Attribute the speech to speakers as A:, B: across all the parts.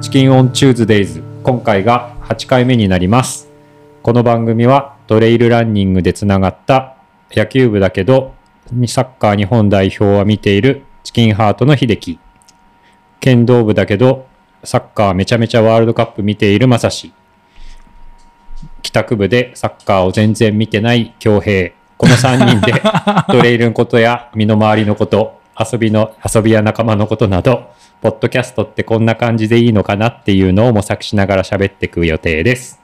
A: チキンオンチューズデイズ今回が8回目になりますこの番組はトレイルランニングでつながった野球部だけどサッカー日本代表は見ているチキンハートの秀樹剣道部だけどサッカーめちゃめちゃワールドカップ見ているまさし帰宅部でサッカーを全然見てない恭平この3人で トレイルのことや身の回りのこと遊びの遊びや仲間のことなどポッドキャストってこんな感じでいいのかなっていうのを模索しながら喋っていく予定です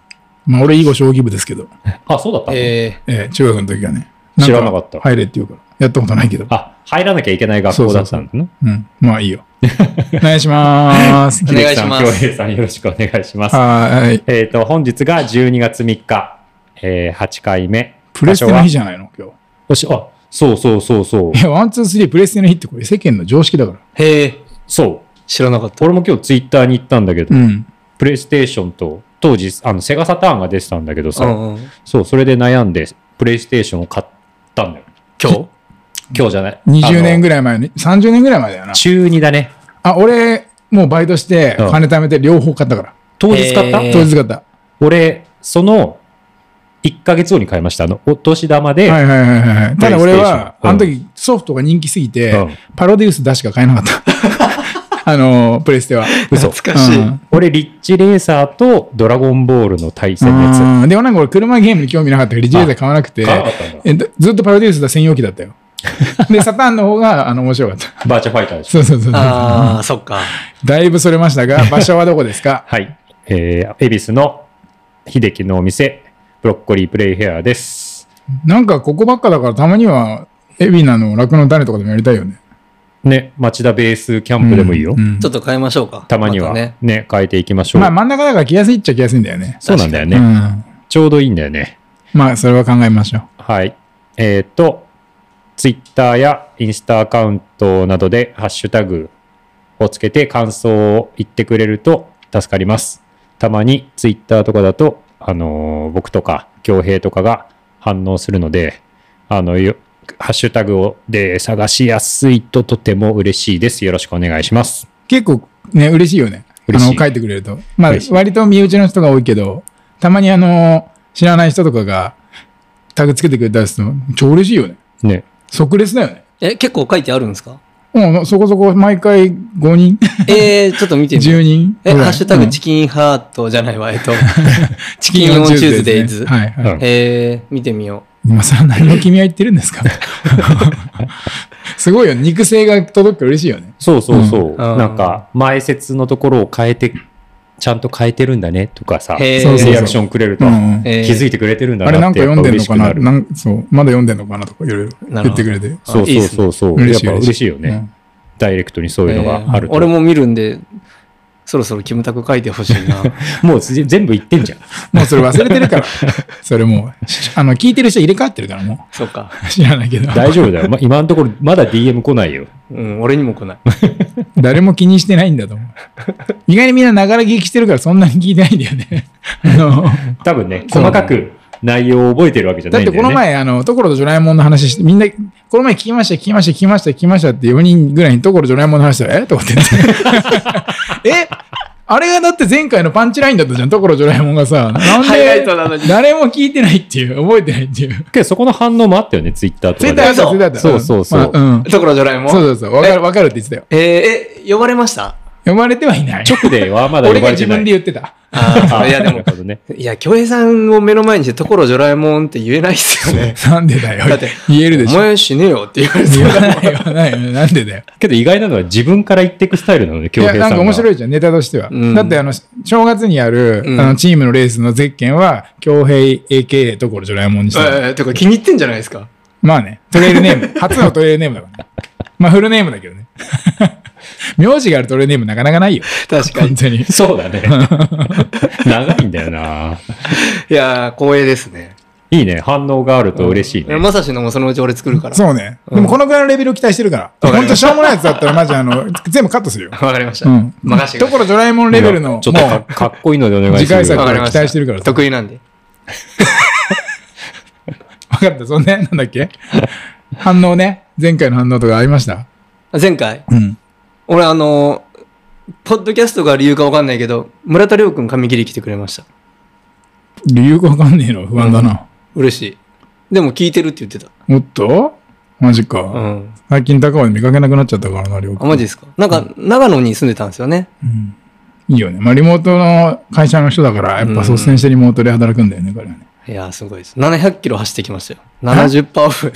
B: まあ、俺、囲碁将棋部ですけど、
A: あそうだった、
C: え
B: えー中学の時がね。ん
A: 知らなかった
B: 入れって言うから。やったことないけど。
A: あ入らなきゃいけない学校だったんだね
B: うん。まあ、いいよ。お願いしまー す。
C: お願いしま
A: 秀樹さん恭
C: す
A: 平さんよろしくお願いします
B: はーい。
A: えっ、と本日が12月3日、えー、8回目
B: プレステの日
A: じ
B: じゃないの今
A: ゃあそうそうそうそう
B: 日。いや、ワン、ツー、スリー、プレステの日ってこれ世間の常識だから。
C: ー、へえ、
A: そう
C: 知らなかった。
A: 俺も今日ツイッターに行ったんだけど、
B: うん。
A: プレイステーションと当時あのセガサターンが出てたんだけどさ、
C: うんうん、
A: そうそれで悩んでプレイステーションを買ったんだよ
C: 今日
A: 今日じゃない
B: 20年
A: らい
B: ぐらい前に、30年ぐらい前だよな。
A: 中2だね
B: あ、俺、もうバイトして、
A: うん
B: 金貯めて両方買ったから。
A: 当日買った、
C: へえー
B: 当日買った。
A: 俺その1ヶ月後に買いましたあのお年玉で、
B: はいはいはいはいはい。ただ俺は、
A: PlayStation
B: あの時ソフトが人気すぎて、
A: うん
B: パロディウス出しか買えなかった。 あのー、プレステは。
A: 嘘
C: 懐かしい。
B: うん
A: 俺リッチレーサーとドラゴンボールの対戦のやつ
B: うんでもなんか俺車ゲームに興味なかったからリジェーザー買わなくて
A: 買わなかったんだ
B: えっとずっとパロデュースだ専用機だっ たよでサターンの方があの面白かった
A: バーチャファイターでしょ
B: そうそうそうそう
C: ああ、そっか。
B: だいぶそれ ましたが場所はどこですか
A: はいえー、恵比寿の秀樹のお店ブロッコリープレイヘアです
B: なんかここばっかだからたまには海老名の酪農種とかでもやりたいよね
A: ね町田ベースキャンプでもいいよ、
B: うんうん
C: ちょっと変えましょうか。
A: たまには
C: た
A: ね
C: ね。
A: 変えていきましょう、
B: まあ真ん中だから来やすいっちゃ来やすいんだよね
A: そうなんだよね、
B: うん
A: ちょうどいいんだよね
B: まあそれは考えましょう
A: はいえっ、とツイッターやインスタアカウントなどでハッシュタグをつけて感想を言ってくれると助かりますたまにツイッターとかだとあのー僕とか恭平とかが反応するのであのよハッシュタグをで探しやすいととても嬉しいですよろしくお願いします
B: 結構ね嬉しいよねあ
A: 嬉しい
B: の書いてくれるとまあ
A: 嬉しい
B: 割と身内の人が多いけどたまにあの知らない人とかがタグつけてくれたりすると超嬉しいよね
A: ね
B: 即レスだよね
C: え、結構書いてあるんですか
B: うん、そこそこ毎回5人、
C: えー、ちょっと見てみよう
B: 10人。
C: え、ハッシュタグチ
B: キ
C: キンハートじゃないわ、えっと。チキンオンチューズデイズ。
B: はい、はい。
A: うん
C: えー、見てみよ
B: 今更何を君は言ってるんですかすごいよ。肉声が届くと嬉しいよね。
A: そうそうそう。
C: んあー
A: なんか、前説のところを変えて、ちゃんと変えてるんだねとかさ、
C: へー
B: そうそうそう
A: リアクションくれると、
B: うんうん
A: 気づいてくれてるんだ
B: あれ
A: な
B: なん
A: って
B: か
A: やっぱ
B: 読んでん
A: 嬉
B: の
A: しく
B: か
A: な
B: な
A: る。
B: なんそう、まだ読んでんのかなとかいろいろ
C: な
B: 言っ
C: るほど
B: てくれて。
C: か
A: そうそうそうそう。
B: い
A: や
B: いで
A: っ
B: すね
A: ぱ嬉しいよね、
B: うん
A: ダイレクトにそう
C: う。
A: いうのがある
C: え
A: と。
C: ー俺も見るんで、そろそろキムタク書いてほしいな。
A: もうす全部言ってんじゃん。
B: もうそれ忘れてるから。それもう、あの、聞いてる人入れ替わってるからも
C: そっか。
B: う。知らないけど。
A: 大丈夫 だよ。ま、今のところまだ DM 来ないよ。
C: うん、俺にも来ない。
B: 誰も気にしてないんだと思う。意外にみんなながら聞きしてるからそんなに聞いてないんだよね。あの、
A: 多分ね、細かく内容を覚えてるわけじゃ
B: だ
A: な
B: っ
A: いん
B: て
A: だよね。
B: この前、あの、所とジョラえもんの話して、みんな、この前聞きました、聞きました、聞きました、聞きましたって4人ぐらいに所ジョラえもんの話したら、えと思ってねえあれがだって前回のパンチラインだったじゃん、所ジョラえもんがさ。なん
C: ハイライ
B: で
C: トなのに、
B: 誰も聞いてないっていう、覚えてないっていう。
A: けどそこの反応もあったよね、ツイッターと
B: ツイ
A: か
B: ッター
A: で
B: や。った、
C: そう
B: ツイッターや
A: そうそうそ
B: った。
A: う
B: まあうん。
C: ところじゃないもん。
B: そうそうそう。わかる、わかるって言ってたよ。
C: えー、え、呼ばれました
B: 呼ばれてはいない。
A: 直ではまだ呼
B: 俺
A: ば
B: が
A: れて
B: 自
A: ない。
B: 分で言ってた。
C: あ あ、いやで
A: な
C: も
A: る、ほどね。
C: いや、京平さんを目の前にして、ところじゃないもんって言えないっすよね。
B: なんでだよ。
C: だって
B: 言えるでし
C: お
B: ょ。
C: 前死ねよって言われて。
B: 言わない、言わない。なんでだよ。
A: けど意外なのは自分から言っていくスタイルなので、
B: い
A: 京
B: や、
A: 平さんが。
B: なんか面白いじゃん、ネタとしては。
C: うん
B: だって、あの、正月にある、
C: うん
B: あの、チームのレースのゼッケンは、京平 AKA ところジョラえもんにした。
C: ええ、てか気に入ってんじゃないですか。
B: まあね、トレイルネーム。 初のトレイルネームだからね。 まあ、フルネームだけどね。 名字があるトレイルネームなかなかないよ。
C: 確かに
B: 本。当に。
A: そうだね。長いんだよな。
C: いやー、光栄ですね。
A: いいね。反応があると嬉しいね。
C: まさしのもそのうち俺作るから。
B: そうね。でも、このぐらいのレベルを期待してるから。本当しょうもないやつだったら、マジあの、全部カットするよ。
C: わかりまし
B: う
C: た。
B: ん。
C: 任せて
B: と
C: く
B: こ
C: だ
B: ろジョラえもんレベルの、もう、
A: ちょっとかかっこいいのでお願いします
B: 次
C: さ
A: る
B: 回
C: い。
B: 作
C: わかりました。
B: 期待してるから
C: 得意なんで。
B: 分かった。そんな、なんだっけ反応ね。前回の反応とかありました
C: 前回、
B: うん。
C: 俺あのー、ポッドキャストが理由かわかんないけど、村田亮君髪切り来てくれました。
B: 理由がわかんねえの不安だな。
C: 嬉しい。でも聞いてるって言ってた。
B: おっとマジか。
C: うん。
B: 最近高尾で見かけなくなっちゃったからな、りょうく
C: あ、
B: ん
C: マジですかなんか、長野に住んでたんですよね。
B: うんいいよね。まあ、リモートの会社の人だから、やっぱ率先してリモートで働くんだよね、彼はね。
C: いやー、すごいです。700キロ走ってきましたよ。70%オフ。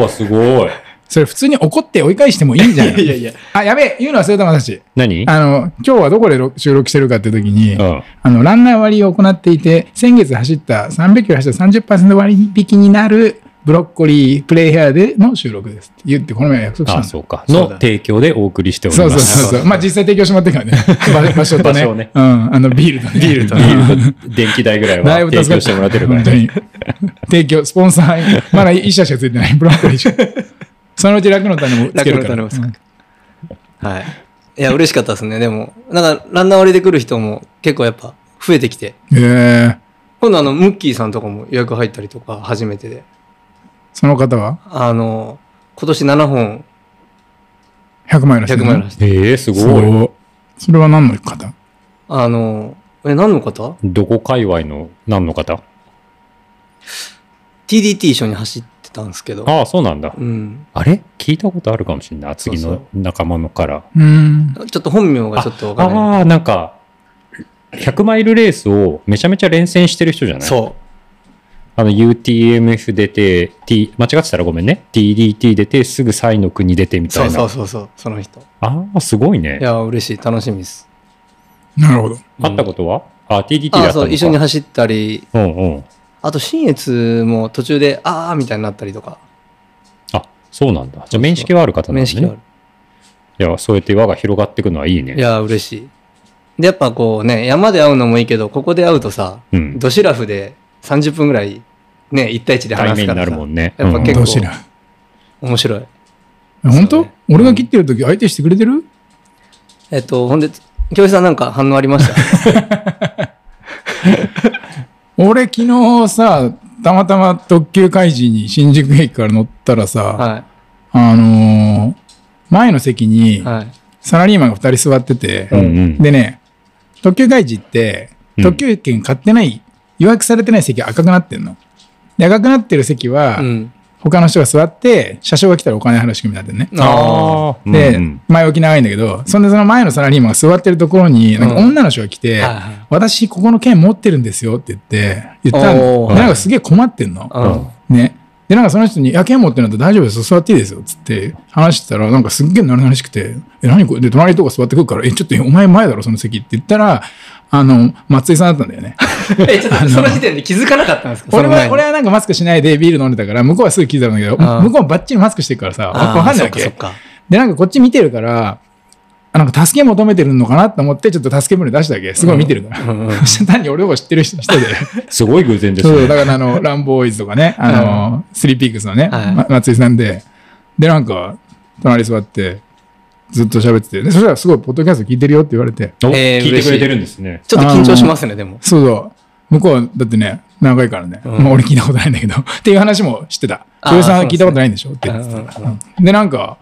A: おおすごい。
B: それ普通に怒って追い返してもいいんじゃない
C: いやいや。
B: あ、やべえ言うの忘れた、私。
A: 何
B: あの、今日はどこで収録してるかって時に、
A: うん。
B: あの、ランナー割りを行っていて、先月走った300キロ走った30%割引になるブロッコリープレイヤーでの収録ですって言って、この前約束した
A: あ、
B: の。
A: そうか。
C: そう
A: の
C: だ
A: 提供でお送りしており
B: そ
A: ま
B: うそう
A: す。
B: そうそう。まあ実際提供してもらってるから ね。場所とね。
A: 場所をね
B: うん。あの、ビールとね。ビールとね。
A: 電気代ぐらいは
B: だいぶ
A: 提
B: 助
A: 供
B: かっ
A: して
B: た。
A: もらってるから
B: 本当
A: ね。
B: に。提供、スポンサー、まだ一社しかついてない。ブロッコリーしか。そのうち楽の種もつけるから。
C: 楽の種もつ
B: うん
C: はい。いや、嬉しかったですね。でも、なんか、ランナー割りで来る人も結構やっぱ増えてきて。
B: へえ
C: 今度あの、ムッキーさんとかも予約入ったりとか、初めてで。
B: その方は
C: あの、今年7本、
B: 100マイル走ってる
C: 100マイル走って。
A: ええすごい。
B: そう。それは何の方
C: あの、え、何の方
A: どこ界隈の何の方
C: ?TDT 一緒に走ってたんですけど。
A: ああ、そうなんだ。
C: うん。
A: あれ聞いたことあるかもしれない。
C: そう
A: 次の仲間のから。
B: うーん。
C: ちょっと本名がちょっとわかんない。
A: ああ、なんか、100マイルレースをめちゃめちゃ連戦してる人じゃない
C: そ
A: あの UTMF 出て、T、間違ってたらごめんね。TDT 出て、すぐサイの国出てみ
C: う。
A: たい
C: そ
A: な。
C: うそうそうそう、その人。
A: ああ、すごい
C: い
A: ね。
C: や、嬉しい。楽しみです。
B: なるほど。
A: 会ったことは、あ、TDT だったの
C: あ、
A: か
C: そう、一緒に走ったり、
A: うんうん。
C: あと、新越も途中で、あーみたいになったりとか、
A: あ、そうなんだ。じゃあ面識はある方なん
C: 面
A: だ
C: 識があ
A: ね。
C: る。
A: いや、そうやって輪が広がっていくのはいいね。
C: いや、嬉しい。で、やっぱこうね、山で会うのもいいけど、ここで会うとさ、
A: うん。
C: ドシラフで30分ぐらい、ね、1対1で
A: 対
C: 話す
A: 面
C: か
A: にな
C: ら
A: る
C: さ、
A: もんね。
C: やっぱ
A: うん
C: 結構
B: どうしら。
C: 面白い。
B: 本
C: そ
B: 当
C: うね
B: 俺が切ってる時相手してくれてる
C: えっと、ほんで、京平さんなんか反応ありました
B: 俺昨日さ、たまたま特急開示に新宿駅から乗ったらさ、
C: は
B: あのー前の席に
C: い。はい。
B: サラリーマンが2人座ってて、
A: うんうん。
B: でね、特急外示って
A: う、ん
B: 特急券買ってない、予約されてない席赤くなってんの。で、赤くなってる席は、
C: うん。
B: 他の人が座って、車掌が来たらお金払う仕組みになってんね。
C: あ
A: ああ、
B: で、
A: うんうん
B: 前置き長いんだけど、そんでその前のサラリーマンが座ってるところに、なんか
C: うん
B: 女の人が来て、
C: はいはい
B: 私ここの券持ってるんですよって言って、言ったの。
C: おー
B: でなんかすげえ困ってんの。
C: あ。うん。
B: ね。で、なんかその人に、いや、剣持ってるんだったら大丈夫ですよ、座っていいですよ、つって話してたら、なんかすっげえなれなれしくて、え、何これで、隣のとこ座ってくるから、え、ちょっとお前前だろ、その席って言ったら、あの、松井さんだったんだよね。
C: え、ちょっとその時点で気づかなかったんですか
B: 俺
C: その前
B: は、
C: に
B: 俺はなんかマスクしないでビール飲んでたから、向こうはすぐ聞いたんだけど、
C: あー
B: 向こうはバッチリマスクしてるからさ、わ
C: あー
B: わかんないわ
C: そ
B: け。
C: っか
B: で、なんかこっち見てるから、あなんか助け求めてるのかなと思って、ちょっと助け舟出したわけ。すごい見てるから。
C: そっか。うんうん。
B: そ したら単に俺を知ってる人人で。
A: すごい偶然です
B: そう、
A: ね。
B: だからあの、ランボーイズとかね、あの、スリーピークスのね、
C: はい
B: ま松井さんで、で、なんか、隣座って、ずっと喋ってて、でそしたらすごい、ポッドキャスト聞いてるよって言われて、
A: お
C: えー
A: 聞いてくれてるんですね。
C: ちょっと緊張しますね、でも。
B: そうそう、向こうはだってね、長いからね、
C: うん
B: まあ俺聞いたことないんだけど、 っていう話も知ってた。
C: あー
B: 女優さんは聞いたことないんでしょって
C: う
B: 言って
C: ん
B: た
C: うん
B: で、なんか、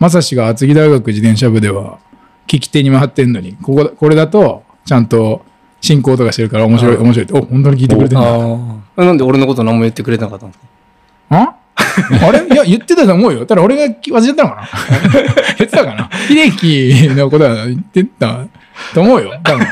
B: まさしが厚木大学自転車部では、聞き手に回ってんのに、ここ、これだと、ちゃんと進行とかしてるから面白い、
C: あー
B: 面白いって、お、本当に聞いてくれてんだ。
C: ああ。なんで俺のこと何も言ってくれなかったんですか
B: ああれいや、言ってたと思うよ。ただ俺が忘れちゃったのかな 言ってたかな秀樹のことは言ってたと思うよ。 多分。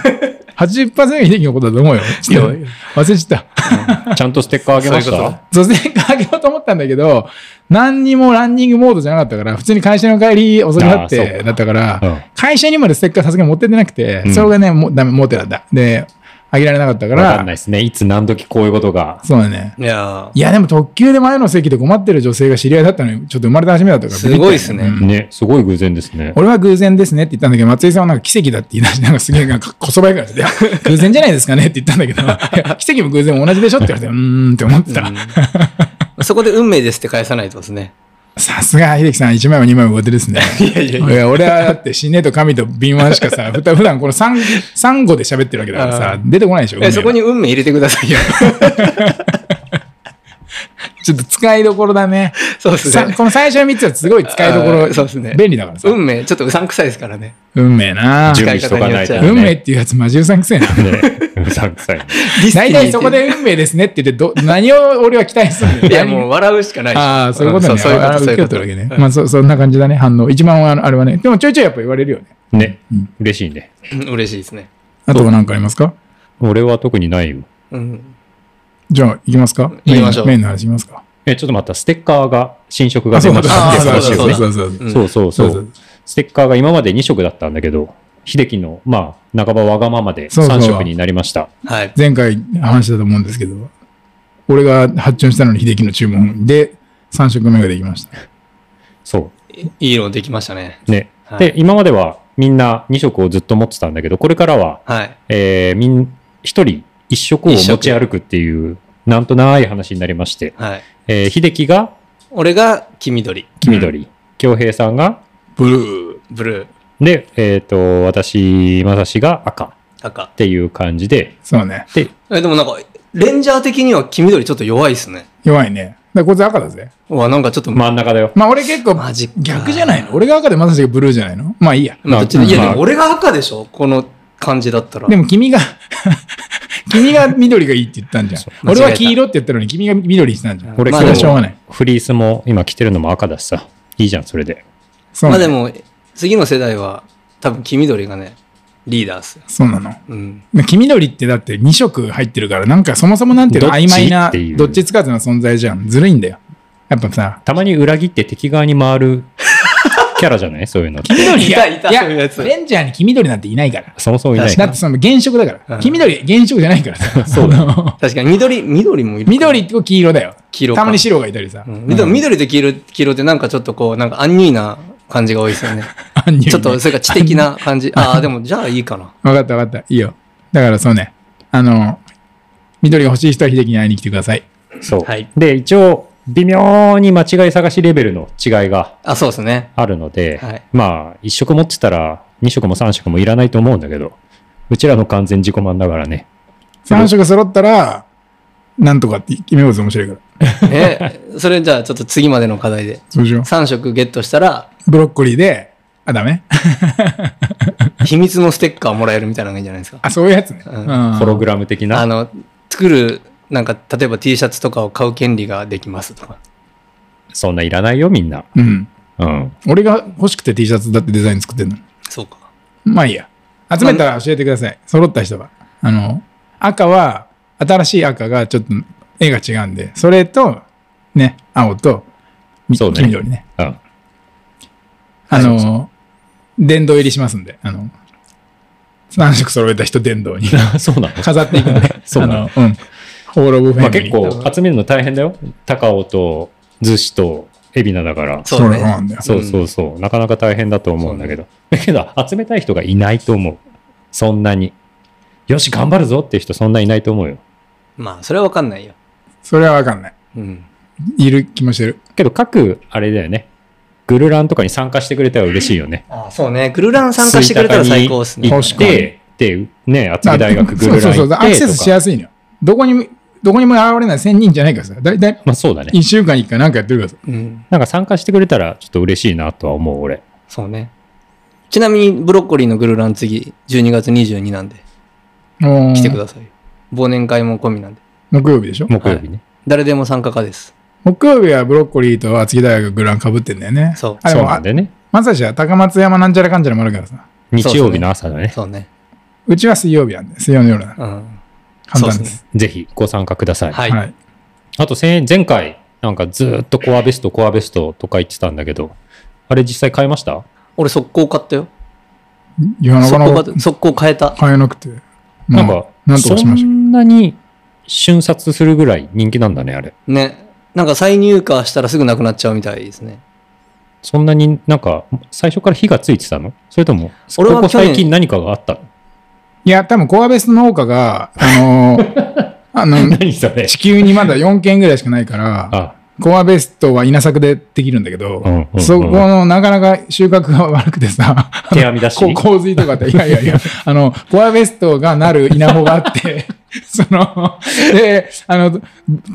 B: 80%が秀樹のことだと思うよ。ちょっと
C: いや
B: 忘れちゃった。
A: ちゃんとステッカーあげまし
C: そういうこ
A: た。
B: そう、ステッカーあげようと思ったんだけど、何にもランニングモードじゃなかったから、普通に会社の帰り遅くなっ
A: あーそう
B: て、
A: か
B: だったから、
A: うん
B: 会社にまでステッカーさすがに持ってってなくて、
A: うん
B: それがね、もうダメ、持ってなかった。で、あげられなかったか
A: わかんな
B: ら
A: い、ですね。いつ何時こういうことが。
B: そうだね。
C: いや
B: いや、でも特急で前の席で困ってる女性が知り合いだったのに、ちょっと生まれた初めだったから、
C: すごいですね
B: うん
A: ね、すごい偶然ですね。
B: 俺は偶然ですねって言ったんだけど、松井さんはなんか奇跡だって言い出して、なんかすげえなんかこそばいから、いや、 偶然じゃないですかねって言ったんだけど、 いや奇跡も偶然も同じでしょって言われて、うーんって思ってた。
C: ーそこで運命ですって返さないとですね。
B: さすが秀樹さん、1枚も2枚も上手ですね。
C: いやいやいや
B: いや俺はだって死ねと神と敏腕しか さ、ふた普段この 3, 三語で喋ってるわけだから
C: あ
B: さ、出てこないでしょ。
C: えそこに運命入れてくださいよ。
B: ちょっと使いどころだね。
C: そうです
B: さ
C: ね。
B: この最初の3つはすごい使いどこ
C: あー
B: ろ、
C: そうですね
B: 便利だからさ。
C: 運命、ちょっとうさんくさいですからね。
B: 運命な
A: 準備しとかないと、ね。
C: だ
B: 運命っていうやつマジうさんくせえな。
A: ね うさんくさいね。
B: 大体そこで運命ですねって言って、ど何を俺は期待するんだよ
C: いや、もう笑うしかないし
B: ああ、そういうこと
C: ん
B: ね。
C: そういうこと、
B: あ
C: そうい
B: 受
C: うこ
B: け
C: と。
B: 取るわけ
C: う
B: ね。
C: ん
B: まあそそんな感じだね、反応。一番はあれはね。でもちょいちょいやっぱ言われるよね。
A: ね、嬉しいね。
C: うん嬉しいですね。
B: あとは何かありますか
A: 俺は特にないよ。
C: うん。
B: じゃあ、行きますか
C: 行きましょう
B: メインのメインの話行きますか
A: え、ちょっと待った、ステッカーが、新色が
B: あ、
A: 出
B: そう
A: ま
B: だ、
A: したって
C: あ
B: そうだ、
A: 話
B: そ
A: よ
B: う
A: ね
B: だ、。そうだそうだ。
C: ん
A: そうそうそ
B: そう
A: う。ステッカーが今まで2色だったんだけど、秀樹の、まあ、半ばわがままで
B: そうそう
A: 3色になりました。
C: はい。
B: 前回話したと思うんですけど、俺が発注したのに秀樹の注文で3食目ができました。
A: そ
C: いいのできましたね。
A: う。ね。
C: はい
A: で、今まではみんな2色をずっと持ってたんだけど、これからは、
C: はい。
A: えーみん、1人1色を持ち歩くっていう、なんとない話になりまして、
C: はい。
A: えー秀樹が
C: 俺が黄緑、
A: 黄緑、恭、平さんが、
B: ブルー。
C: ブルー、
A: で、えっ、と、私、まさしが赤っ
C: 赤。
A: ていう感じで、
B: そうね。
A: で、
C: え、でもなんか、レンジャー的には黄緑ちょっと弱いですね。
B: 弱いね。だからこいつ赤だぜ。
C: うわ、なんかちょっと、
A: 真ん中だよ。
B: まあ俺結構
C: マジか
B: 逆じゃないの俺が赤でまさしがブルーじゃないのまあいいや。
C: まあどっちで
A: まあ
C: いや、
A: まあ
C: でも俺が赤でしょこの感じだったら。
B: でも君が、 君が緑がいいって言ったんじゃん。
C: 間違え
B: 俺
C: た
B: は黄色って言ったのに君が緑にしたんじゃん。
C: 俺
B: それ
C: 今
B: は
C: 日
B: しょうがない。
A: フリースも今着てるのも赤だしさ。いいじゃん、それで。
B: そう
C: ま
B: な
C: あで
B: の。
C: も、次の世代は、多分黄緑がね、リーダーっすよ。
B: そうなの。
C: うん。
B: 黄緑ってだって2色入ってるから、なんかそもそもなんていうの
A: どっち
B: 曖昧な
A: ってい、う
B: どっちつかずな存在じゃん。ずるいんだよ。やっぱさ、
A: たまに裏切って敵側に回るキャラじゃない そういうのって。
B: 黄緑が
C: いたいたそういうやつ
B: レンジャーに黄緑なんていないから。
A: そもそもいない
C: 確。か
B: だってその原色だか
C: う
B: ら。
C: ん
B: 黄緑、原色じゃないからさ。そうだ。
C: 確かに緑、緑もいる。
B: 緑ってこう黄色だよ。
C: 黄色か
B: たまに白がいたりさ。
C: うんでも緑と黄色、黄色ってなんかちょっとこう、なんかアンニーな感じが多いですよ ね。
B: あんにゅうに
C: ちょっと、それから知的な感じ。ああ、でもじゃあいいかな。
B: わかったわかった。いいよ。だからそうね。あの、緑が欲しい人は秀樹に会いに来てください。
A: そう。
C: はい
A: で、一応、微妙に間違い探しレベルの違いが
C: あ、そうですね。
A: あるので、
C: はい
A: まあ、一色持ってたら、二色も三色もいらないと思うんだけど、うちらの完全自己満だからね。
B: 3色揃ったら、なんとかって決めようぜ、面白いから。
C: え、それじゃあちょっと次までの課題で。
B: そうしよ
C: 3色ゲットしたら、
B: う。ブロッコリーで、あ、ダメ
C: 秘密のステッカーもらえるみたいなのがいいんじゃないですか。
B: あ、そういうやつね。
C: うん
B: うん
A: ホログラム的
C: あ
A: な。
C: の、作る、なんか、例えば T シャツとかを買う権利ができますとか。
A: そんないらないよ、みんな。
B: うん。
A: うん。
B: 俺が欲しくて T シャツだってデザイン作ってんの。
C: そうか。
B: まあいいや。集めたら教えてください。揃った人は。あの、赤は、新しい赤がちょっと絵が違うんで、それと、ね、青と、み
A: そうね
B: 黄緑ね。
A: うん。
B: あの、殿堂入りしますんで、あの、3色揃えた人 殿堂に
A: そうなの
B: 飾っていくんで、
A: そう
B: あ
A: なの
B: の、うん。ホーロブフェ
A: まあ
B: ミリ
A: 結
B: ー。
A: 構集めるの大変だよ。高尾と逗子と海老名だから。
C: そ
B: そうう
C: ね。
B: なんだよ。
A: そうそうそう、なかなか大変だと思うんだけど。だけど集めたい人がいないと思う。そんなに。よし、頑張るぞって人そんないないと思うよ。
C: まあ、それはわかんないよ。
B: それはわかんない。
C: うん。
B: いる気もしてる。
A: けど各、あれだよね。グルランとかに参加してくれたら嬉しいよね。
C: あそうね。クルラン参加してくれたら最高です
A: スイ
C: ね。
A: タカに行
B: 確
A: っ
B: か
A: て、で、ね、集め大学グルラン行ってとか。
B: そうそうそう。アクセスしやすいのよ。どこにも、どこにも現れない1000人じゃないからさ。だいたい
A: まあそうだね。
B: 1週間に1回なんかやってるからさ。
C: うん。
A: なんか参加してくれたらちょっと嬉しいなとは思う、俺。
C: そうね。ちなみに、ブロッコリーのグルラン次、12月22なんで、来
B: 来
C: てくださいよ。忘年会も込みなんで。
B: 木曜日でしょ
A: 木曜日ね。
C: 誰でも参加可です。
B: 木曜日はブロッコリーと厚木大学グランかぶってんだよね。
C: そう
B: あれ
A: そう
B: も
A: なんだよね。
B: まさしは高松山なんちゃらかんちゃらもあるからさ。
A: 日曜日の朝だね。
C: そうね。
B: うちは水曜日なんで、水曜の夜なんで。
C: うん。
B: 簡単
C: そう
B: で。
C: です
A: ぜひご参加ください。
C: はい。
B: はい。
A: あと先前回、なんかずーっとコアベスト、コアベストとか言ってたんだけど、あれ実際買いました
C: 俺、速攻買ったよ。
B: いや、なか
C: 速攻
B: な
C: 買っ
B: か
C: た。速攻変えた。
B: 買えなくて。
A: な
B: まあ
A: んか、
B: なんとかし
A: そ
B: まし
A: んなに瞬殺するぐらい人気なんだね、あれ。
C: ね。なんか再入荷したらすぐなくなっちゃうみたいですね。
A: そんなになんか、最初から火がついてたのそれとも、こ
C: 俺は
A: こ
C: 去年
A: 最近何かがあったの
B: た。いや、多分コアベスト農家が、あ のーあの、
A: 何そ れ
B: 地球にまだ4件ぐらいしかないから、
A: あ、
B: コアベストは稲作でできるんだけど
A: うんうんう、ん
B: そこのなかなか収穫が悪くてさ、
A: 手編み出し
B: こう洪水とかって、いやいやいや、あの、コアベストがなる稲穂があって、 その、で、あの、ぶ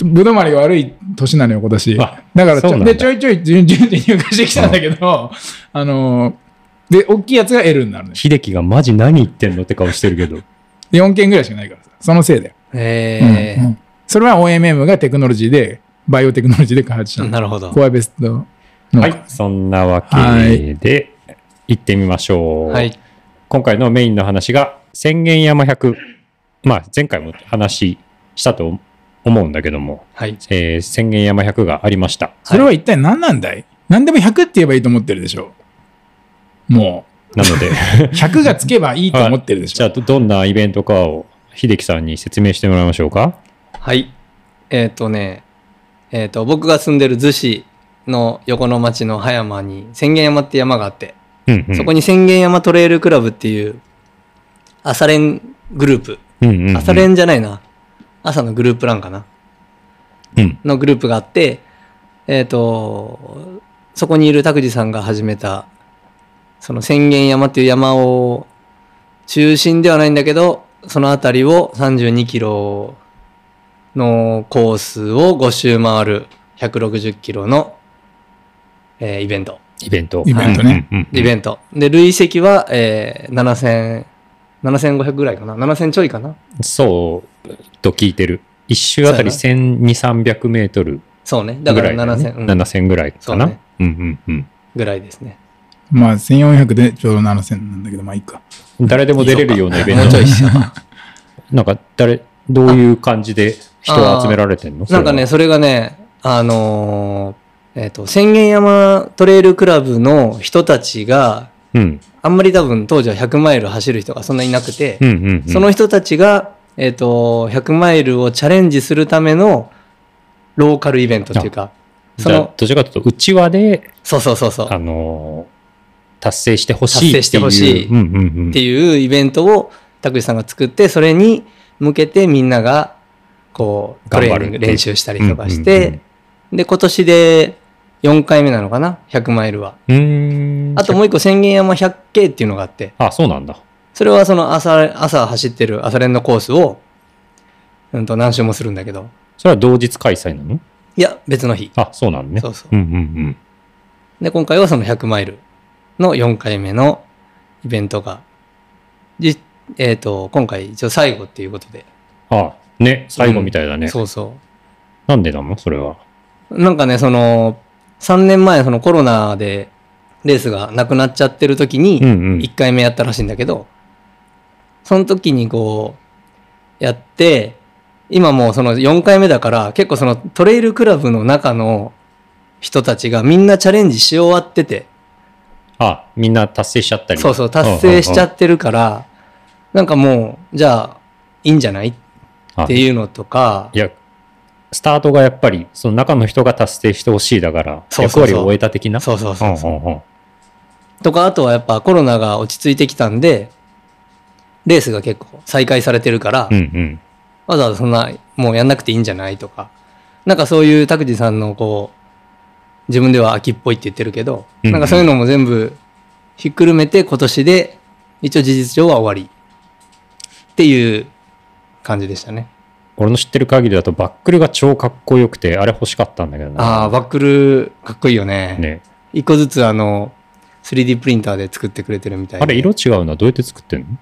B: ぶどまりが悪い年なのよ、今年。だ
A: あ
B: からち
A: そう
B: ょ
A: なんだ
B: で、ちょいちょい順 順次入荷してきたんだけど、あの、で、大きいやつが L になるね。
A: 秀樹がマジ何言ってんのって顔してるけど。
B: 4件ぐらいしかないからさ。そのせいだよ。
C: え
B: うんうんそれは OMM がテクノロジーで、バイオテクノロジーで開発し
C: え
B: たの。
C: なるほど。
B: コアベストの。
A: はい。そんなわ
B: はい
A: けで、行ってみましょう。
C: はい。
A: 今回のメインの話が、千元山100。まあ、前回も話したと思うんだけども、
C: はい。
A: えー千元山100がありました。
B: それは一体何なんだい何でも100って言えばいいと思ってるでしょ。も
A: なので、
B: う、100がつけばいいと思ってるでし
A: じゃ
B: ょ。
A: あ、どどんなイベントかを、秀樹さんに説明してもらいましょうか。
C: はい。えっ、とね、えっ、と、僕が住んでる逗子の横の町の葉山に千元山って山があって、
A: うん、うん。
C: そこ
A: に、
C: に千元山トレイルクラブっていう朝練グループ、
A: うんうん、
C: 朝
A: ン。
C: 練じゃないな、朝のグループランかな、
A: うん。
C: のグループがあって、えっ、と、そこにいる拓司さんが始めた、その千元山っていう山を中心ではないんだけど、その辺りを32キロのコースを5周回る160キロの、えーイベント。
A: イベント。
B: イベントね。
A: うんうんうん
C: イベント。で、累積は、えー、7000、7500ぐらいかな ?7000 ちょいかな
A: そう、と聞いてる。一周あたり1200、300メートル
C: そうね。だ
A: ぐ
C: からら
A: いだよね。
C: 7000、うん
A: 7000ぐらいかな。う
C: そうね
A: んうん
C: ぐらいですね。
B: まあ、1400でちょうど7000なんだけど、まあいいか。
A: うん。誰でも出れるようなイベン
C: もうちょい
A: ト。
C: しようか
A: なんか、誰、どういう感じで人を集められてんの
C: なんかね、、それがね、あのーえっ、と、千元山トレイルクラブの人たちが、
A: それはうん。
C: あんまり多分当時は100マイル走る人がそんなにいなくて、
A: うんうんうん。
C: その人たちが、えっ、と、100マイルをチャレンジするためのローカルイベントっていうか、そ
A: じゃあ
C: の、
A: どちらかというと、うちわで、
C: そうそうそうそう。
A: あのー、達成してほしいっていう。
C: 達成してほしい
A: うんうんうん。
C: っていうイベントを拓司さんが作ってそれに向けてみんながこうト
A: 頑
C: レ
A: 張
C: ー
A: る
C: ニング練習したりとかし
A: うんうん
C: てで今年で4回目なのかな100マイルは
A: うーん。
C: あともう一個千元山 100K っていうのがあって
A: あ、そうなんだ。
C: それはその朝朝走ってる朝練のコースをうんと何周もするんだけど
A: それは同日開催なの
C: いや別の日
A: あ、そうなのね。
C: そうそう
A: うんうん
C: で今回はその100マイルの4回目のイベントがじえっと今回一応最後っていうことで
A: うん。あ、ね、最後みたいだね。
C: そうそう
A: なんでなのそれは。
C: なんかね、その、3年前、そのコロナでレースがなくなっちゃってる時
A: うん
C: に、
A: うん。
C: 1回目やったらしいんだけど、その時にこう、やって、今もうその4回目だから、結構そのトレイルクラブの中の人たちがみんなチャレンジし終わってて、
A: あ、みんな達成しちゃったり。
C: そうそう、達成しちゃ
A: っ
C: ってるから、なんかもう、じゃあ、いいんじゃないって
A: い
C: いうのとか、
A: や、スタートがやっぱり、その中の人が達成してほしいだから、
C: そうそうそう
A: 役割を終えた的な。
C: そうそうそうそう。
A: んうんうん
C: とか、あとはやっぱコロナが落ち着いてきたんで、レースが結構再開されてるから、
A: うんうん。
C: わざわざそんな、もうやんなくていいんじゃないとか、なんかそういう拓司さんのこう、自分では秋っぽいって言ってるけど、
A: うんうん
C: なんかそういうのも全部ひっくるめて今年で、一応事実上は終わり。っていう感じでしたね。
A: 俺の知ってる限りだと、バックルが超かっこよくて、あれ欲しかったんだけどな。
C: ああ、バックルかっこいいよね。
A: ね。
C: 一個ずつあの、3D プリンターで作ってくれてるみたいで
A: あれ、色違うのはどうやって作ってん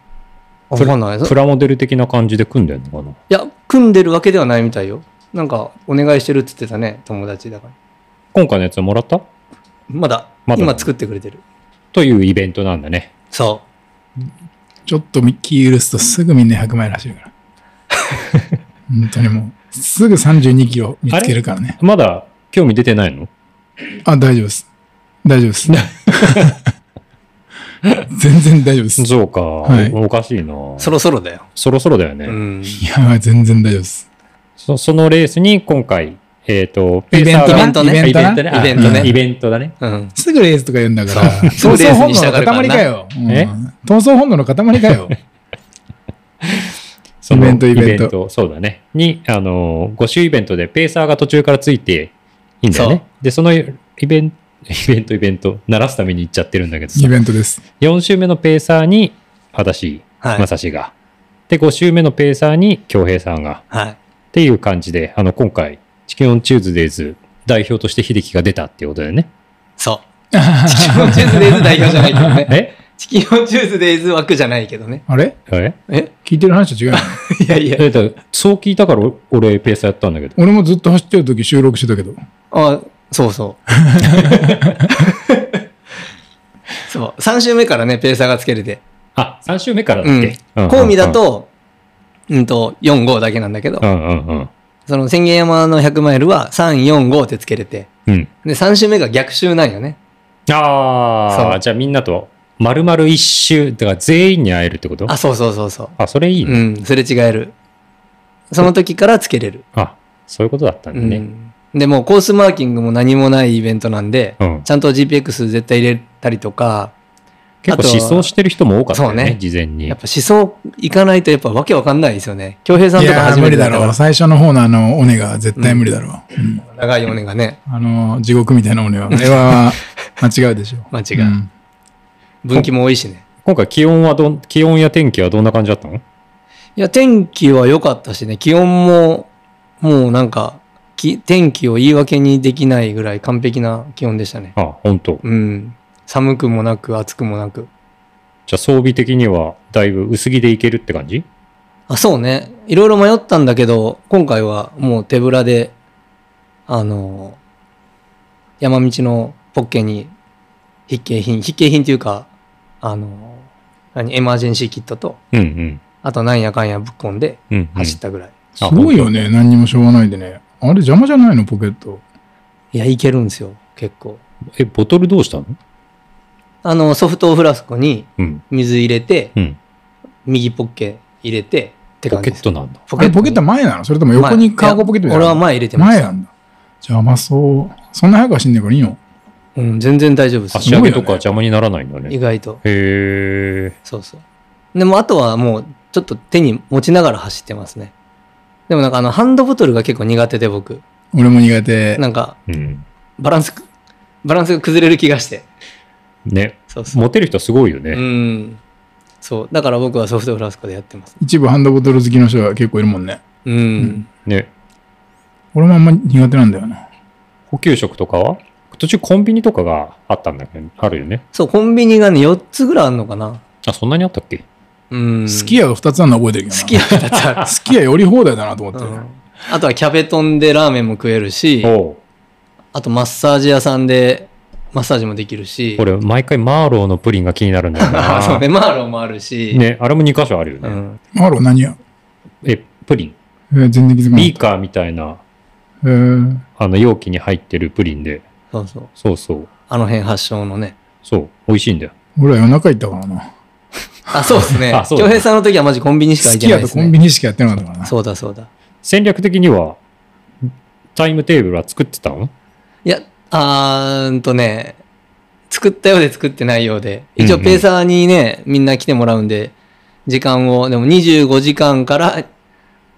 C: あわかんない。
A: のプラモデル的な感じで組んでんのかない
C: や、組んでるわけではないみたいよ。なんか、お願いしてるって言ってたね、友達だから。
A: 今回のやつはもらった
C: まだ、
A: まだ
C: 今作ってくれてる。
A: というイベントなんだね。
C: そ
B: ちょっとミッキー許すとすぐみんな100マイル走 るから。本当にもう、すぐ32キロ見つけるからね。
A: まだ興味出てないの
B: あ大丈夫です。大丈 夫です。全然大丈 夫です。い
A: そうか、
B: い
A: おかしいな
C: う。そ
A: そ
C: ろそろだよ。
A: ろそろだよね、
C: うん。
B: や、全然大丈夫です。
A: そそのレースに今回えっ、とペーサー
C: イ
A: が
C: ベントね
A: あイ
B: イベ
A: ベン
B: ント
A: トね
B: ね
C: イベントね
A: あイベントだね
C: うん。
B: すぐレースとか言うんだから、
C: そう
B: 闘
C: すぐレ
B: 争
C: ース
B: 本
C: にした
B: 能
C: が
B: の塊
C: るからな
B: かよ。うん
A: え
B: 闘争本能の塊 かよ。
A: その
B: イベントイベント
A: そうだねにあの5周イベントでペーサーが途中からついていいんだよねでそのイベントイベントイベント鳴らすために行っちゃってるんだけどさ
B: イベントです。
A: 4周目のペーサーに私、
C: はい
A: まさしがで、5週目のペーサーに京平さんが、
C: はい。
A: っていう感じで、あの、今回、チキンオンチューズデイズ代表として秀樹が出たっていうことだよね。
C: そう。 チキンオンチューズデイズ代表じゃないけどね。
A: え
C: チキンオンチューズデイズ枠じゃないけどね。
B: あれ
A: え
C: え
B: 聞いてる話と違うの
C: いやいや。
A: だってそう聞いたからお俺ペーサーやったんだけど。
B: 俺もずっと走ってる時収録してたけど。
C: あ、そう そう。そう。3週目からね、ペーサーがつけれて。
A: あ、3週目から
C: う
A: だっ
C: ん
A: け。うん
C: コウミだ、と、うんと、4、5だけなんだけど
A: う、んうんうん。
C: その千元山の100マイルは3、4、5ってつけれて。
A: うん。
C: で、3週目が逆週なんよね。
A: あ
C: そ
A: あ、
C: う
A: じゃあみんなと、丸々一周、だから全員に会えるってこと
C: あ、そうそうそうそう。
A: あ、それいいね。
C: うん、すれ違える。その時からつけれる。
A: あ、そういうことだったんだ
C: う
A: ね。
C: んで、もうコースマーキングも何もないイベントなんで、
A: うん
C: ちゃんと GPX 絶対入れたりとか、
A: 結構
C: あとは
A: 思想してる人も多かったよね、
C: そうね
A: 事前に。
C: やっぱ思想いかないとやっぱわけわかんないですよね。京平さんとか初
B: 無
C: め
B: 理
C: て
B: だ
C: った
B: ろ
C: か
B: う。最初の方のあの、尾根が絶対無理だろう。うん
C: ら長いお年がね、
B: あの、地獄みたいな尾根は。あれは、間違うでしょ。
C: 間違
B: う
C: う。
B: ん
C: 分岐も多いしね。
A: 今回気温はどん、気温や天気はどんな感じだったの
C: いや、天気は良かったしね、気温も、もうなんか、き天気を言い訳にできないぐらい完璧な気温でしたね。
A: あ、本当。
C: うん。寒くもなく、暑くもなく。
A: じゃあ装備的にはだいぶ薄着でいけるって感じ
C: あ、そうね。いろいろ迷ったんだけど、今回はもう手ぶらで、あの、山道のポッケに必携品、必携品っていうか、あの、何、エマージェンシーキットと、
A: うんうん。
C: あとなんやかんやぶっ込んで
A: うん、うん。
C: 走ったぐらい。
B: すごいよ
A: あ。
B: ね。何にもしょうがないでね。あれ邪魔じゃないのポケット。
C: いや、いけるんですよ、結構。
A: 本当え、ボトルどうしたの
C: あの、ソフトフラスコに
A: うん。
C: 水入れて、
A: うん。
C: 右ポッケ入れて、って
A: ポ
C: 感
A: ケ
C: じ
A: ットなんだ。
C: ポ
B: あれポケットは前なのそれとも横にカーゴポケットみたい
C: 俺
B: なの
C: は前入れてま
B: 前
C: す。
B: なんだ。邪魔そう。そんな早くは死んでるからいいの
C: うん、全然大丈夫です。
A: 足上げとか邪魔にならないんだね。
C: 意外と。
A: へえ。
C: そうそう。でもあとはもうちょっと手に持ちながら走ってますね。でもなんかあのハンドボトルが結構苦手で僕。
B: 俺も苦手。
C: なんか
A: うん。
C: バランス、バランスが崩れる気がして。
A: ね。
C: そうそう。
A: モテる人すごいよね。
C: うん。そう。だから僕はソフトフラスコでやってます。
B: 一部ハンドボトル好きの人が結構いるもんね。
C: うん。
A: ね。
B: 俺もあんま苦手なんだよな。
A: 補給食とかは途中コンビニとかがあったんだけど、あるよね。
C: そう、コンビニがね、4つぐらいあるのかな。
A: あ、そんなにあったっけ
C: うん。
B: すき家が2つあるの覚えてるけど
C: 好
B: な。
C: きやったやつあ
B: すき家より放題だなと思っ
C: る
B: てる。
C: あとはキャベトンでラーメンも食えるし、
A: おう
C: あとマッサージ屋さんでマッサージもできるし。
A: 俺、毎回マーローのプリンが気になるんだよな。
C: そうね、マーロンもあるし。
A: ね。あれも2箇所あるよね。
C: うん。
B: マロ何や
A: え、プリン。
B: えー全然気づかな
A: ビ
B: い
A: ー。カーみたいな、
B: えー
A: あの、容器に入ってるプリンで。
C: そうそう。
A: そうそう。
C: あの辺発祥の ね。
A: そう。美味しいんだよ。
B: 俺は夜中行ったからな。
C: あ、そうですね
A: あ。そうだ
C: 京平さんの時はマジコンビニしか
B: す
C: 行
B: き
C: け
B: 家
C: ないで
B: と
C: す
B: コ
C: ね。
B: ンビニしかやってなかったからな。
C: そうだそうだ。
A: 戦略的には、タイムテーブルは作ってたの
C: いや、あーんとね、作ったようで作ってないようで。一応
A: うんうん
C: ペーサーにね、みんな来てもらうんで、時間を、でも25時間から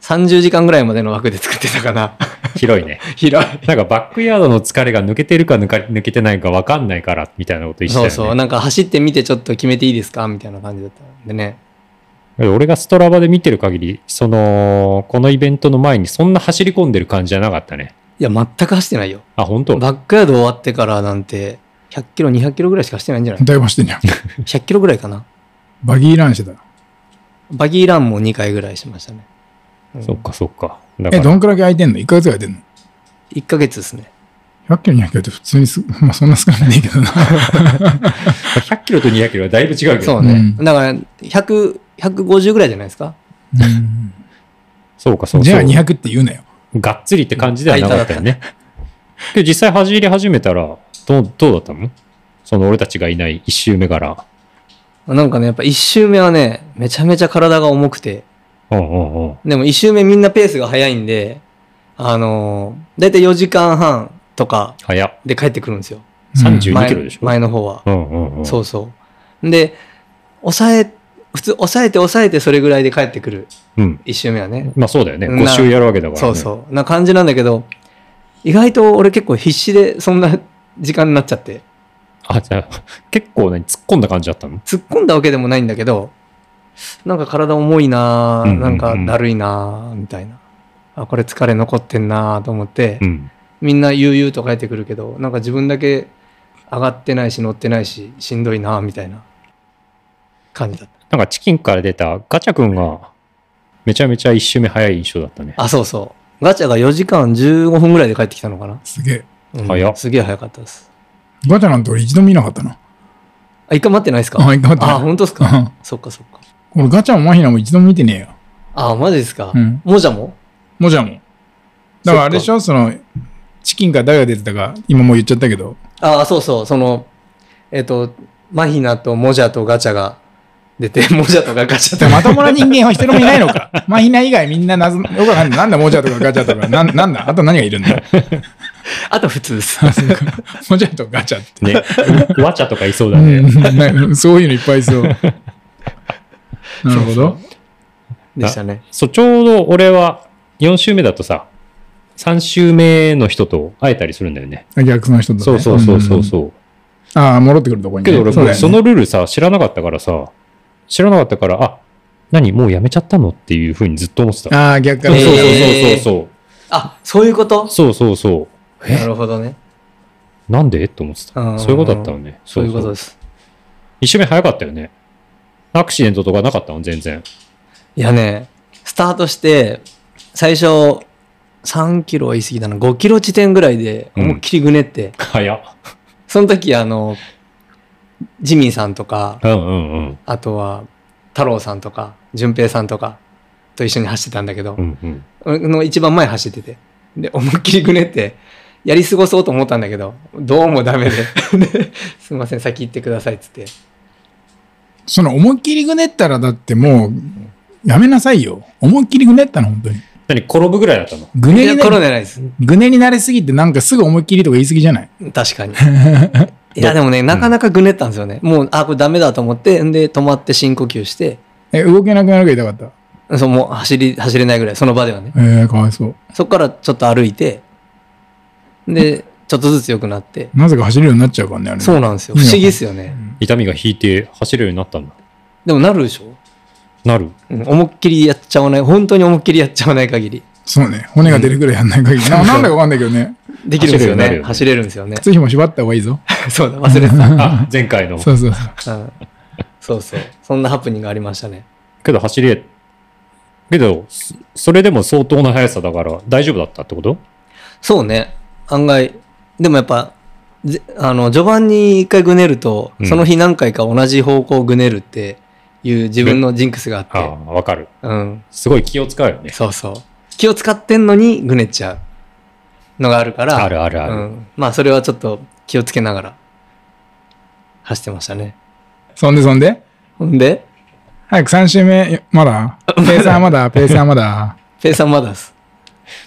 C: 30時間ぐらいまでの枠で作ってたかな。
A: 広い ね。
C: 広い。
A: なんかバックヤードの疲れが抜けてるか抜か抜けてないか分かんないからみたいなこと言ってたよ
C: そう
A: ね。
C: そう。なんか走ってみてちょっと決めていいですかみたいな感じだったんでね。
A: 俺がストラバで見てる限り、その、このイベントの前にそんな走り込んでる感じじゃなかったね。
C: いや、全く走ってないよ。
A: あ、本当
C: バックヤード終わってからなんて、100キロ、200キロぐらいしか走ってないんじゃない
B: だいぶ走ってんじゃん。
C: 100キロぐらいかな。
B: バギーランしてた。
C: バギーランも2回ぐらいしましたね。うん
A: そっかそっか。だか
B: え、ど
A: ら、
B: んくらい空いてんの ?1 ヶ月ぐらい空いてんの
C: 1ヶ月ですね。
B: 100キロ、200キロって普通にす、まあそんな少ないねえけ どな。
A: 100キロと200キロはだいぶ違うけど。
C: そうね。だから、100、150ぐらいじゃないですか。
B: うん
A: そうかそうそう。
B: じゃあ200って言うなよ。
A: がっつりって感じではなかったよね。で実際走り始めたら、どう、どうだったのその俺たちがいない1周目から。
C: なんかね、やっぱ1周目はね、めちゃめちゃ体が重くて、
A: うんうんうん。
C: でも1周目みんなペースが速いんで、あのー、だいたい4時間半とか
A: 早っ。
C: で帰ってくるんですよ。
A: 32
C: 前
A: キロでしょ
C: 前の方は。
A: うんうんうん。
C: そうそう。で、抑え、普通、抑えて抑えてそれぐらいで帰ってくる。
A: うん。
C: 1周目はね。
A: まあそうだよね。
C: な
A: 5周やるわけだから、ね。
C: そうそう。な感じなんだけど、意外と俺結構必死でそんな時間になっちゃって。
A: あ、じゃあ、結構ね、突っ込んだ感じだったの
C: 突っ込んだわけでもないんだけど、なんか体重いな
A: うんう
C: ー
A: んうん
C: なんかだるいなーみたいな。あ、これ疲れ残ってんなーと思って、
A: うん。
C: みんな悠々と帰ってくるけど、なんか自分だけ上がってないし乗ってないし、しんどいなーみたいな感じだっ
A: なんかチキンから出たガチャ君が、めちゃめちゃ一周目早い印象だったね。
C: た。あ、そうそう。ガチャが4時間15分ぐらいで帰ってきたのかな。
B: すげえ。
C: うん
A: 早っ
C: すげえ早かったです。
B: ガチャなんて俺一度見なかったな。
C: あ、一回待ってないですか
B: あ、一回
C: あ、
B: 待って。
C: 本当です
B: う
C: か
B: ん
C: そっかそっか。
B: 俺ガチャもマヒナも一度も見てねえよ。
C: あ、マジですか
B: うん
C: もじゃも
B: もじゃも。だからあれでしょその、チキンから誰が出てたか、今もう言っちゃったけど、
C: あ、そうそう、その、えっ、と、マヒナとモジャとガチャが出て、 モジャとかガチャ
B: で
C: と
B: まともな人間は一人もいないの か。マヒナ以外みんな謎、よくわかんない。なんだ、もじゃとかガチャとか、なんなんだ、あと何がいるん だ。
C: あと普通です。
B: もじゃとガチャって。
A: ね。ワチャとかいそうだ
B: う
A: ね。
B: んなんかそういうのいっぱいい そう。なるほど。
C: でしたね。
A: そう、ちょうど俺は4周目だとさ、3周目の人と会えたりするんだよね。
B: 逆の人と、ね。
A: そうそうそうそう
B: う
A: そう。
B: ん。ああ、戻ってくるとこに、
A: け
B: ね。
A: ど俺
B: そうだよね
A: そのルールさ、知らなかったからさ、知らなかったから、あ、何もうやめちゃったのっていうふうにずっと思ってた。
B: ああ、逆か
A: そう
B: ら。
A: そうそう
C: えー
A: そう
C: あ、そういうこと
A: そう。そうそうそう。
C: なるほどね。
A: なんでと思って
C: う
A: た。
C: ん
A: そういうことだったのね。。
C: そういうことですす。
A: 一周目早かったよね。アクシデントとかなかったの全然。
C: いやね、スタートして、最初、3キロは言い過ぎだな、5キロ地点ぐらいで
A: うん
C: 思いっきりぐねって、
A: 早っ。
C: その時、あの、ジミーさんとか、
A: うんうんうん。
C: あとは、太郎さんとか、淳平さんとか、と一緒に走ってたんだけど
A: う、んうん。
C: の一番前走ってて。で、思いっきりぐねって、やり過ごそうと思ったんだけど、どうもダメ で。ですいません、先行ってくださいっつって。
B: その思いっきりぐねったらだってもう、やめなさいよ。思いっきりぐねったの、本当に。
A: 何転ぶぐらいだったの
B: ぐ
C: い
B: ね
C: や、
B: り
C: コ
B: な
C: ロナないです。
B: ぐねになれすぎてなんかすぐ思いっきりとか言い過ぎじゃない
C: 確 かに。いや、でもね、なかなかぐねったんですよね。もう、あ、これダメだと思って、んで、止まって深呼吸して、
B: え、動けなくなるから痛かっ
C: そう、もう走り、走れないぐらい、その場ではね。
B: た。えー、かわいそう。
C: そこからちょっと歩いて、で、ちょっとずつ良くなって。
B: なぜか走るようになっちゃうからね、あれね。
C: そうなんですよ。不思議ですよね。
A: 痛みが引いて走れるようになったんだ。
C: でも、なるでしょ
A: なる。
C: うん思いっきりやっちゃわない。本当に思いっきりやっちゃわない限り。
B: そうね。骨が出るぐらいやんない限り。ななんだかわかんないけどね。
C: できるんですよ
A: 走れるようになるよ
C: ね。
A: ね
C: 走れるんですよね。
B: 靴紐縛った方がいいぞ。
C: そうだ、忘れてた。
A: あ、前回の。
B: そうそうそう。
C: うんそうそう。そんなハプニングありましたね。
A: けど走れ、けど、そそれでも相当な速さだから大丈夫だったってこと
C: そうね。案外。でもやっぱ、ぜあの、序盤に一回ぐねると、
A: うん
C: その日何回か同じ方向をぐねるっていう自分のジンクスがあって。
A: ああ、わかる。
C: うん。
A: すごい気を使うよね。
C: そうそう。気を使ってんのにぐねっちゃうのがあるから。
A: あるあるある
C: うん。まあ、それはちょっと気をつけながら走ってましたね。
B: そんでそんで
C: ほん で、
B: 早く3周目、まだペーサーまだペーサーまだ
C: ペイさんまだっす。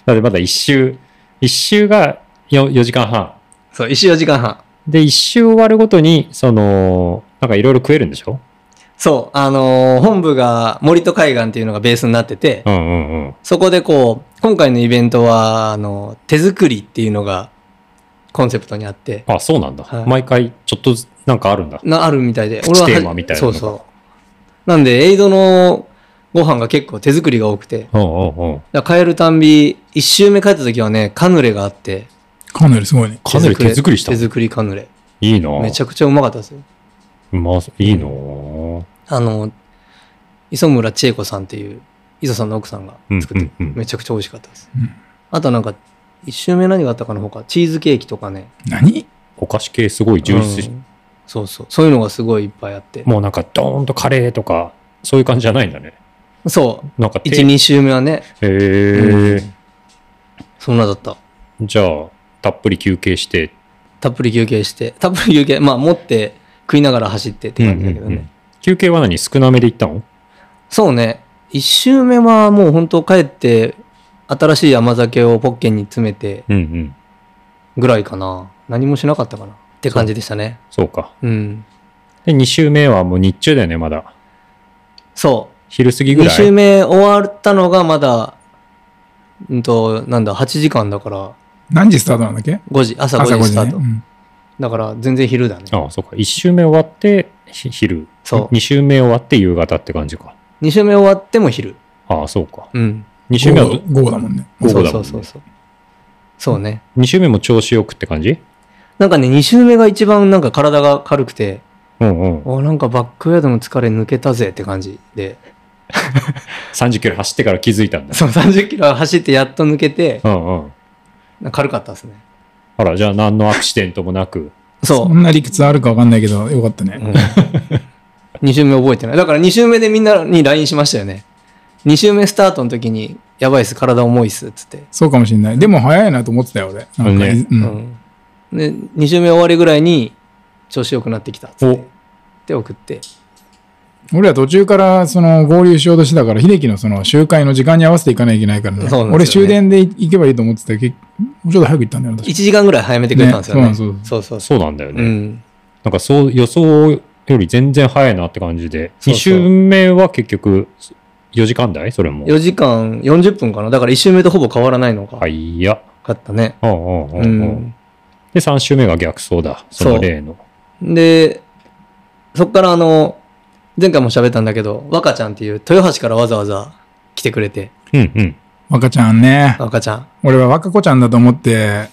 A: だってまだ一周、一周が 4, 時間半。
C: そう、一4時間半。
A: で、一周終わるごとに、その、なんかいろいろ食えるんでしょ
C: そう、あのー本部が森戸海岸っていうのがベースになってて、
A: うんうんうん。
C: そこでこう、今回のイベントは、あの、手作りっていうのがコンセプトにあって、
A: あ、そうなんだ。
C: はい
A: 毎回ちょっとずなんかあるんだ。
C: な、あるみたいで、
A: プチテーマみたいなの
C: そ
A: が
C: うそう。なんで、エイドのご飯が結構手作りが多くて、
A: うんうんうん。
C: だから帰るたんび、一周目帰った時はね、カヌレがあって、
B: かなりすごいね。
A: カヌレ手作りした
C: 手
A: の
C: 作りカヌレ。
A: いいな
C: めちゃくちゃうまかったですよ。
A: うまそういいなぁ
C: あの、磯村千恵子さんっていう、磯さんの奥さんが
A: うん
C: 作って、
A: うんうん
C: めちゃくちゃ美味しかったです。
B: うん
C: あとなんか、一周目何があったかのほか、チーズケーキとかね。
B: 何
A: お菓子系すごい充実し、
C: うんそうそう。そういうのがすごいいっぱいあって。
A: もうなんかドーンとカレーとか、そういう感じじゃないんだね。
C: そう。
A: なんか
C: 一、二周目はね、
A: へえ、
C: そんなだった。
A: じゃあ、たっぷり休憩して。
C: たっぷり休憩して、たっぷり休憩、まあ持って食いながら走ってって感じだけどね。
A: うんうんうん休憩は何少なめで行ったの
C: そうね。一周目はもう本当帰って、新しい甘酒をポッケに詰めて
A: うんうん。
C: ぐらいかな。何もしなかったかな。って感じでしたね。
A: そうか。
C: うん。
A: で、2週目はもう日中だよね、まだ。
C: そう。
A: 昼過ぎぐ
C: 2
A: らい。
C: 週目終わったのがまだ、うんと、なんだ、8時間だから、
B: 何時スタートなんだっけ
C: 5時、朝
B: 朝
C: 5
B: 5
C: 時ス
B: 時
C: タ
B: ね
C: ート。
B: うん
C: だから全然昼だね。
A: ああ、そうか。1周目終わって、ひ昼。
C: そう
A: 2周目終わって夕方って感じか。
C: 2週目終わっても昼。
A: ああ、そうか。
C: うん。
A: 2周目はど、
B: 午後だもんね。
A: 午後だもんね
C: そうそうそうそう。そうね。
A: 二周目も調子よくって感じ
C: なんかね、2週目が一番なんか体が軽くて、
A: うんうん。
C: おなんかバックヤードの疲れ抜けたぜって感じで、
A: 30キロ走ってから気づいた んだ。
C: その30キロ走ってやっと抜けて、
A: うんうん。
C: 軽かったですね。
A: あら、じゃあ何のアクシデントもなく。
B: こ
C: そう。
B: んな理屈あるかわかんないけど、よかったね。
C: 2週目覚えてない。だから2週目でみんなに LINE しましたよね。2週目スタートの時に、やばいっす、体重いっす、つって。
B: そうかもしれない。でも早いなと思ってたよ、俺。なんか
A: ね
B: うん
C: うんで、2週目終わりぐらいに、調子良くなってきた、つっ
A: お
C: て。で、送って。
B: 俺ら途中からその合流しようとしてたから、秀樹のその集会の時間に合わせていかなきゃいけないからね。
C: そうなんですよね
B: 俺終電で行けばいいと思ってたけど、もうちょっと早く行ったんだよな、
C: 1
B: 確か
C: 時間ぐらい早めてくれたんですよね。
B: ねそうなんです
C: そうそうそ
A: そうなんだよ
C: う。
A: ね。
C: うん。
A: なんかそう、予想より全然早いなって感じで。
C: そ
A: 2
C: うそう
A: 周目は結局、4時間台それも。
C: 4時間40分かな。だから1週目とほぼ変わらないのか。。
A: はいいや。
C: かったね。
A: うんうんうん
C: う
A: うん。
C: ん。
A: で、3周目が逆走だ。その例の。
C: で、そっからあの、前回も喋ったんだけど、若ちゃんっていう豊橋からわざわざ来てくれて、
A: うんうん。
B: 若ちゃんね。
C: 若ちゃん。
B: 俺は若子ちゃんだと思って、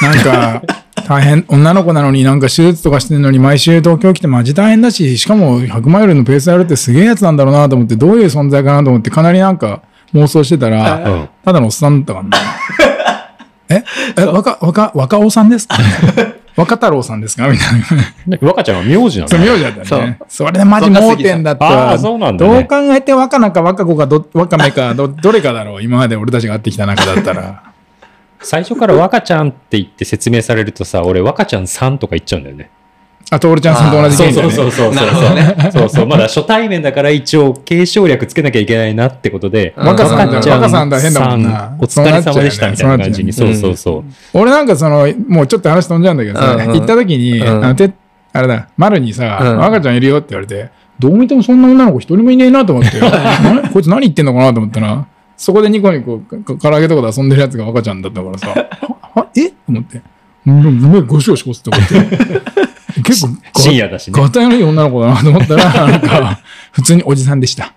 B: なん か、大変、女の子なのになんか手術とかしてるのに毎週東京来てマジ大変だし、しかも100マイルのペースやるってすげえやつなんだろうなと思って、どういう存在かなと思って、かなりなんか妄想してたら、
A: うん。
B: ただのおっさんだったから ね。ええ、若、若、若尾さんですか若太郎さんですかみたいな。
A: で若ちゃんは名字な
B: そう、
A: の
B: 名字だったね。それでマジ盲点だったわ。
A: ああ、そうなんだ、ね。
B: どう考えて若菜か若子かど、若めかど、 どれかだろう。今まで俺たちが会ってきた中だったら。
A: 最初から若ちゃんって言って説明されるとさ、俺若ちゃんさんとか言っちゃうんだよね。
B: あ、トールちゃんさんと同じ
A: そう
B: 件
A: そ
B: だ
A: うそうそうそ
B: ね。
A: う。
C: なるほどね
A: そうそう。まだ初対面だから一応継承略つけなきゃいけないなってことで、
C: うん若さんだ
A: 若ちゃ
B: 若さんだ変だもんな
A: お疲れ様でしたみたいな感じに。
C: そ
A: そ
C: うな
A: う
C: っちゃう
A: そ
C: よね
A: うそう。
B: 俺なんかその、もうちょっと話飛んじゃうんだけどさ、
C: うんうん
B: 行った時に、
C: うん
B: あのてあれだ、丸にさ、
C: うん
B: 若ちゃんいるよって言われて、どう見てもそんな女の子一人もいねえなと 思って、あれこいつ何言ってんのかなと思ったら、そこでニコニコか唐揚げとかで遊んでるやつが若ちゃんだったか らさ、ははえと思って、うんごめん、ゴシゴシこすって思 って。結構、
A: 深夜だしね。
B: ガタイのいい女の子だなと思ったら、なんか、普通におじさんでした。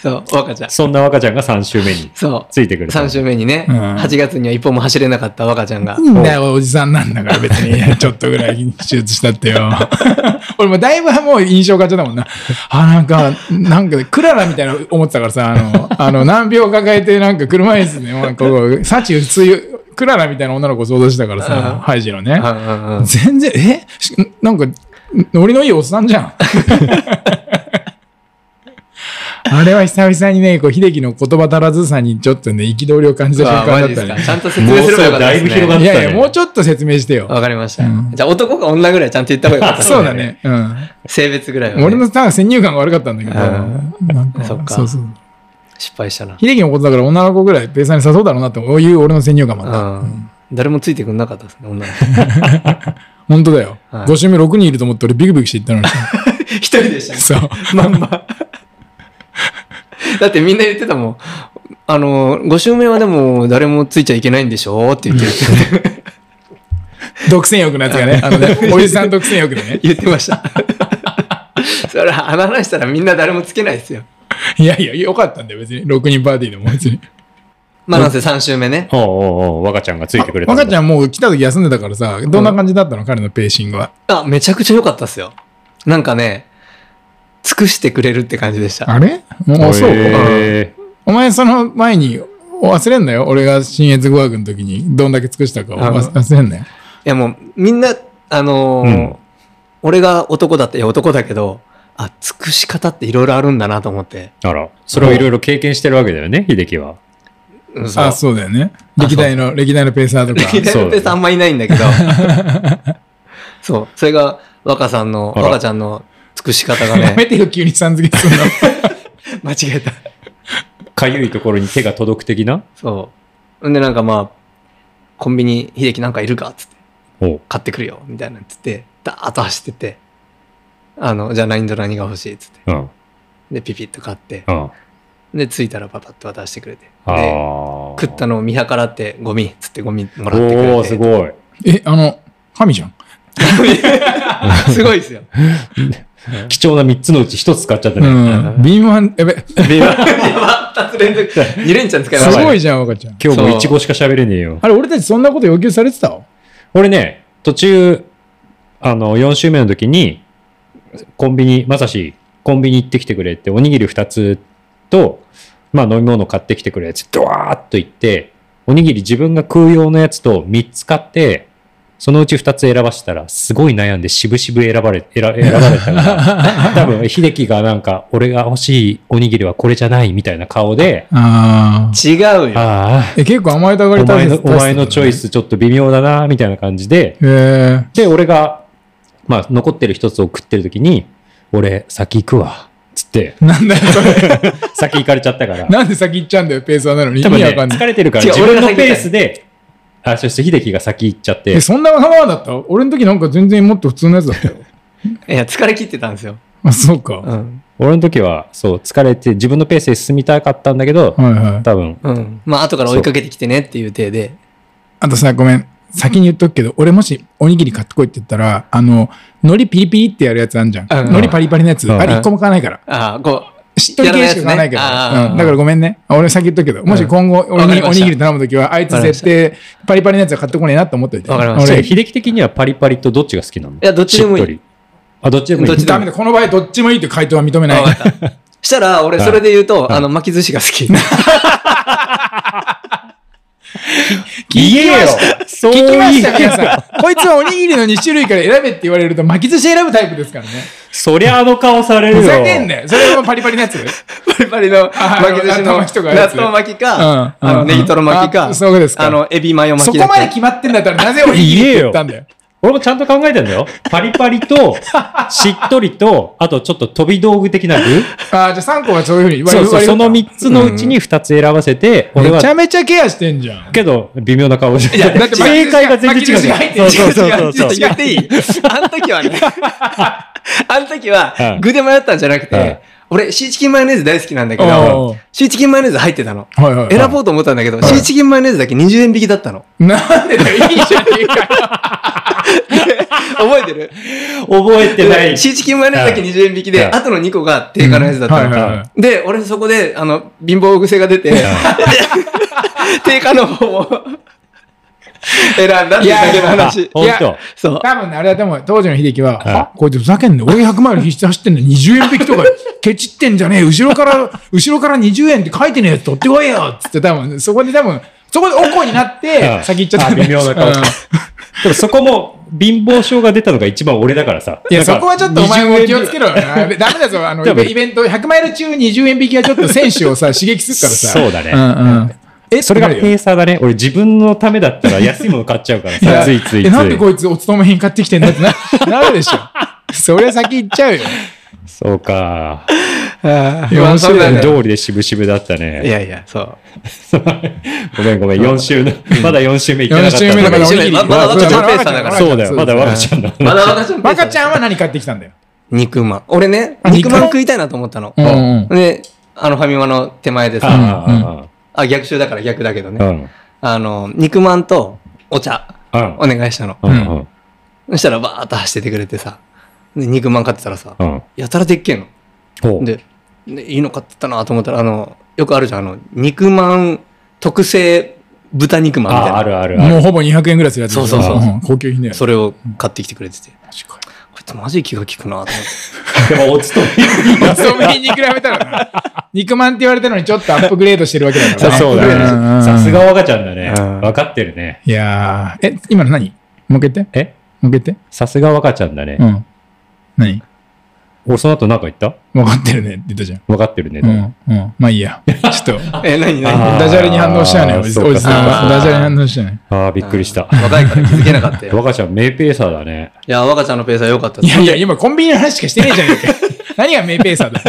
C: そう、若ちゃん。
A: そんな若ちゃんが3周目に
C: そ
A: ついてく
C: う。
A: る。
C: 3週目にね、
B: うん
C: 8月には一歩も走れなかった若ちゃんが
B: い。いんだよ、おじさんなんだから別に、ちょっとぐらい手術したってよ。俺もだいぶもう印象変わっちゃったもんな。あ、なんか、なんか、クララみたいな思ってたからさ、あの、あの難病抱えてなんか車椅子で、もうこう、サチ普通、クララみたいな女の子を想像してたから
C: うん
B: さ、ハイジの
C: う
B: ね
C: ん。うんうん
B: 全然、えしなんか、ノリのいいおっさんじゃん。 あれは久々にね、こう、秀樹の言葉足らずさにちょっとね、憤りを感じた瞬
C: あ
B: 間だ
C: マ
B: っ
C: ジ
B: た
C: ですか。
B: ね。
C: ちゃんと説明すればよか
A: 妄
C: ったです
A: 想だいぶ広が
C: ね。
A: っ
B: いやいや、もうちょっと説明してよ。
C: わかりました
B: うん。
C: じゃあ男か女ぐらいちゃんと言った方がよかったです
B: そうだ。ね。うん。
C: 性別ぐらいはね。
B: 俺のなんか先入観が悪かったんだけど、
C: う
B: なんか、
C: そっか
B: そうそう。
C: 失敗したな。
B: 秀樹のことだから女の子ぐらいペーサーに誘うだろうなっていう俺の先入観もあった。
C: うん。誰もついてくんなかったですね、女の子。
B: 本当だよ。
C: はい
B: 5週目6人いると思って俺ビクビクして行った のに。
C: 一人でしたね
B: そう。
C: まんま。だってみんな言ってたもん。あの、5周目はでも誰もついちゃいけないんでしょって言って
B: 独占欲のやつがね。あの ね、おじさん独占欲でね。
C: 言って ました。それは話したらみんな誰もつけないですよ。
B: いやいや、よかったんだよ、別に。6人パーティーでも別に。
C: まあなんせ3周目ね。
A: おうおうおう若ちゃんがついてくれたんだ。
B: 若ちゃんもう来た時休んでたからさ、どんな感じだったの彼のペーシングは。
C: あ、めちゃくちゃ良かったっすよ。なんかね、尽くしてくれるって感じでした。
B: あれもうそうか。
A: へー
B: お前その前に忘れんなよ。俺が新越語学の時にどんだけ尽くしたかを
C: あの
B: 忘忘れんなよ。
C: いやもうみんな、あのー
A: うん
C: 俺が男だった、いや男だけど、あ、尽くし方っていろいろあるんだなと思って。
A: あら、それをいろいろ経験してるわけだよね、秀樹は。
C: うんそう
B: あ、そうだよね。
C: あ
B: 歴代の、歴代のペーサーとか。
C: 歴代のペースあんまいないんだけど。 そう。それが若さんの、
A: あら
C: 若ちゃんの尽くし方が
B: やめ
C: ね、
B: てよ、急にさん付けするの。
C: 間違えた。
A: かゆいところに手が届く的な。
C: そう。んでなんかまあ、コンビニ、秀樹なんかいるかっつって、
A: おう
C: 買ってくるよ、みたいなっつって、ダーッと走ってって、あの、じゃあ何と何が欲しいっつって。
A: うん。
C: で、ピピッと買って
A: う、ん。あ
C: で、着いたらパパッと渡してくれて。で、
A: あ。
C: 食ったのを見計らって、ゴミっつってゴミもらってくれて。
A: おおーすごい。
B: え、あの、神じゃん。
C: すご いですよ。
A: 貴重な3つのうち1つ使っちゃった
B: う
A: ね。
B: ん。敏腕、やべ、す
C: ビバ2つ連続。2連チャン使いました。
B: ごいじゃん、若ちゃん。
A: 今日もイチゴしか喋れねえよ。
B: あれ、俺たちそんなこと要求されてた
A: 俺ね、途中、あの、4週目の時に、コンビニ、まさし、コンビニ行ってきてくれって、おにぎり2つと、まあ飲み物買ってきてくれって、ドワーッと行って、おにぎり自分が食う用のやつと3つ買って、そのうち2つ選ばせたら、すごい悩んで渋々選ばれ、選選ばれたから、多分、秀樹がなんか、俺が欲しいおにぎりはこれじゃないみたいな顔で、
B: ああ。
C: 違うよ。
A: ああ、
B: え、結構甘えたが
A: お
B: りた
A: 前
B: い
A: の、お前のチョイ。スちょっと微妙だな、みたいな感じで、
B: へえ。
A: で、俺が、まあ、残ってる一つを食ってる時に、俺、先行くわ。つって、
B: なん だよ、それ。
A: 先行かれちゃった から。
B: なんで先行っちゃうんだよ、ペースはなのに。意
A: 多分
B: 味
A: ね、
B: わかんない。
A: 疲れてるから、
C: 違う
A: 自分の
C: 俺が先行った
A: ペースで、あ、そして秀樹が先行っちゃって
B: え、、そんなわがままだった俺の時なんか全然もっと普通のやつだった よ。
C: いや、疲れ切ってたんですよ。
B: あ、そうか。は
C: うん。
A: 俺の時は、そう、疲れて、自分のペースで進みたかったんだけど
B: い、はい。
A: 多分、
C: うん。まあ、後から追いかけてきてねっていう体で。
B: あとさ、ごめん。先に言っとくけど、俺もしおにぎり買ってこいって言ったら、あの、海苔ピリピリってやるやつあんじゃん。
C: うん
B: 海苔パリパリのやつ。
A: うん
B: あれ一個も買わないから。
C: ああ、こう。
B: しっとり系しか買わないけど。
C: やらないやつねああ
B: うん、だからごめんね。俺先言っとくけど、もし今後
C: わ
B: 俺
C: かり
B: に
C: ま
B: お
C: した
B: にぎり頼むときは、あいつ絶対パリパリのやつは買ってこねえなと思っておいて。
C: わかりました
A: それ
B: 俺、
A: 秀樹的にはパリパリとどっちが好きなの
C: いやどっちでも
A: し
C: いい
A: っとりあ、どっちでもいい。
C: どっちで
B: ダメだ。この場合どっちもいいって回答は認めない。
C: わか った。したら、俺、それで言うと、あの、巻き寿司が好き。
A: 言えよそう
B: 聞
A: い
B: きました、
A: う。
B: 皆さん。こいつはおにぎりの2種類から選べって言われると巻き寿司選ぶタイプですからね。
A: そりゃあの顔されるよ。
B: ふざけんなよ。それはパリパリのやつ
C: パリパリの
B: あ
C: 巻き寿司
B: 納豆
C: の
B: 巻きとかあるや
C: 納
B: つ
C: 豆巻き
B: うん
C: か、あ
B: う
C: の、
B: ん
C: ネギトロ巻きか、
B: あそうですか
C: あの、エビマヨ巻
B: そこ
C: きだっ
B: まで
C: け
B: 決まってんだったらなぜおにぎりって言ったんだよ。
A: 俺もちゃんと考えたんだよ。パリパリと、しっとりと、あとちょっと飛び道具的な具
B: ああ、じゃあ3個はそういうふうに
A: そうそう、
B: 割り
A: その3つのうちに2つ選ばせて、俺
B: めちゃ
A: は、
B: めちゃケアしてんじゃん。
A: けど、微妙な顔して
C: やだ
B: って
A: 正解が全然違うじゃん。
B: 巻き寿司
A: そうそうそう
B: 巻き寿
A: そ
B: 司
A: うそう
B: が入てる
C: 言っていいあの時 はね、あの時
A: う
C: は
A: ん、
C: 具で迷ったんじゃなく
A: うん
C: て、俺、シーチキンマヨネーズ大好きなんだけ
B: お
C: ど
B: う、
C: シーチキンマヨネーズ入ってたの。
B: はいはい
C: 選ぼうと思ったんだけど、シーチキンマヨネーズだけ20円引きだったの。
B: なんでだよ、 いいじゃねえ かよ。
C: 覚えてる
A: 覚えてない。
C: シーチキンマヨネーズだけ20円引きで、
A: うん
C: あとの2個が定価のやつだった
B: うんはいはいは
C: の。で、俺そこで、あの、貧乏癖が出て、 定価の方を選んだっていうだけの話。
A: ほんと。
C: そう。
B: 多分ね、あれだと思う。当時の秀樹は、
A: い
B: あこいつふざけんな。俺100マイル必死で走ってんのに20円引きとか、ケチってんじゃねえ。後ろから、後ろから20円って書いてねえやつ取ってこいよつって多分、そこで多分、そこでおこになっ
A: う
B: て、
A: ん
B: 先行っちゃったんだよ。
A: あ微妙な顔
B: うん
A: でもそこも、貧乏症が出たのが一番俺だからさ。
B: いや、そこはちょっとお前も気をつ
A: け
B: けろよな。ダメだぞ、あの、
A: 多分
B: イベント、100マイル中20円引きはちょっと選手をさ、刺激するからさ。
A: そうだね
B: んうん。え、
A: それが
B: ってなるよ
A: ペーサーだね。俺自分のためだったら安いもの買っちゃうから
B: い
A: さ、
B: や
A: ついついつ
B: え
A: い。
B: なんでこいつお勤め品買ってきてんだってな なるでしょ。そりゃ先行っちゃうよ。
A: そうか。
B: いや面白いね
C: そうだね
A: 通りで渋々だったね。
C: いやいや、そう。
A: ごめんごめん、4週の、まだ4週目行ってなか
B: 4
A: ったん
B: 週目
A: だ
B: だからおにぎり。
C: まだまだまだペースだから
A: そうだよ、まだわ
B: わか
A: かちゃんの話。
C: まだ若ちゃんペース
B: 若ちゃんは何買ってきたんだよ。
C: 肉まん。俺ね、
B: あ
C: 肉ま
B: 肉ま
C: ん
B: ん
C: 食いたいなと思ったの。
B: うんうん
C: で、あのファミマの手前でさ、
A: あ
C: あ、逆襲だから逆だけど
A: あ、う
C: ね。
A: ん。
C: あの、肉まんとお茶、
A: うん
C: お。願いしたの。
A: うん。
C: そしたらバーッと走っててくれてさ、で肉まん買ってたらさ
A: う、ん。
C: やたらでっけえの。
A: ほう。
C: で、ねいいの買ってたなと思ったら、あの、よくあるじゃん、あの、肉まん特製豚肉まんみたい
A: あ、
C: な。
A: あるあるあ
B: もう
A: る。
B: ほぼ200円ぐらいするやつだよ
C: そうそうそう
B: うん高級品だよ。
C: それを買ってきてくれてて、こ
B: 確か
C: いつマジ気が利くなと思って。
A: でも、お勤め。
B: に。お勤め品に比べたらな。肉まんって言われたのにちょっとアップグレードしてるわけだからね。
A: そうだね。さすがわかちゃんだね。
C: うん
A: わかってるね。
B: いやーえ、今の何もう一回言って。
A: え
B: もう一回言って。
A: さすがわかちゃんだ
B: う
A: ね。
B: ん。何
A: 俺、その後なんか言った
B: 分かってるねって言ったじゃん。
A: わかってるね
B: う。ん。うん。 まあいいや。ちょっと、
C: え、何
A: あー
C: 何
B: ダジャレに反応しちゃうね。おじさん
A: そう
B: お
A: か
B: じさん
C: あ
B: は。
C: ー
B: ダジャレに反応しちゃうね。
A: ああ、びっくりした。
C: 若いから気づけなかったよ
A: わ。 かちゃん、名ペーサーだね。
C: いや、若ちゃんのペースは良かった
B: い
C: です。
B: やいや、今コンビニの話しかしてねえじゃねえかよ。 何がメイペーサーだ。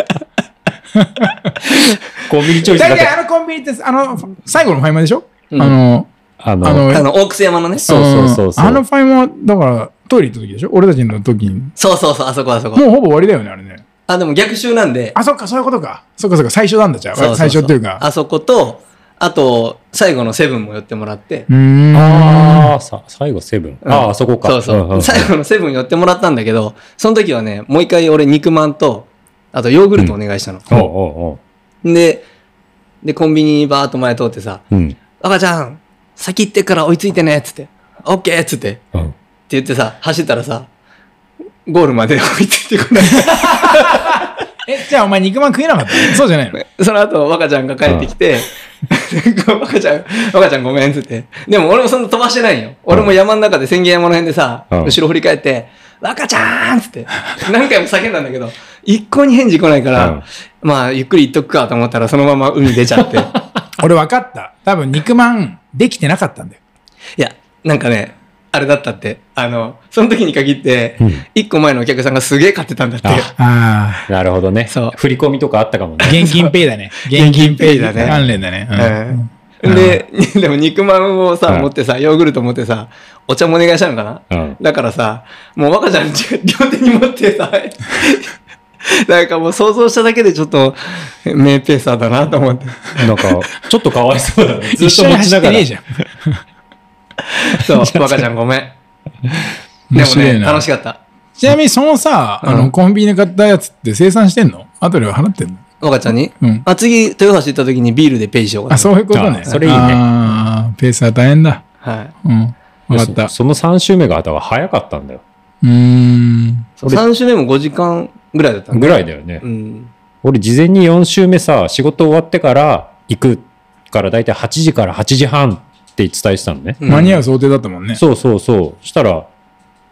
A: コンビニチョイスだ
B: 大
A: っ
B: 体
A: た。
B: あのコンビニって、あの、最後のファイマでしょ、
C: うん
B: あの、
A: あ
B: あ
A: の、
B: の、
C: あの、大ク山のね。そ
A: そうそうそうそう。
B: あのファイマ、だからトイレ行った時でしょ俺たちの時に。
C: うそうそう、あそこあそこ。
B: もうほぼ終わりだよね、あれね。
C: あ、でも逆襲なんで。
B: あ、そっか、そういうことか。そっかそっか、最初なんだじゃあ。
C: そうそうそう
B: 最初っていうか。
C: あそこと、あと、最後のセブンも寄ってもらって、
B: うん。
A: ああ、さ、最後セブン。
C: うん
A: ああ、そこか。
C: そうそう。
A: んんん
C: 最後のセブン寄ってもらったんだけど、その時はね、もう一回俺肉まんと、あとヨーグルトお願いしたの。
A: おうお
C: で、で、コンビニにバーっと前通ってさ、
A: うおう。うん。
C: 赤ちゃん、先行ってっから追いついてねっつって、オッケーっつって、って
A: うん。
C: 言ってさ、走ったらさ、ゴールまで追いついて こない。
B: え、じゃあお前肉まん食えなかったそうじゃないの
C: その後、若ちゃんが帰ってきて、 若ちゃん、若ちゃんごめんっつって。でも俺もそんな飛ばしてないよ。俺も山の中で千軒山の辺でさ、
A: うん
C: 後ろ振り返って、若ちゃんっつって、何回も叫んだんだけど、一向に返事来ないから、
A: うん
C: まあ、ゆっくり行っとくかと思ったら、そのまま海出ちゃって。
B: 俺分かった。多分肉まんできてなかったんだよ。
C: いや、なんかね、あれだったって。あの、その時に限って
A: うん、
C: 一個前のお客さんがすげえ買ってたんだって。
A: あ
B: あ
A: なるほどね。
C: そう
A: 振り込みとかあったかも
B: あ。
A: ね。
B: 現金ペイだね。
C: 現金ペイだね
B: 関連だね。うん
C: うんで、 でも肉まんをさ
A: う、ん
C: 持ってさ、ヨーグルト持ってさ、お茶もお願いしたのかな、
A: うん
C: だからさ、もう若ちゃん両手に持ってさ、 なんかもう想像しただけでちょっと、名ペーサーだなと思って。
A: なんか、ちょっとかわいそうだね。ず
B: 一
A: っと
B: 緒に
A: 持ち
B: 走
A: な
B: って
A: が
B: ね
A: ら
B: え。じゃん。
C: そう、若ちゃんごめん。で
B: 面
C: も
B: 白
C: ね、
B: いな
C: 楽しかった。
B: ちなみにそのさ、あ
C: う
B: の、
C: ん
B: コンビニで買ったやつって生産してんの後では払ってんの
C: 若ちゃんに、
B: うん
C: あ、次、豊橋行った時にビールでペイしようか
B: あ、
C: な。
B: そういうことね。
A: あそれいいね
B: あーペースは大変だ。
C: はい。
B: うん。分かっ
A: そ
B: た。
A: その3周目があったは早かったんだよ。
B: うーん。
C: そう3週目も5時間ぐらいだったの
A: ぐらいだよね。
C: うん。
A: 俺、事前に4周目さ、仕事終わってから行くから、だいたい8時から8時半って伝えてたのね。
C: うん
B: 間に合う想定だったもんね。
A: そうそうそう。そしたら、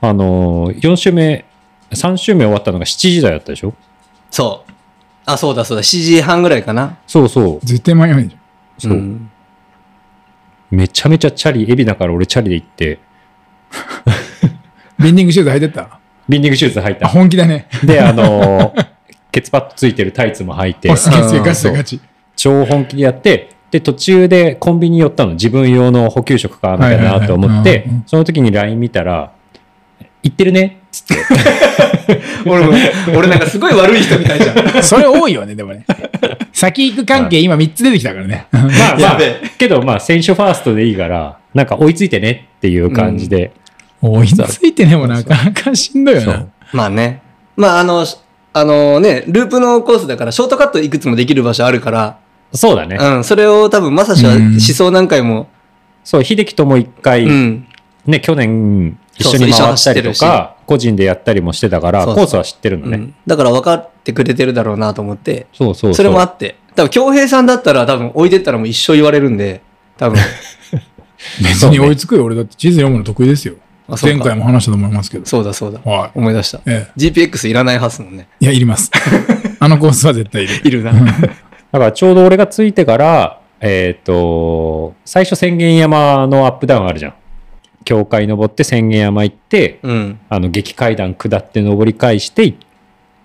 A: あのー、4周目、3周目終わったのが7時台だったでしょ
C: そう。あ、そうだそうだ。7時半ぐらいかな。
A: そうそう。
B: 絶対間に合わないじ
A: そ
B: ゃん。
A: う
C: うん
A: めちゃめちゃチャリ、エビだから俺チャリで行って、
B: ビンディングシューズ履いてった
A: ビンディングシューズ履い
B: あ、
A: た。
B: 本気だね。
A: で、あの ー、ケツパッドついてるタイツも履いて
B: お、すげえすげえ
C: うん
B: ガチだガチ。
A: 超本気でやって、で、途中でコンビニ寄ったの。自分用の補給食買わなきゃ
B: はいはいは
A: ないと思っ
B: う
A: て
B: んうんうん、
A: その時に LINE 見たら、行ってるねっつって。
C: 俺も、俺なんかすごい悪い人みたいじ ゃん。
B: それ多いよね、でもね。先行く関係今3つ出てきたからね。
A: まあま
C: や
A: あ
C: べえ、
A: けどまあ、選手ファーストでいいから、なんか追いついてねっていう感じで。
B: 追いついてね、もうなかなかしんどいよ
A: そ
B: な
A: う。。
C: まあね。まああの、しあのね、ループのコースだから、ショートカットいくつもできる場所あるから、
A: そうだね。
C: うん、それを多分、まさしは
B: うん
C: 思想何回も、
A: そう、秀樹とも一回
C: う、ん、
A: ね、去年一緒に
C: そうそう一緒に
A: 回っ
C: 走
A: た
C: って
A: りと
C: るし
A: か、個人でやったりもしてたから、
C: そう
A: コ
C: そう
A: ースは知ってるの
C: う
A: ね。
C: ん。だから分かってくれてるだろうなと思って、
A: そうそうそう。
C: それもあって、多分、京平さんだったら多分、置いてったらもう一生言われるんで、多分、
B: 別に追いつくよ。俺だって地図読むの得意ですよ。
C: あそうか
B: 前回も話したと思いますけど。
C: そうだそうだ。
B: はい。
C: 思い出した。
B: え
C: GPX いらないはずもんね。
B: え。いや、いります。あのコースは絶対いる。
C: い るな。
A: だからちょうど俺がついてから、えっ、と、最初千軒山のアップダウンあるじゃん。教会登って千軒山行って、
C: うん。
A: あの、激階段下って登り返して、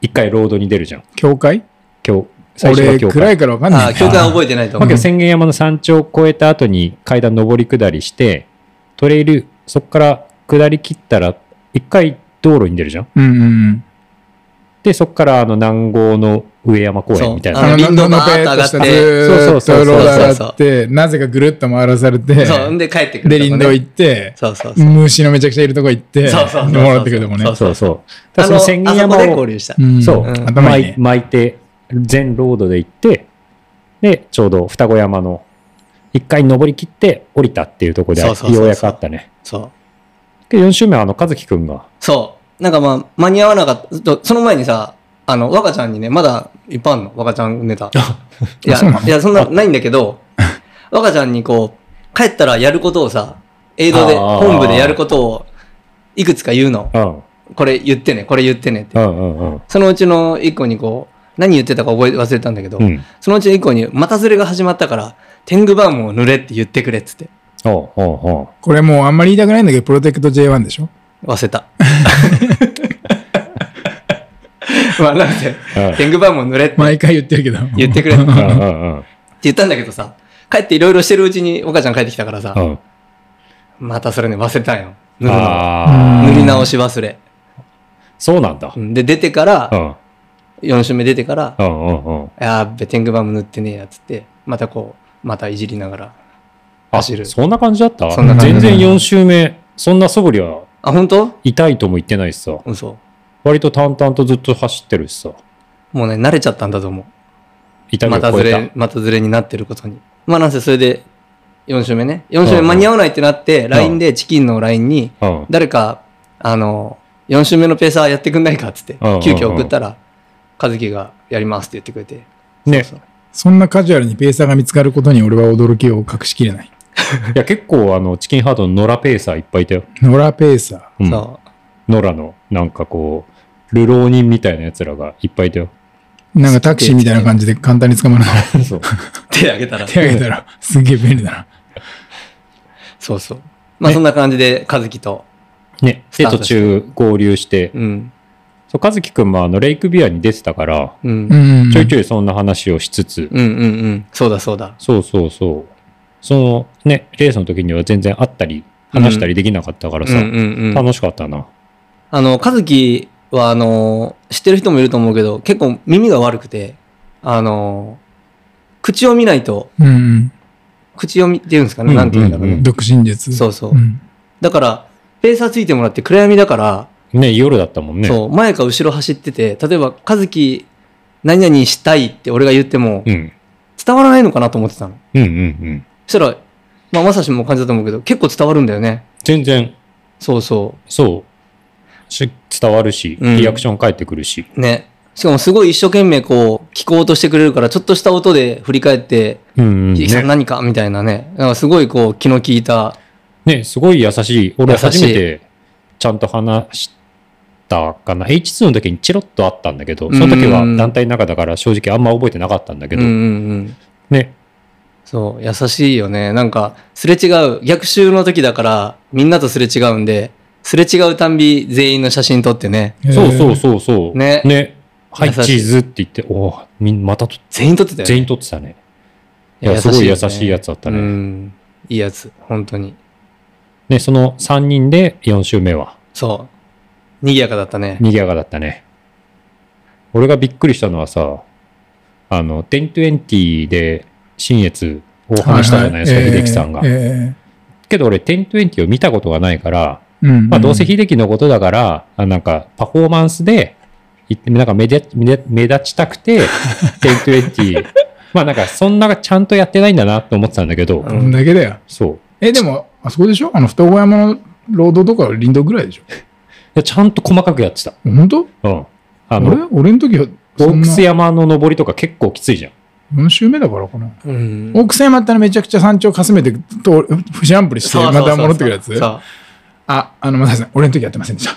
A: 一回ロードに出るじゃん。
B: 教会
A: 今日、最初
B: 俺、
A: は教
B: 暗
A: 会。
B: いから分かん
C: あ
B: な
C: あ、
B: い。
C: 教官覚えてないと
A: ま
C: 思
A: あ、
C: う
A: けど。千軒山の山頂を越えた後に階段上り下りして、トレイル、そこから下り切ったら、一回道路に出るじゃん。
B: うんうんうん。
A: で、そこからあの南郷の上山公園みたいな。
C: あの
B: あの、
C: 林道バーッと上がって
B: ずーっとローラー上がって、なぜかぐるっと回らされて、
C: そう、んで帰ってくるとかね。
B: で、林道行って、
C: そうそうそう。
B: 虫のめちゃくちゃいるとこ行って、
C: そうそうそう
B: でもらってくるとこね。
C: そう
A: そうそう。
C: あ
A: だから
C: の、あ
A: その
C: そ
A: 千
C: こ
A: 軒
C: で
A: 山を
C: 交流した。
B: ん
A: そう、
C: うん
B: 頭い
A: 巻い
B: いね。
A: 巻いて、全ロードで行って、で、ちょうど双子山の、一回登り切って降りたっていうところで、
C: そうそうそうそう
A: ようやくあったね。
C: そう。
A: で、4周目はあの、和樹くんが、
C: そう。なんかまあ、間に合わなかったと。その前にさ、あの、若ちゃんにね、まだいっぱいあんの、若ちゃんネタ。いや
B: そうな、の
C: いや、そんな、ないんだけど、若ちゃんにこう、帰ったらやることをさ、映像で、
A: あー
C: 本部でやることを、いくつか言うの。
A: うん、
C: これ言ってね、これ言ってねって
A: う。ん、うん、うん。
C: そのうちの一個にこう、何言ってたか覚え忘れたんだけど、
A: うん。
C: そのうちの一個に、またずれが始まったから、天狗バームを塗れって言ってくれっつって。
A: おうおうおう
B: これもうあんまり言いたくないんだけど、プロテクト J1 でしょ
C: 忘れた。 まあ、なんで、
A: うん
C: 天狗バームを塗れって
B: 毎回言ってるけど。
C: 言ってくれって
A: うん、うん、うん。
C: 言ったんだけどさ、帰っていろいろしてるうちに、お母ちゃん帰ってきたからさ
A: う、 ん。
C: またそれね、忘れたんよ。塗るの。
A: あ
B: ー
A: あ、
C: 塗り直し忘れ。
A: そうなんだ。
C: う
A: うん
C: んで、出てから、
A: うん、
C: 4週目出てから
A: う、ん、うん。
C: やーっべ、天狗バーム塗ってねえやっつって、またこう、またいじりながら。
A: あ、
C: 走る
A: そんな感じだった
C: そんな感じ
A: 全然4周目、そんな素振りは
C: あ、本当
A: 痛いとも言ってないしさ。
C: 嘘。
A: 割と淡々とずっと走ってるしさ。
C: もうね、慣れちゃったんだと思
A: 痛
C: う。
A: み
C: ま
A: を
C: た
A: 超
C: ず
A: えた。
C: れ、またずれになってることに。まあなんせそれで、4周目ね。4
A: う
C: 周
A: ん
C: 目
A: うん
C: 間に合わないってなって、LINE で、チキンの LINE に、
A: うん。
C: 誰か、あの、4周目のペーサーやってくんないかっつって
A: うんうんうん、
C: 急遽送ったら、和樹がやりますって言ってくれて。
A: ね
C: そうそう
B: そんなカジュアルにペーサーが見つかることに俺は驚きを隠しきれない。
A: いや、結構、あの、チキンハートのノラペーサーいっぱいいたよ。
B: ノラペーサー。
A: うん。ノ
C: そ
A: ラの、なんかこう、流浪人みたいな奴らがいっぱいいたよ。
B: なんかタクシーみたいな感じで簡単に捕まる の。
A: そう。
C: う。手挙げたら。
B: 手挙げ たら、すげえ便利だな。
C: そうそう。まあ
A: ね
C: そんな感じで、和樹と。
A: ね。
C: ス
A: で、
C: ター
A: 途
C: トして
A: 中合流して、
C: うん。
A: そう、和樹くんもあの、レイクビアに出てたから、
C: うん。
B: うん。
A: ちょいち
B: ょい。
A: ょいそんな話をしつつ、
C: うんうんうん。そうだそうだ。
A: そうそうそう。その、ね、レースの時には全然会ったり、話したりできなかったから
C: う
A: さ、
C: んうんうん。
A: 楽しかったな。
C: あの、和樹は、あの、知ってる人もいると思うけど、結構耳が悪くて、あの、口を見ないと、
B: うんうん。
C: 口を見っていうんですかね、
A: うん
C: なんていうんだろう
A: うん
C: ね。
B: 独身術。
C: そうそう
B: う。ん。
C: だから、ペーサーついてもらって暗闇だから、
A: ね、夜だったもんね。
C: そう、前か後ろ走ってて、例えば、和樹、何々したいって俺が言っても、
A: うん。
C: 伝わらないのかなと思ってたの。
A: うんうんうん。
C: そしたら、まあ、まさしも感じだと思うけど、結構伝わるんだよね。
A: 全然、
C: そうそ
A: そう。し伝わるし、
C: うん
A: リアクション返ってくるし。
C: う。ね。しかもすごい一生懸命こう、聞こうとしてくれるから、ちょっとした音で振り返って、
A: うん、うん、
C: ひさん
A: ね。
C: 何かみたいなね。なんかすごいこう、気の利いた。
A: ね、すごい優しい。俺
C: 優しい
A: 初めて、ちゃんと話したかな。H2 の時にチロッとあったんだけど、その時は団体の中だから正直あんま覚えてなかったんだけ
C: うん
A: ど、
C: うんうん。
A: ね。
C: そう、優しいよね。なんか、すれ違う、逆襲の時だから、みんなとすれ違うんで、すれ違うたんび全員の写真撮ってね。
A: そうそう
B: う。
A: そうそう。
C: ね
A: ね。はい、
C: 優しい
A: チーズって言って、おお、みんまたと
C: 全員撮ってたよね。
A: 全員撮ってたね。いや、
C: 優し
A: すごい優
C: よね
A: しいやつだった
C: う
A: ね。
C: ん。いいやつ、本当に。
A: ね、その3人で4周目は、
C: そう。賑やかだったね。
A: 賑やかだったね。俺がびっくりしたのはさ、あの、1020で新越を話したじゃないですか、秀樹さんが。
B: え
A: けど俺、1020を見たことがないから、
B: え。うん。
A: まあ、どうせ秀樹のことだから、あなんか、パフォーマンスで、いなんか目立目立目立ちたく て、1020。まあなんか、そんなちゃんとやってないんだなと思ってたんだけど、
C: う
B: こんだけだよ。
A: そう。
B: え、でも、あそこでしょあの、双子山の労働とか林道ぐらいでしょ
A: でちゃんと細かくやってた。
B: 本当
A: うん。あ
B: 俺
A: の、
B: 俺の時は、
A: ボックス
B: 山。
A: 山の登りとか結構きついじゃん。
B: 4周目だからかな。
C: うん
B: 奥山ってあのめちゃくちゃ山頂かすめて、と、フジャンプにして、また戻ってくるやつ
C: そう
B: あ、あの、まさしさん、俺の時やってませんでした。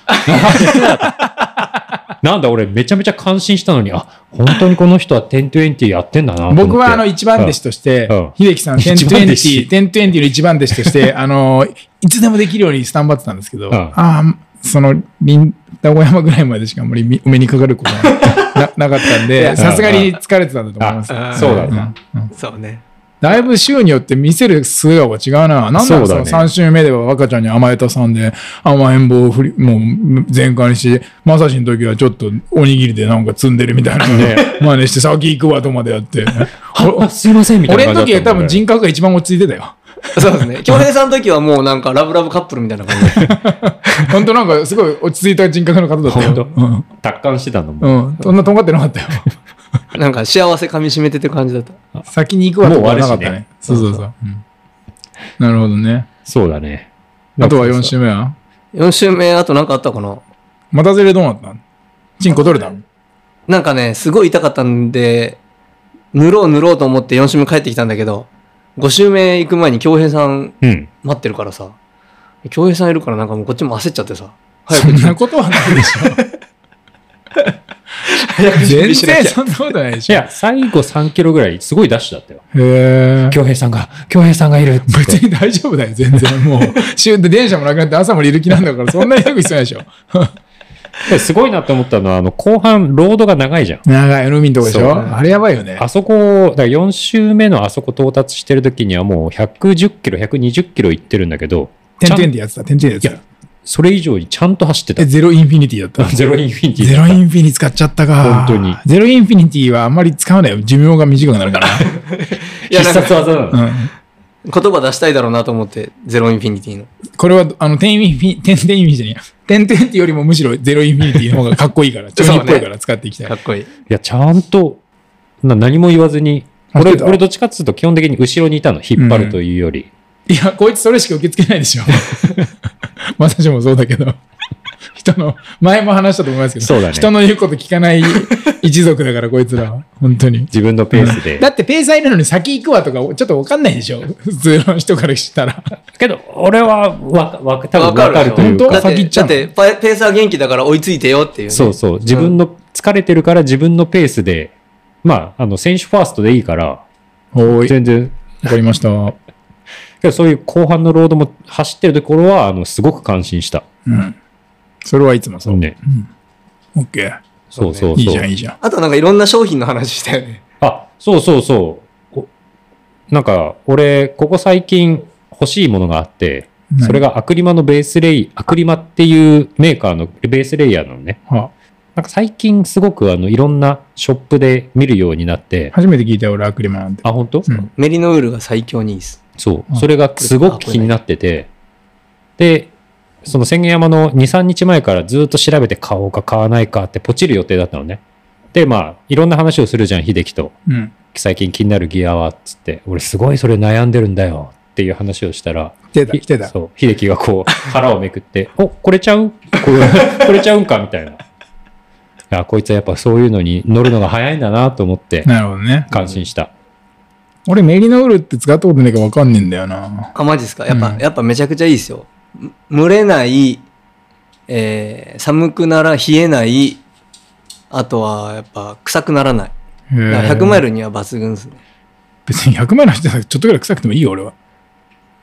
A: なんだ俺めちゃめちゃ感心したのに、あ、本当にこの人は1020やってんだなと思って。
B: 僕はあの一番弟子として
A: うん、
B: 秀樹さん
A: 一番弟子
B: 1020、1020の一番弟子として、 あの、いつでもできるようにスタンバってたんですけど、
A: うん
B: ああ、その、林、田小山ぐらいまでしかあんまりみお目にかかることがななかった んで、さすがに疲れてたんだと思います。
C: あ
A: そうだ
B: うん
A: な。
B: うん
C: そうね。
B: だいぶ週によって見せる素顔が違うな。なんだ
A: そ
B: ろ
A: う
B: う、
A: だ
B: そ
A: ね
B: の3週目では若ちゃんに甘えたさんで、甘えん坊を振り、もう全開にして、まさしの時はちょっとおにぎりでなんか積んでるみたいなの
A: ね
B: で、真似して先行くわとまでや って。
A: あ、すいませんみたい
B: 俺
A: な
B: の
A: 感じだっ
B: 時は
A: た
B: 多
A: もんね。
B: 分人格が一番落ち着いてたよ。
C: そうですね。京 平さんの時はもうなんかラブラブカップルみたいな感じで。
B: 本当なんかすごい落ち着いた人格の方だったよ。
A: 本当達観してたのも。
B: うん。うん。そんなとんがってなか ったよ。
C: なんか幸せ噛み締めてって感じだった。
B: 先に行くわとかはなかっ
A: もう終わるし
B: た
A: ね
B: ね。そうそうそう。うんなるほどね。
A: そうだね。
B: あとは4週目は
C: 4週目、あとなんかあったかな
B: またずれどうなったのチンコ取れたの
C: なんかね、すごい痛かったんで、塗ろう塗ろうと思って4週目帰ってきたんだけど、5週目行く前に京平さん
A: うん。
C: 待ってるからさ、京平さんいるからなんかもうこっちも焦っちゃってさ、早
B: そ
C: く
B: んなことはないでしょ。
C: 早く
B: 全
C: 準備しな
B: 然
C: きゃ。
B: そんなことないで
A: い
B: しょ。
A: や、最後3キロぐらいすごいダッシュだったよ。
B: へー
A: 京平さんが、京平さんがいるっつっ
B: 別
A: て。
B: に大丈夫だよ、全然。もう、 シューって電車もなくなって朝もいる気なんだから、そんなに早く必要ないでしょ。
A: ですごいなと思ったのは、あの、後半、ロードが長いじゃん。
B: 長い、海のとこでし
A: そう
B: ょ。あれやばいよね。
A: あそこ、だから4周目のあそこ到達してる時にはもう110キロ、120キロ行ってるんだけど、
B: 点
A: ちゃん
B: 々でやってた、点々でやって
A: いや
B: た。
A: それ以上にちゃんと走ってた
B: え、。ゼロインフィニティだった。
A: ゼロインフィニティ
B: ゼロイ
A: ン
B: ンフィニ使っちゃったか。
A: 本当に
B: ゼロインフィニティはあんまり使わないよ。寿命が短くなるから。
C: いや
A: 必殺技なの。
B: うん、
C: 言葉出したいだろうなと思って、ゼロインフィニティの。
B: これは、あの、点インフィ、点点インフィニティじゃねえや。点点ってよりもむしろゼロインフィニティの方がかっこい いから、中二っぽいから使っていきたい。
C: かっこいい。
A: いや、ちゃんと、な何も言わずに、
B: あ
A: 俺、
B: そうだ
A: 俺どっちかっつうと基本的に後ろにいたの、引っ張るというより。
B: いや、こいつそれしか受け付けないでしょ。 私もそうだけど。人の、前も話したと思いますけど、
A: そうだね
B: 人の言うこと聞かない一族だから、こいつらは。本当に。
A: 自分のペースで
B: だ。ってペーサーいるのに先行くわとか、ちょっとわかんないでしょ。普通の人からしたら。
A: けど、俺はわか、わか、多分わかるという
B: 本当
A: か。
C: だっ
B: 先行
C: て、
B: っちゃ
C: だ
B: う
C: っ
B: の
C: てパペーサー元気だから追いついてよっていうね、
A: そうそう。自分の、疲れてるから自分のペースで、まあ、あの、選手ファーストでいいから、
B: おーい、
A: 全然、
B: わかりました。うん。
A: けどそういう後半のロードも走ってるところは、あの、すごく感心した。
B: それはいつもそう。
A: ね。
B: オッケー。
A: そうそうそう。
B: いいじゃん、いいじゃん。
C: あとなんかいろんな商品の話したよね。
A: あ、そうそうそう。おなんか、俺、ここ最近欲しいものがあって、
B: 何
A: それがアクリマのベースレイ、アクリマっていうメーカーのベースレイヤーなのね。
B: は
A: なんか最近すごくあの、いろんなショップで見るようになって、
B: 初めて聞いたよ、俺、アクリマなんて。
A: あ、本当、
B: うん。
C: メリノウールが最強にいいです。
A: そう。
B: あ
A: それがすごく気になってて、で、その千円山の2、3日前からずっと調べて買おうか買わないかってポチる予定だったのね。で、まあ、いろんな話をするじゃん、秀樹と。
B: うん。
A: 最近気になるギアはっつって、俺すごいそれ悩んでるんだよっていう話をしたら、
B: 来てた、来てた。
A: そう、秀樹がこう腹をめくって、 お、これちゃうこれこれちゃうん かみたいな。あ、こいつはやっぱそういうのに乗るのが早いんだなと思って
B: なるほどね。
A: 感心した。
B: 俺、メリノールって使ったことないからわかんねえんだよな。
C: あ、マジですかやっぱ、
B: うん
C: やっぱめちゃくちゃいいですよ。む蒸れない、えー寒くなら冷えない、あとはやっぱ臭くならない。
B: へ
C: だか
B: え
C: ら100マイルには抜群ですね。
B: 別に100マイル走ってたらちょっとぐらい臭くてもいいよ、俺は。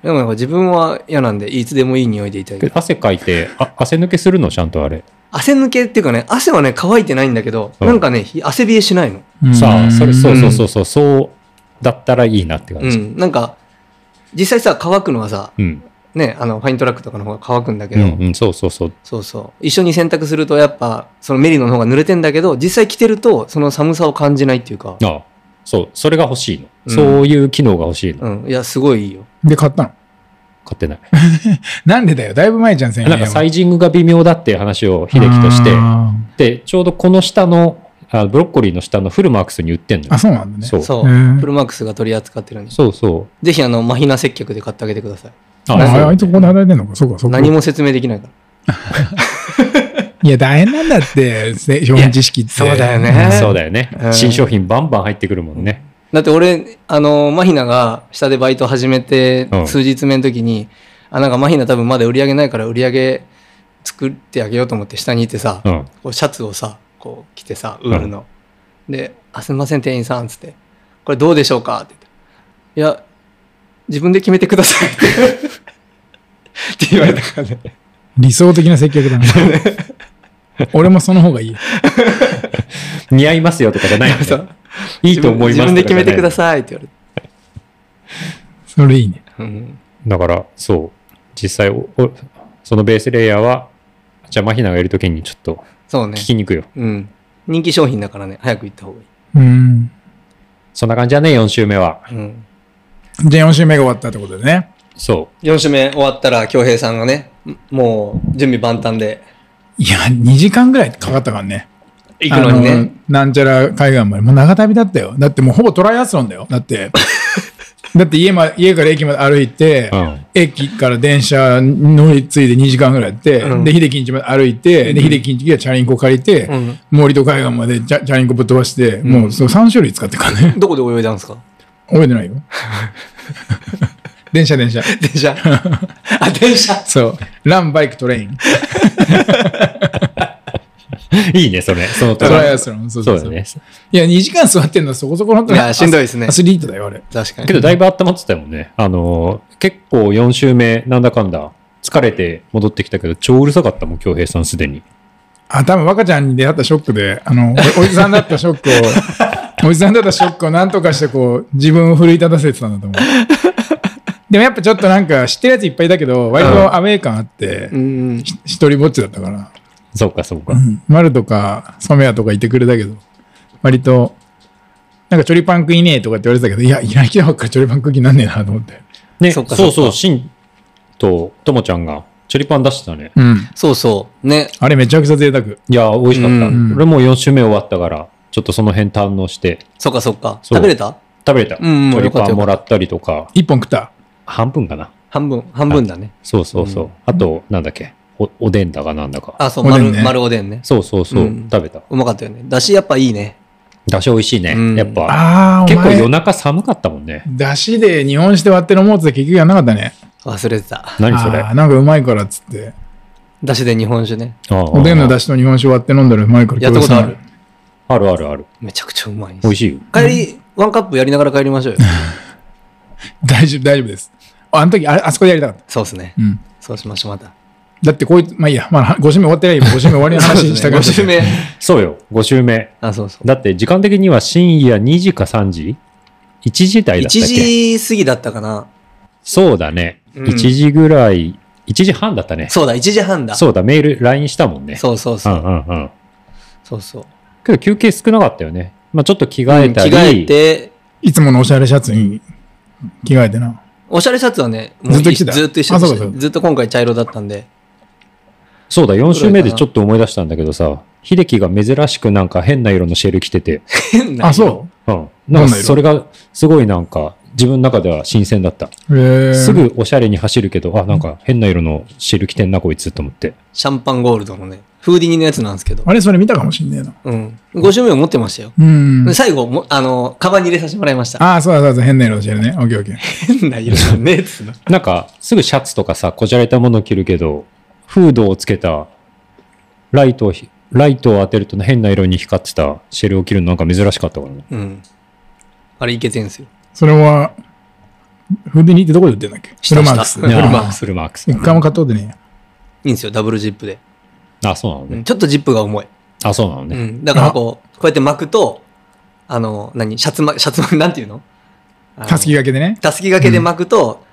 C: でもなんか自分は嫌なんで、いつでもいい匂いでいたい
A: で。汗かいて、あ、汗抜けするのちゃんとあれ。
C: 汗抜けっていうかね、汗はね、乾いてないんだけど、
A: うん
C: なんかね、ひ汗冷えしないの。
A: さあ、それ、そうそうそううそう、そうだったらいいなって
C: う
A: 感じ。
C: ん。なんか、実際さ、乾くのはさ、
A: うん。
C: ね、あの、ファイントラックとかの方が乾くんだけ
A: う
C: ど、
A: ん、うん、そうそうそう。
C: そうそう。一緒に洗濯すると、やっぱ、そのメリノの方が濡れてんだけど、実際着てると、その寒さを感じないっていうか、
A: ああそう、それが欲しいの。
C: うん
A: そういう機能が欲しいの。
C: うん。いや、すごいいいよ。
B: ん。で、買ったの。
A: 買ってない。
B: なんでだよ、だいぶ前じゃん、千円
A: なんかサイジングが微妙だっていう話を秀樹として、
B: あ
A: で、ちょうどこの下の、あブロッコリーの下のフルマークスに売ってんの
B: ーあ、
A: よ。
B: そうなんだね。
A: そう
C: そう。
B: へえ
C: プロマックスが取り扱ってるんで、
A: そうそう。
C: ぜひ、あの、マヒナ接客で買ってあげてください。
A: あ
B: あ
A: そう
B: ああいつここで働いてんのか、そうか、そうか。
C: 何も説明できないから。
B: いや、大変なんだって、せ表面知識って。
C: そうだよね
A: そうだよね
C: う。ん
A: 新商品バンバン入ってくるもんね。
C: だって俺、あの、マヒナが下でバイト始めて
A: う、ん
C: 数日目の時に、あ、なんかマヒナ多分まだ売り上げないから売り上げ作ってあげようと思って下にいてさ、
A: うん。
C: こうシャツをさ、こう着てさ、ウールの。で、あ、すみません、店員さん、つって。これどうでしょうかって言って。いや、自分で決めてくださいって。 って言われたからね。
B: 理想的な接客だな。俺もその方がいい。
A: 似合いますよとかじゃないのね
C: そう
A: いいと思います
C: 自分で決めてくだ
A: い。
C: さいって言わ
B: それいいね。
C: れた。うん。
A: だから、そう。実際、おおそのベースレイヤーは、じゃあ、マヒナがいるときにちょっと
C: そうね
A: 聞。きに行くよ。
C: うん。人気商品だからね、早く行った方がいい。
B: うん。
A: そんな感じだね、4週目は。
C: うん。
B: じゃあ4週目が終わったってことでね。
A: そ
C: 4週目終わったら、京平さんがね、もう準備万端で
B: いや、2時間ぐらいかかったからね。
C: 行くのに
B: あの
C: ね。
B: なんちゃら海岸まで。もう長旅だったよ。だってもうほぼトライアスロンだよ。だ って。だって家,、ま、家から駅まで歩いて、
A: うん
B: 駅から電車乗り継いで2時間ぐらいやって、
C: うん
B: で、秀樹んちまで歩いて、で、秀樹んちはチャリンコ借りて、
C: うん
B: 森戸海岸までチャチャリンコぶっ飛ばして、もうその3種類使ってからね。
C: どこで泳いだんですか
B: 覚えてない よ。電車電車。
C: 電車。 あ、電車。
B: そう。ラン、バイク、トレイン。
A: う。いいね、それ。その
B: ト
A: ト
B: ライ
A: ラ
B: ア
A: イ
B: スロン。そうそ
A: そうう
B: そ
A: だ
B: う。
A: ね。
B: いや、2時間座ってんのはそこそこの
C: いやしんどいですね
B: アスリートだよ、俺。
C: 確かに
A: け。ど、だいぶ温まってたもんね。あのー、結構4週目、なんだかんだ、疲れて戻ってきたけど、超うるさかったもん、京平さんすでに。
B: あ、多分若ちゃんに出会ったショックで、あの、おおじさんだったショック を、おじさんだったショックをなんとかしてこう、自分を奮い立たせてたんだと思う。でもやっぱちょっとなんか知ってるやついっぱいだけど、割とアウェー感あって、
C: うん。
B: ひ一人ぼっちだったから、
A: そうか、そうか。
B: マルとかソメアとかいてくれたけど、割となんかチョリパン食いねえとかって言われてたけど、いや、いない人ばっかりチョリパン食いになんねえなと思って。
A: ね、
C: そ
A: そ
C: っか
A: う
C: そっ
A: そう、
C: か
A: シンとともちゃんがチョリパン出してたね。
B: うん。
C: そうそう。ね。
B: あれめちゃくちゃ贅沢。
A: いや、美味しかった。
B: うん
A: 俺もう4週目終わったから、ちょっとその辺堪能して
C: そっかそっか。
A: そう
C: 食べれた
A: 食べれた。チ
C: うんうん
A: ョリ
C: よかっ
A: パ
C: た
A: ン
C: よか
A: も
C: った
A: らったりとか、
B: 一本食った。
A: 半分かな。
C: 半分、半分だね。
A: そうそうそう。
C: うん
A: あと、なんだっけお、おでんだかなんだか。
C: あ、そう、
B: おでん
C: 丸、
B: ね
C: 丸おでんね。
A: そうそうそう、
C: うん
A: 食べた。
C: うまかったよね。だしやっぱいいね。
A: だし美味しいね。
C: うん
A: やっぱ。
B: ああ、お
A: 結構
B: 前
A: 夜中寒かったもんね。
B: だしで日本酒で割って飲もうって結局やんなかったね。
C: 忘れてた。
A: 何それ
B: あーなんかうまいからっつって。
C: だしで日本酒ね。
B: おでんの
A: だ
B: だしと日本酒割って飲んだらうまいから
C: やったことある。
A: あるあるある。
C: めちゃくちゃうまいです
A: 美味しいよ。
C: 帰り、ワンカップやりながら帰りまし ょうよ。
B: 大丈夫、大丈夫です。ああの時、あれあそこでやりたかった。
C: そうですね。
B: うん。
C: そうしましょう、また。
B: だってこいつ、まあいいや、まあ5週目終わってないよ。5週目終わり の話したから。
C: 5 週目。
A: そうよ、5週目。
C: あ、そうそう。
A: だって時間的には深夜2時か3時 ?1 時台だ
C: 1
A: ったっけ
C: 時過ぎだったかな。
A: そうだね。
C: うん
A: 1時ぐらい、1時半だったね。
C: そうだ、1時半だ。
A: そうだ、メール、LINE したもんね。う
C: そうそうそ
A: ん
C: う。
A: うんうん。
C: そうそう。
A: けど休憩少なかったよね。まあちょっと着替
C: う
A: え
C: ん
A: た
C: 着
A: り。
C: 替えて、
B: いつものおしゃれシャツに着替えてな。
C: おしゃれシャツはね、もう
B: ずっと着てた
C: ずっと一緒
B: あ
C: で
B: そう
C: し
B: かそう
C: た
B: か
C: ずっと今回茶色だっ たんで。
A: そうだ、4週目でちょっと思い出したんだけどさ、秀樹が珍しくなんか変な色のシェル着てて、
C: 変な色。
B: あ、そ
A: うん。なん
B: どん
A: か
B: な色
A: それがすごいなんか自分の中では新鮮だった。
B: う。へー
A: す。ぐおしゃれに走るけど、あ、なんか変な色のシェル着てんな、こいつと思って。
C: シャンパンゴールドのね、フーディニのやつなんですけど。
B: あれ、それ見たかもしんねえな。
C: うん。5周目を持ってましたよ。
B: うん
C: で。最後も、あの、カバンに入れさせてもらいました。
B: ああ、そうだそうだ、変な色のシェルね。オッケーオッケー。
C: 変な色だね、つうの。
A: なんかすぐシャツとかさ、こじゃれたもの着るけど、フードをつけた、ライトをひ、ライトを当てると変な色に光ってたシェルを着るのなんか珍しかったからね。
C: うん。あれいけてんすよ。
B: それは、フーディニーってどこで売ってんだっけ
C: 下
B: フルマークス。
C: 下フルマークス
A: フルマークス。
B: 一回も買ったことね
C: いいんですよ、ダブルジップで。
A: あ、そうなの
C: う
A: ね
C: ん。ちょっとジップが重い。
A: あ、そうなの
C: う
A: ね。
C: ん。だからこう、こうやって巻くと、あの、何シャツま、シャツま、 なんていうの
B: えよ。たすき
C: が。
B: 掛けでね。
C: たすき掛けで巻くと、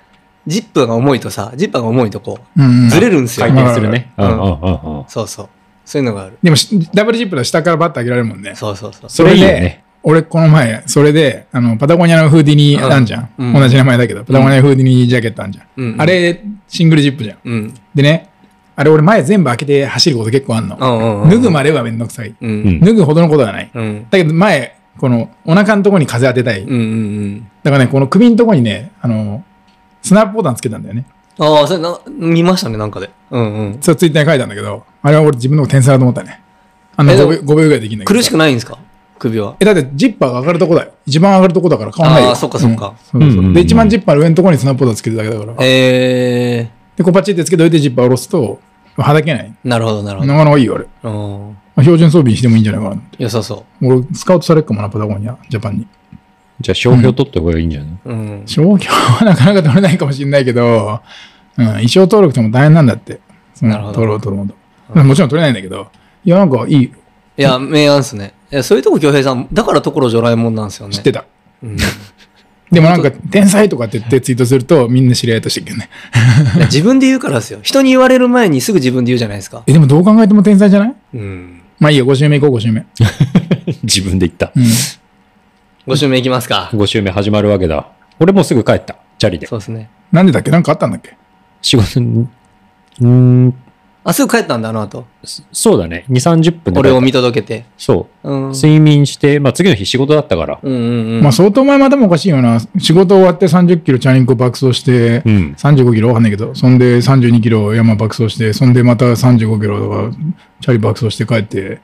C: ジップが重いとさ、ジッパーが重いとこ
B: うんう
C: う、
B: ん
C: ずれるんですよ。
A: 回転するね。う
C: うんん
A: うんうんうん。
C: そうそう。そういうのがある。
B: でもし、ダブルジップだと下からバッと上げられるもんね。
C: そうそうそう。
A: それいいよね。
B: 俺、この前、それで、あの、パタゴニアのフーディニーあんじゃん。
C: うん
B: 同じ名前だけど、パタゴニアフーディニージャケットあんじゃん。
C: うんうん
B: あれ、シングルジップじゃん。
C: うん。
B: でね、あれ俺前全部開けて走ること結構あんの。
C: うんうんうん。
B: 脱ぐまではめんどくさい。
C: うん。
A: うん
B: 脱ぐほどのことはない。
C: うん。
B: だけど前、このお腹のとこに風当てたい。
C: うんうんうん。
B: だからね、この首のとこにね、あの、スナップボタンつけたんだよね。
C: ああ、それな、見ましたね、なんかで。うんうん。
B: それツイッターに書いたんだけど、あれは俺自分のこと天才だと思ったね。あんな
C: え
B: 5,
C: で
B: 秒
C: も
B: 5秒ぐらいできんだけど。
C: 苦しくないんですか首は。
B: え、だってジッパーが上がるとこだよ。一番上がるとこだから変わんないよ。
C: あーそっかそっか
B: うんそうそ
A: うん
B: う
A: うんうん
B: で、一番ジッパーの上のとこにスナップボタンつけてるだけだから。
C: ええ
B: で、こうパチってつけておいてジッパー下ろすと、はだけない。
C: ー、なるほど、なるほ
B: なかなかいいよ、あれ。
C: ど。うん。
B: まあ標準装備にしてもいいんじゃないかな。
C: 良さそ。
B: 俺、スカウトされるかもな、パタゴニア、ジャパンに。
A: じゃあ、商標取った方がいいんじゃないう
C: うん。
B: 商標はなかなか取れないかもしれないけど、うん、衣装登録とも大変なんだって。その
C: なるほど
B: 取ろう取ろうと。もちろん取れないんだけど、いや、なんかいい、
C: いや、明暗っすね。いやそういうとこ、京平さん、だからところジョラえもんなんですよね。
B: 知ってた。
C: うん
B: でもなんか、天才とかって言ってツイートすると、みんな知り合いとしてるけどね。
C: いや自分で言うからですよ。人に言われる前にすぐ自分で言うじゃないですか。
B: え、でもどう考えても天才じゃない
C: うん。
B: まあいいよ、5周目行こう、5周目。う
A: 自分で言った。
B: ん。
C: ご周目いきますか。
A: 5週目始まるわけだ。俺もうすぐ帰った。チャリで。
C: そうですね。
B: なんでだっけなんかあったんだっけ
A: 仕事に、うーん、
C: あ、すぐ帰ったんだ、あの後。
A: そうだね。2、30分で帰った。
C: 俺を見届けて。
A: そ
C: うん。う
A: う。
C: ん
A: 睡眠して、まあ次の日仕事だったから。
C: うんうん。
B: まあ相当前までもおかしいよな。仕事終わって30キロチャリンコ爆走して、
A: うん
B: 35キロわかんないけど、そんで32キロ山爆走して、そんでまた35キロとか、チャリ爆走して帰って、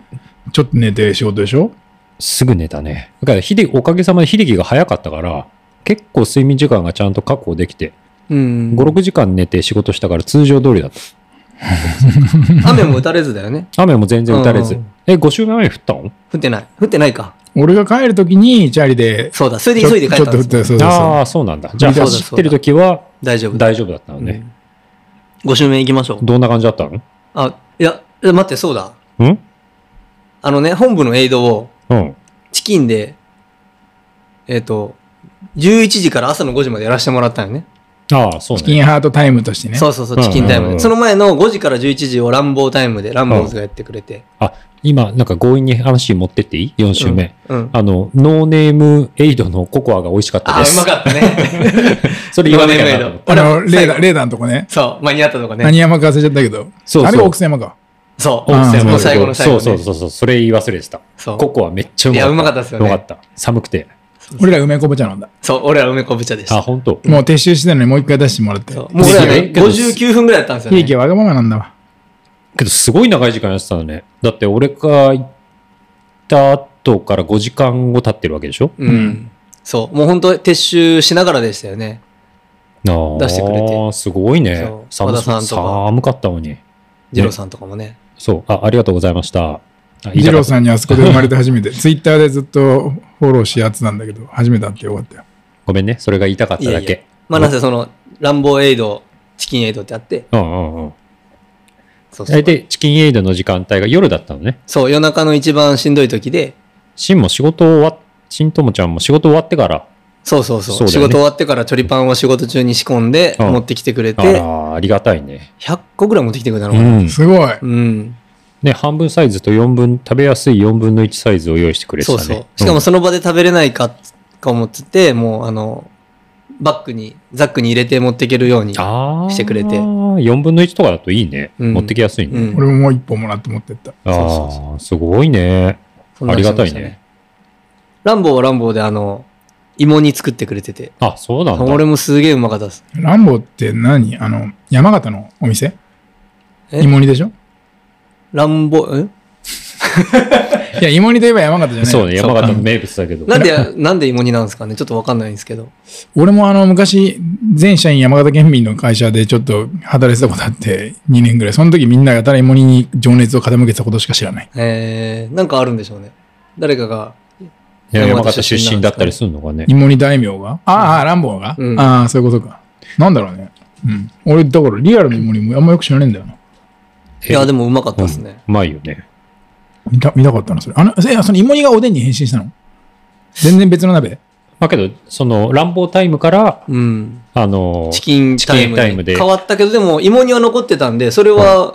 B: ちょっと寝て仕事でしょ
A: すぐ寝たね。だから、ひで、おかげさまで秀樹が早かったから、結構睡眠時間がちゃんと確保できて、
C: うん
A: 5、。6時間寝て仕事したから通常通りだった。
C: 雨も打たれずだよね。
A: 雨も全然打たれず
C: うん。
A: え、5週目前に降ったの
C: 降ってない。降ってないか。
B: 俺が帰るときにチャリで、
C: そうだ。それで
B: ちょ
C: 急いで帰
B: ちょっ
C: っ
B: たと
C: ん
B: 降
C: で
B: っ
C: すよ。
B: て、そう
A: あ
B: そうそ
A: あ、そうなんだ。じゃあ
B: そうだ
A: 走ってる時は
C: 大丈夫。
A: 大丈夫だったのね。
C: うん。5周目いきましょう。
A: どんな感じだったの
C: あ、いや、え待って、そうだ。
A: ん
C: あのね、本部のエイドを、
A: うん。
C: チキンで、えっ、と、11時から朝の5時までやらせてもらったのね。
A: ああ、そう
B: チキン
A: ね。
B: ハートタイムとしてね。
C: そうそうそうう、
A: ん
C: チキンタイム、
A: うん
C: その前の5時から11時をランボータイムで、ランボーズがやってくれて。
A: あ、今、なんか強引に話持ってっていい ?4 週目。
C: うん。うん
A: あの、ノーネームエイドのココアが美味しかったで
C: あー、う
A: す。
C: ま かったね。
A: それ言わなきゃなと
C: ノーネー
A: 思
C: ムエ
A: っ
C: イ
A: て。
B: あの、
C: 俺も
B: レーダー、レーダーのとこね。
C: そう、間に合ったとかね。
B: 何山か忘れちゃったけど。
A: そうそう
B: あれが奥津山か。
C: そう、
B: あー
C: そ
B: 奥津
C: の
B: 山
C: 最後の最後、ね。
A: そうそうそうそう、それ言い忘れてた。
C: そう
A: ココアめっちゃうまかった。
C: いやうまかったっすよね
A: うまかった。寒くて。
B: 俺ら梅こぼちゃ飲んだ。
C: そう俺は梅昆布茶でし
A: あ、
C: た。
A: 本当。
B: もう撤収してたのにもう一回出してもらって。
C: そうもう俺らね
A: で、きる
C: 59分ぐらいだったんですよ
B: ひ
C: ね。
B: いきはわがままなんだわ。
A: けど、すごい長い時間やってたのね。だって、俺が行った後から5時間後経ってるわけでしょ
C: うん。そう、もう本当撤収しながらでしたよね。
A: ああ
C: 出してくれて
A: すごいね
C: そう。
A: 寒
C: 和田さんとか
A: 寒かったのに。
C: ジローさんとかもね。
A: そう。あ、ありがとうございました。あ言い
B: ジ
A: たか
B: ロ
A: っ
B: ー
A: た
B: さんにあそこで生まれて初め て。ツイッターでずっとフォローし合ってたんだけど、初めて会ってよかったよ。
A: ごめんね。それが言いたかった
C: いや
A: だ
C: いや
A: け。。
C: まあなんせその、ランボーエイド、チキンエイドってあって、
A: うんうんうん。
C: そうそう
A: 大体、チキンエイドの時間帯が夜だったのね。
C: そう夜中の一番しんどい時で、
A: シンも仕事終わっ、シンともちゃんも仕事終わってから、
C: そうそうそう。
A: そうだ
C: 仕
A: よね
C: 事終わってからチョリパンを仕事中に仕込んで、
A: うん
C: 持ってきてくれ
A: あ
C: て、
A: ら、ありがたいね。
C: 100個ぐらい持ってきてくれたの
A: う
C: かな。
A: ん。
B: すごい。
C: うん。
A: ね、半分サイズと4分、食べやすい4分の1サイズを用意してくれてた
C: そう
A: ね。
C: そう。しかもその場で食べれないか、か思ってて、もうあの、バッグに、ザックに入れて持っていけるように。
A: ああ。
C: してくれて
A: 4分の1とかだといいね。
C: うん
A: 持ってきやすいね。
C: うん
B: 俺ももう一本もらって持ってった。
C: そう
A: あ
C: そう
A: あ、すごいね。
C: そんな
A: ありがたいね
C: してまし。ランボーはランボーであの、芋煮作ってくれてて。
A: あ、そうなんだ。
C: 俺もすげえうまかったです。
B: ランボーって何あの、山形のお店
C: え
B: 芋煮でしょ
C: ランボー、ん
B: いや、芋煮といえば山形じゃない。
A: そうね、
C: そう
A: 山形の名物だけど。
C: な んで、なんで芋煮なんですかねちょっとわかんないんですけど。
B: 俺もあの昔、全社員山形県民の会社でちょっと働いてたことあって、2年ぐらい。その時みんなやたら芋煮に情熱を傾けてたことしか知らない。
C: えー、なんかあるんでしょうね。誰かが、
A: いや山
C: 山
A: 形
C: 形
A: 出
C: 出
A: 身
C: 身
A: だ
C: な
A: っ
C: んですかね
A: たりするのかね。
B: 芋煮大名がああ、ランボーが、
C: うん
B: ああ、そういうことか。なんだろうね。うん。俺、だからリアルの芋煮もあんまよく知らねえんだよな。
C: いや、で
A: も、
C: もうまかったですね。
A: うまいよね。
B: 見た見たかったな、それ。あの、え、その芋煮がおでんに変身したの全然別の鍋
A: まあけど、その、乱暴タイムから、
C: うん。
A: あの、
C: チキンタイ
A: チキン
C: ム
A: タイムで
C: で変わったけど、でも芋煮は残ってたんで、それは、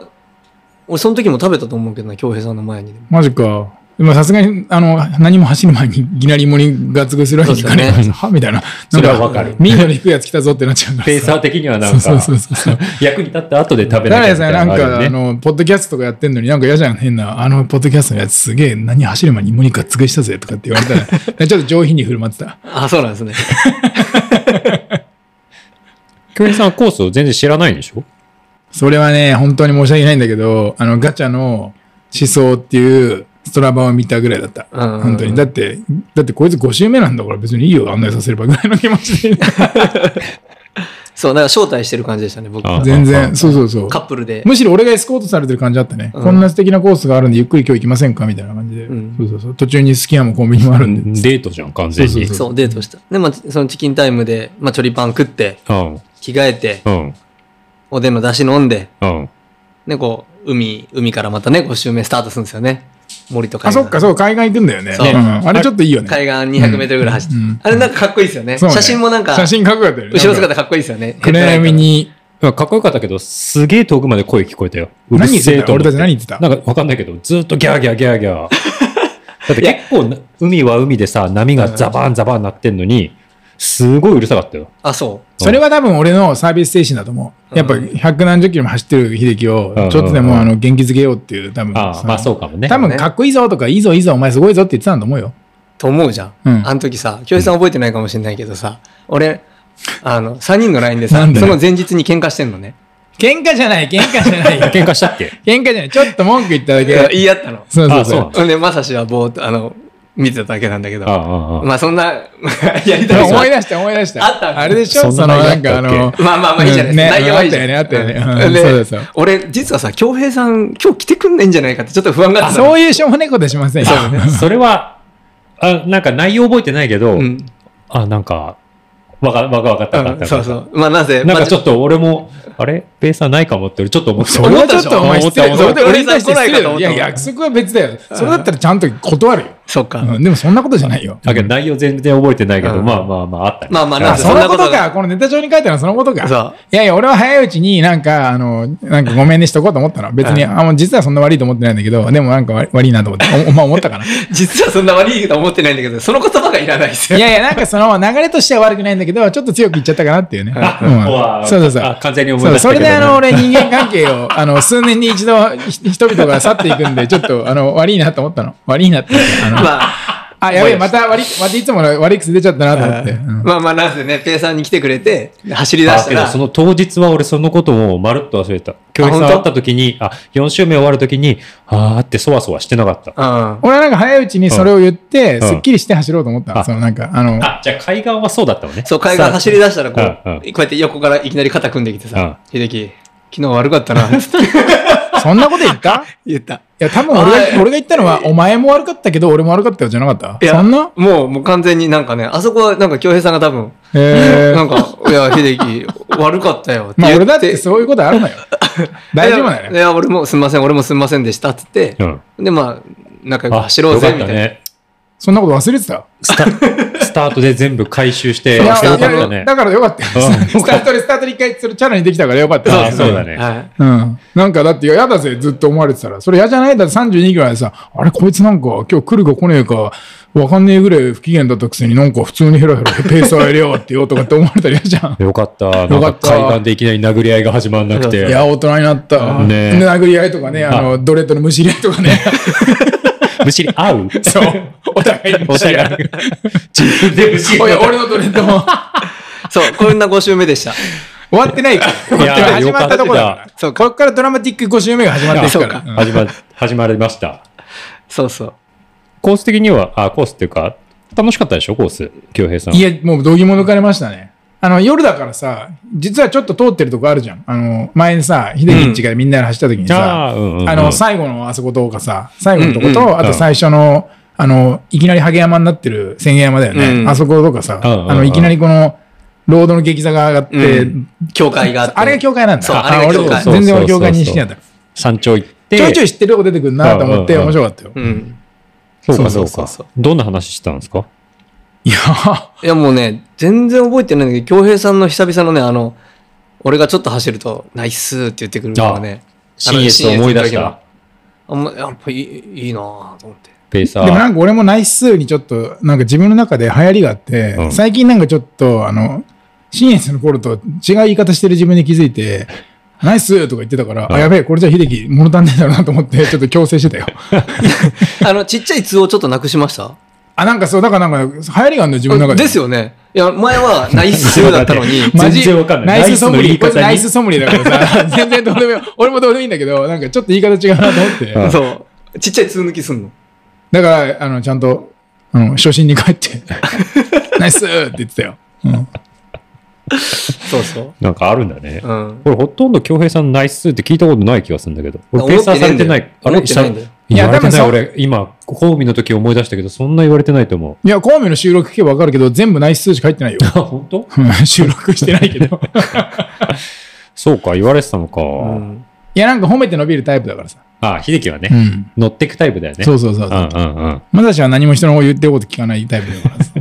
C: 俺その時も食べたと思うけどな、京平さんの前にでも。
B: マジか。でもさすがに、あの、何も走る前に、いきなり芋煮がつぐするわけにいかねえか
C: そう
B: らさはみたいな。
A: それはわかる
B: みんなの低いやつ来たぞってなっちゃうからさ。
A: ペーサー的にはなん
B: そう
A: か
B: そうそうそう、
A: 役に立った後で食べ
B: だ
A: な
B: か
A: きゃ
B: ら
A: みたいなんの
B: さ、な
A: があ
B: か、
A: る
B: あ
A: よね。
B: の、ポッドキャストとかやってんのになんか嫌じゃん、変な。あの、ポッドキャストのやつすげえ、何走る前に芋煮がつぐしたぜとかって言われたら、ち ょっと上品に振る舞ってた。
C: あ、そうなん ですね。
A: 京平さんはコースを全然知らないでしょ
B: それはね、本当に申し訳ないんだけど、あの、ガチャの思想っていうストラバを見たぐらいだった。
C: うん
B: 本当に。だって、だってこいつ5周目なんだから別にいいよ、案内させればぐらいの気持ち で。
C: そう、なんか招待してる感じでしたね、僕。
A: あ
C: カ
B: 全
A: ああ
B: 然、そうそうそう。
C: ップルで。
B: むしろ俺がエスコートされてる感じだったね。
C: うん
B: こんな素敵なコースがあるんで、ゆっくり今日行きませんかみたいな感じで。
C: うん
B: そうそうそう。途中にスキヤもコンビニもあるんで。
A: デートじゃん、完全
B: そう
A: に。
B: そう
C: そう、デートした。で、まあ、そのチキンタイムで、まあ、チョリパン食って、
A: うん、
C: 着替えて、
A: うん、
C: おでんの出汁飲んで、
A: うん。
C: ね、こう、海、海からまたね、5周目スタートするんですよね。森とか。
B: あ、そっか、そう、海岸行くんだよね。
C: そうん
B: あれちょっといいよね。
C: 海岸200メートルぐらい走って。
B: うん
C: あれなんかかっこいいですよね。
B: そうね
C: 写真もなんか、
B: 写真かっこよかったよね。
C: 後ろ姿かっこいいですよね。
B: 暗闇に、
A: かっこよかったけど、すげえ遠くまで声聞こえたよ。うる
B: 何言っ
A: せ
B: て
A: え
B: た
A: と思
B: 俺たち何言ってた
A: なんかわかんないけど、ずっとギャーギャーギャーギャー。だって
C: いや
A: 結構な、海は海でさ、波がザバーンザバーンなってんのに、すごいうるさかったよ。
C: あ、そ
B: それは多分俺のサービス精神だと思う。やっぱ百何十キロも走ってる秀樹を
A: うん、
B: ちょっとで
A: うん
B: もあの元気づけようっていう、多分。
A: ああ、まあそうかもね。
B: 多分かっこいいぞとか、いいぞいいぞ、お前すごいぞって言ってたんだと思うよ。
C: う。と思うじゃん。
B: うん
C: あの時さ、京平さん覚えてないかもしれないけどさ、俺、あの、3人の LINE で
B: な
C: さ
B: ん、で
C: その前日に喧嘩してんのね。
B: 喧嘩じゃない、喧嘩じゃ ないよ。
A: 喧嘩したっけ
B: 喧嘩じゃない、ちょっと文句言っただ
C: いや
B: け。
C: 言い合ったの。
B: そうそう
A: あ
B: そ
A: そう
B: う。
C: ほんで、まさしはぼーっと、あの、見てただけなんだけど
A: あ、あ、ああ、
C: まあそんな、 やりたい
B: 思い
C: さ
B: 出した思い出した。
C: あった
B: れでしょ
A: そ
B: そ
A: ん
B: の
A: な
B: なんかあ
A: 内容あっ
B: の、
C: まあまあまあいいじゃないですか。
B: うんね
C: 内容はいいじゃない
B: あったよねあったよね
C: うん
B: うん
C: で
B: そうですよ
C: 俺、実はさ、京平さん、今日来てくんないんじゃないかってちょっと不安があ
B: あ
C: ったの。
B: そういうしょうもないことはしませんよ。
A: それは、あ、なんか内容覚えてないけど、
C: うん
A: あ、なんか、わか、わかわかったわかったわか
C: う
A: っ
C: ん
A: た。
C: そうそう。まあなぜ、
A: なん
C: まあ
A: かちょっと俺も、あれ平さんないかもって俺ちょっと思ってた
B: それはちょっとお前
A: 思っ
B: 失
A: た
B: 礼。
A: 思
B: そ
A: っ
B: れ
A: た
B: で俺に対して失
C: 俺さ来ないかと思
B: 礼
C: っ
B: い
C: た
B: や、約束は別だよ。それだったらちゃんと断るよ。
C: そっか。
B: うんでもそんなことじゃないよ。
A: だけど内容全然覚えてないけど、
C: うん
A: まあまあま ああったね
C: まあま
B: あ、
C: あな
B: そんなこ
C: そ
B: と
C: んなこ
B: か。このネタ帳に書いてあるのはそのことか。
C: そう
B: いやいや、俺は早いうちになんか、あの、なんかごめんねしとこうと思ったの。別に、
C: う
B: あ、もう実はそんな悪いと思ってないんだけど、でもなんか悪悪いなと思って。おお 前思ったかな。
C: 実はそんな悪いと思ってないんだけど、その言葉がいらないですよ。
B: いやいや、なんかその流れとしては悪くないんだけど、ちょっと強く言っちゃったかなっていうね。
A: あ
B: うん
A: うわ
B: そうそうそう
A: あ。完全に思い
B: そう
A: 出した
B: そ
A: け
B: れ
A: ど
B: であの俺人間関係をあの数年に一度ひ人々が去っていくんでちょっとあの悪いなと思ったの悪いなってあの、
C: まあ、
B: あやべえまた悪いまたいつもの悪い癖出ちゃったなと思って、うん
C: まあまあ、なんせね、ペイさんに来てくれて、走り出
A: あ
C: した
A: けど
C: ら、
A: その当日は俺そのこともまるっと忘れてた。教員さん
C: あ
A: 会
C: 本当
A: った時に、あ、4週目終わる時に、あーってそわそわしてなかった。
C: うん。
B: 俺はなんか早いうちにそれを言って、
A: ん
B: すっきりして走ろうと思ったの、
A: あ
B: そのなんかあの
A: あ、じゃあ海岸はそうだったのね。
C: そう、海岸走り出したら、こ
A: うんうん
C: う、こうやって横からいきなり肩組んできてさ、秀樹、昨日悪かったな、
B: そんなこと言った
C: 言った。
B: いや多分俺
C: はい
B: が俺が言ったのはお前も悪かったけど俺も悪かったよじゃなかっ
C: い
B: た
C: や
B: そんな
C: もう、もう完全になんかね、あそこはなんか京平さんが多分、
B: え
C: な
B: ー
C: んか、いや、秀樹、悪かったよっ て
B: ま
C: 言
B: あ
C: って。
B: 俺だってそういうことある のよ大丈夫なのよ
C: いや、俺もすみません、俺もすみませんでしたって言って、
A: うん。
C: で、まあ、仲良く
A: あ、
C: 走ろうぜ、み
A: よか
C: た
A: っ
C: いな。
A: ね。
B: そんなこと忘れてた
A: スタスター トで全部回収して、
B: い
A: よ
B: や
A: かっ
B: いや
A: た
B: いや
A: ね。
B: だからよかったよ。
A: うん
B: スタートで、スタートで一回、それチャラにできたからよかったよ
A: あーそうだね。
C: はい。
B: うん。なんかだって、いややだぜ、ずっと思われてたら。それ嫌じゃないだって32ぐらいでさ、あれ、こいつなんか、今日来るか来ねえか、わかんねえぐらい不機嫌だったくせになんか普通にヘラヘラペースをやりやがってよとかって思われたら嫌じゃん。
A: よかった。なん
B: よか
A: か
B: った
A: 海岸でいきなり殴り合いが始まんなくて。
B: いや、大人になった。
A: ねえ
B: で殴り合いとかね、あの、ドレッドのむしり合いとか ね。
A: むしり合う
B: そう。お互いにむ
A: お
B: しり合
A: 互
B: い。
A: い。自分でむしり
B: おい、
A: 合う。
B: 俺のドレッドも
C: そう、こんな5週目でした。
B: 終わってないから。終わってない
A: いや
B: 始まったとこだか
A: よかっ
B: ら。そうこっからドラマティック5周目が始まっていくから。うん
A: 始ま、始まりました。
C: そうそう。
A: コース的には、あ、コースっていうか、楽しかったでしょ、コース。京平さん。
B: いや、もう度肝抜かれましたね。あの、夜だからさ、実はちょっと通ってるとこあるじゃん。あの、前にさ、秀樹んちがみんなで走った時にさ、
A: あー、うんうんうん
B: あの、最後のあそことかさ、最後のとこと、
C: うん
A: ん
B: あと最初の、あの、いきなりハゲ山になってる千円山だよね。
C: うん
B: あそことかさ、
A: うんうんうん
B: あの、いきなりこの、ロードの激坂が上がって、
C: うん教会があって。
B: あれが教会なんだ。
C: そうあれが教会
B: 俺全然俺教会認識なんだ。
A: 山頂行って。
B: ちょいちょい知ってるとこ出てくるなと思って
A: うんうんう
B: 面
A: ん
B: 白かったよ。
C: うん。
A: そうか
C: そ
A: そうう
C: そうそう
A: か。どんな話してたんですか
B: いや、
C: いや、もうね、全然覚えてないんだけど、京平さんの久々のね、あの、俺がちょっと走ると、ナイスーって言ってくるのがね、あの
A: 新越を思い出し
C: 新越の時も
A: た。
C: あんま、やっぱいいいいなぁと思って。
A: ペーサ
B: でもな
A: ー。
B: んか俺もナイス数にちょっと、なんか自分の中で流行りがあって、
A: うん
B: 最近なんかちょっと、あの、新越の頃と違う言い方してる自分に気づいて、ナイスとか言ってたから、
A: うん
B: あ、やべえ、これじゃ秀樹物足んないだろうなと 思って、ちょっと強制してたよ。
C: あの、ちっちゃい通をちょっとなくしました
B: あ、なんかそう、だからなんか流行りがあるんだよ、自分の中で。
C: ですよね。いや、前はナイスーだったのに、
B: マジ
A: 全然わかんない
B: ナイスソムリ
A: ナイスの言い方
B: エ、
A: に
B: こいつナイスソムリエだから さ、全然どうでもよ。俺もどうでもいいんだけど、なんかちょっと言い方違うなと思って。
A: うん
C: そう。ちっちゃい通抜きすんの。
B: だから、あの、ちゃんと、あの、初心に帰 って、ナイスって言ってたよ。うん
C: そうそう。
A: なんかあるんだね
C: う。ん。
A: 俺ほとんど京平さんナイスって聞いたことない気がするんだけど。俺
C: 思って
A: ペーサーされてない。あ
C: 思
A: れ
C: ってないんだよ
B: いや
A: 言われてない
B: 多分
A: 俺、今、交尾の時思い出したけど、そんな言われてないと思
B: いや、コウメの収録聞けばわかるけど、全部ナイス数字書い てないよ。
A: う。あ、本当？
B: うん収録してないけど。
A: そうか、言われてたのか。
C: うん
B: いや、なんか褒めて伸びるタイプだからさ。
A: あ、秀樹は
B: う
A: ね、
B: ん。
A: 乗ってくタイプだよね。。
B: そうそうそうう
A: う
B: ん
A: んうん。
B: まだしは何も人の言ってること聞かないタイプだか らさ。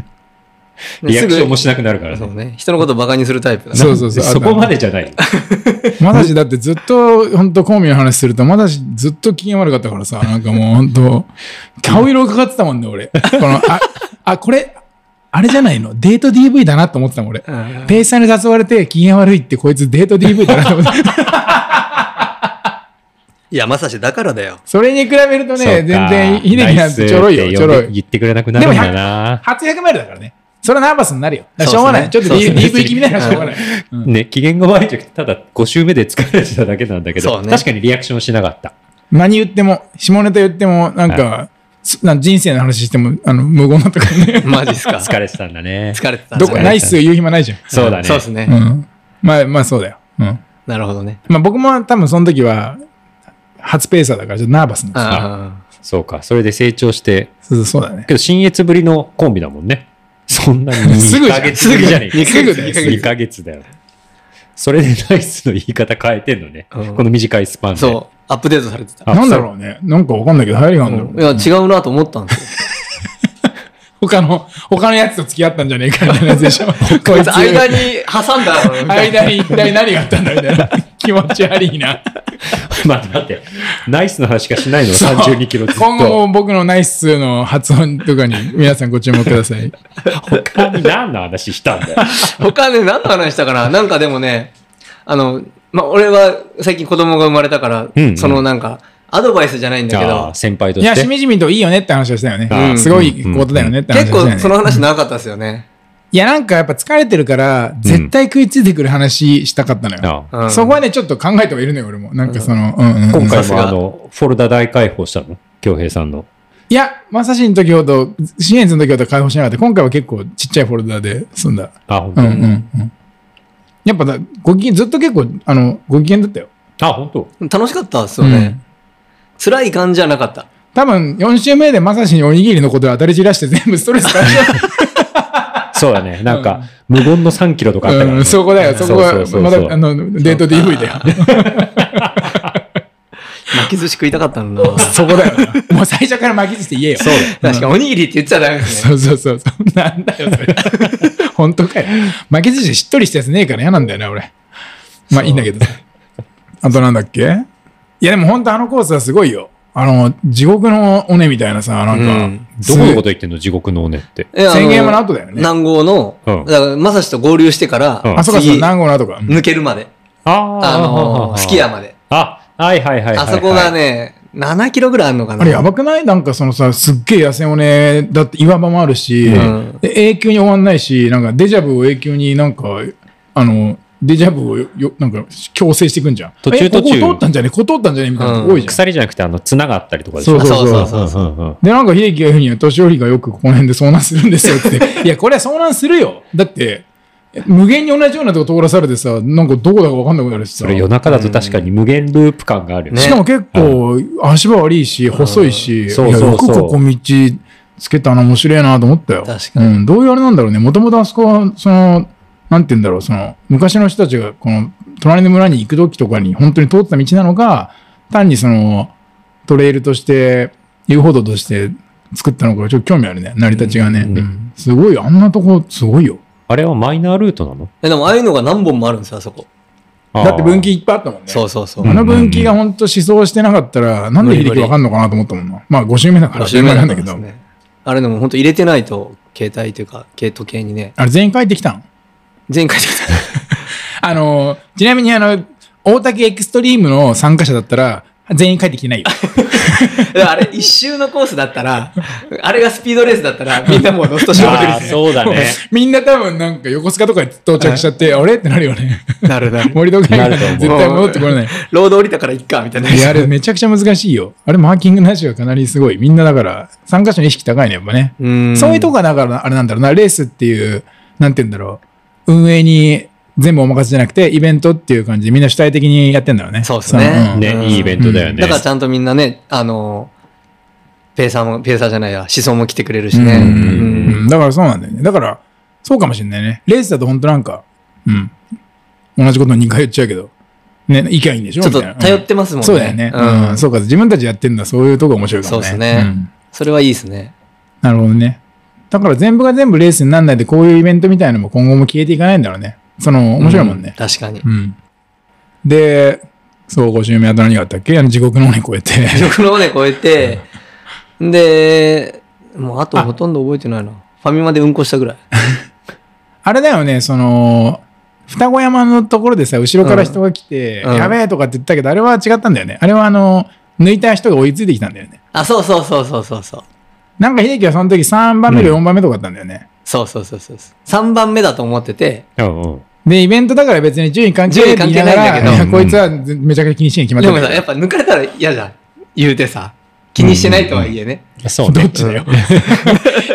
A: リアクションも
C: す
A: しなくなるか
C: ぐ
A: ら
C: そう
A: ね。
C: ね。人のことバカにするタイプだね。
B: そうそうそう。
A: そこまでじゃない。
B: まだしだってずっと、本当コウメの話すると、まだしずっと機嫌悪かったからさ、なんかもう本当顔色伺ってたもんね、俺。この、あ、あ、これ、あれじゃないのデート DV だなと思ってたもん、俺。
C: うん
B: ペイさんに誘われて機嫌悪いって、こいつデート DV だなと思って
C: いや、まさしだからだよ。
B: それに比べると
A: そうか
B: ね、全然、秀樹なんてちょろい
A: ナ
B: よ、
A: イス
B: ちょろい。
A: 言ってくれなくなるんだな。
B: 初100マイルだからね。それはナーバスになるよ。だからし
C: そ
B: ょう
C: うそう
B: がない。ちょっと
C: そうそう
B: DV 気味ならしょうがない。うん
A: ね、機嫌が悪い時ただ5週目で疲れてただけなんだけ
C: そ
A: ど、
C: うね
A: 確かにリアクションしなかった。
B: 何言っても、下ネタ言っても、なんか、すなんか人生の話しても、あの、無言なとかね。
C: マジっすか。
A: 疲れてたんだ ね。
C: 疲れてたん
B: ど
C: です
B: こ、
C: ね
B: ナイス言う暇ないじゃん。
A: そうだね。
C: そうですね。
B: うん。まあ、まあそうだよ。うん。
C: なるほどね。
B: まあ僕も多分その時は、初ペーサーだから、ちょっとナーバスなんですよ
C: あ
A: そうか。それで成長して、
B: そうそうそうだね。
A: けど新越ぶりのコンビだもんね。そんなに
B: すぐじ
A: 2
B: ゃん
A: ヶ月ぶりじゃねえ
B: すぐだよ
A: 2ヶ月だよ。それでナイスの言い方変えてんのね。
C: うん
A: この短いスパンで。
C: そう、アップデートされてた。
A: あ
B: なんだろうね。なんかわかんないけど、流行りがあるんだろう
C: い
B: ね。
C: や、違うなと思ったんですよ。
B: 他の、他のやつと付き合ったんじゃねえかみたいなやつでしょ。 こいつ、
C: 間に挟んだのみたいな。
B: 間に一体何があったんだみたいな。 気持ち悪いな。
A: まあ、だって、ナイスの話しかしないの、
B: そう
A: 32キロずっと。
B: 今後も僕のナイスの発音とかに皆さんご注目ください。
A: 他に何の話したんだよ。
C: 他ね、何の話した かななんかでもね、あの、まあ、俺は最近子供が生まれたから、
A: うんうん
C: そのなんか、アドバイスじゃないんだけ
A: あ
C: ど
A: あ、、先輩と
B: い
A: し
B: や、
A: て。
B: しみじみといいよねって話をしたよね。
A: あ
C: ー
B: すごいことだよねって話をし
C: 結
B: たよね。
C: 構その話なかったですよね。
B: いや、なんかやっぱ疲れてるから、絶対食いついてくる話したかったのよ。
A: ああ
C: うん
B: そこはね、ちょっと考えてはいるのよ、俺も。なんかその、うんうんうん
A: 今
C: さ
A: 回
C: す
A: も
C: が
A: あの、フォルダ大解放したの京平さんの。
B: いや、まさしの時ほど、支援の時ほど解放しなかった。今回は結構ちっちゃいフォルダで済んだ。
A: あ、本
B: う
A: 当。
B: んうんうん。やっぱだ、ご機嫌、ずっと結構、あの、ご機嫌だったよ。
A: あ、本当。
C: 楽しかったですよね。
B: うん
C: 辛い感じじゃなかった。
B: 多分、4週目でまさしにおにぎりのことを当たり散らして全部ストレス解消
A: そうだね。なんか、無言の3キロとかあったから
B: う
A: ね。
B: ん、そこだよ、そこ
A: そう
B: は
A: そうそうそう
B: まだ、あの、デート DV だよ。
C: 巻き寿司食いたかっ たのな。
B: そこだよ。もう最初から巻き寿司って言えよ。そう
C: 確かおにぎりって言っちゃダメです
B: そ
C: ね。
B: うそうそうそう。なんだよ、それ。本当かよ。巻き寿司しっとりしたやつねえから嫌なんだよな、俺。まあいいんだけどさ。あとなんだっけいや、でも本当あのコースはすごいよ。あの、地獄の尾根みたいなさ、なんか、
C: うん
A: どこのこと言ってんの地獄の尾根って。
C: えあの
B: 宣言はの後だよね
C: 南郷の、
A: うん
C: だから、まさしと合流してから、
A: うん
B: あ、そうかそうか、
C: 次
B: 南郷の後か。
C: 抜けるまで。
A: あ
C: あの、すき家
A: や。
C: まで。
A: あ、はいはいはいはい。
C: あそこが。ね、7キロぐらいあるのかな。
B: あれやばくないなんかそのさ、すっげえ痩せ尾根だって岩場もあるし、
C: うん
B: で永久に終わんないし、なんかデジャブを永久になんか、あの、デジャブをよ、なんか強制していくんじゃん。
A: 途中
B: えここ
A: 途中
B: 通ったんじゃねここ通ったんじゃねみたいなとこ多いじゃん。
A: 鎖じゃなくて、あの、綱があったりとかでしょ
B: そうそうそう
C: あそうそうそう
A: うんうんうん
B: で、なんか秀樹が言うには、年寄りがよくこの辺で遭難するんですよ って。いや、これは遭難するよ。だって、無限に同じようなとこ通らされてさ、なんかどこだかわかんなくなるしさ。
A: それ夜中だと確かに無限ループ感があるよね
C: ね
B: しかも結構足場悪いし、細いし、
A: そうそう
B: いやよく
A: そう
B: ここ道つけたの面白いなと思ったよ。
C: 確かに
B: うん、どういうあれなんだろうね。もともとあそこは、その、なんて言うんだろう、その、昔の人たちが、この、隣の村に行く時とかに本当に通った道なのか、単にその、トレイルとして、遊歩道として作ったのか、ちょっと興味あるね。成り立ちがね。
A: うん
B: うんすごい、あんなとこ、すごいよ。
A: あれはマイナールートなの
C: えでも、ああいうのが何本もあるんですよ、あそこ。
A: あー
B: だって分岐いっぱいあったもんね。
C: そうそうそうう。
B: あの分岐が本当思想してなかったら、なんで秀樹わかんのかなと思ったもんな。まあ5周目だから、
C: 5周目
B: な
C: だ
B: ん
C: っ
B: だ
C: たん
B: け
C: です
B: ど。
C: ね。あれでも本当入れてないと、携帯というか、系時計にね、
B: あれ全員帰ってきたん
C: 前 回できた。
B: あの、ちなみにあの、大竹エクストリームの参加者だったら、全員帰ってきてないよ。
C: だからあれ、一周のコースだったら、あれがスピードレースだったら、みんなもうロストしまくり
A: あー そうだね。
B: みんな多分なんか横須賀とかに到着しちゃって、あれってなるよね。
C: なるなる。
B: 森戸海
A: な
B: 岸
A: ると思う
B: 絶対戻ってこれない。
C: ロード降りたからいっか、みたいな。
B: いや、あれめちゃくちゃ難しいよ。あれマーキングなしはかなりすごい。みんなだから、参加者の意識高いね、やっぱね。
C: うん
B: そういうとこがだから、あれなんだろうな、レースっていう、なんて言うんだろう、運営に全部お任せじゃなくて、イベントっていう感じでみんな主体的にやってんだろうね。
C: そうですね
B: のん
A: ね
C: うん、
A: いいイベントだよね。
C: だからちゃんとみんなね、あの、ペーサーも、ペーサーじゃないや、思想も来てくれるしね。
B: う
C: うん
B: うんだからそうなんだよね。だから、そうかもしれないね。レースだと本当なんか、うん。同じこと2回言っちゃうけど、ね、意見いいんでしょ
C: ちょっ
B: み
C: と
B: たいな
C: 頼ってますもんね。
B: そうだよね。うん、
C: うん
B: そうか。自分たちやってんだ、そういうとこ面白いかもね。
C: そうっすね
B: ん
C: それはいいですね。
B: なるほどね。だから全部が全部レースにならないで、こういうイベントみたいなのも今後も消えていかないんだろうね。その、面白いもんね
C: う。確かに。
B: うん。で、そう、5周目は何があったっけあの地獄の鬼越えて。
C: 僕のね、超えて、で、もうあとほとんど覚えてないな。ファミマでうんこしたぐらい。
B: あれだよね、その、双子山のところでさ、後ろから人が来て、
C: うんうん
B: やべえとかって言ったけど、あれは違ったんだよね。あれはあの、抜いた人が追いついてきたんだよね。
C: あ、そうそうそうそうそうそう。
B: なんか秀樹はその時3番目か4番目とかだったんだよね。
C: そうそうそうそう。3番目だと思ってて、
A: うんうん。
B: で、イベントだから別に順位関係ないって言いながら
C: 順位関係ないんだけ
A: ど
B: こいつはめちゃくちゃ気にしに決まっ
C: で
B: て
C: も
B: る
C: さ、やっぱ抜かれたら嫌じゃん。言うてさ。気にしてないとはいえね。
A: そう
B: どっ
A: ね。
B: ちだ よ。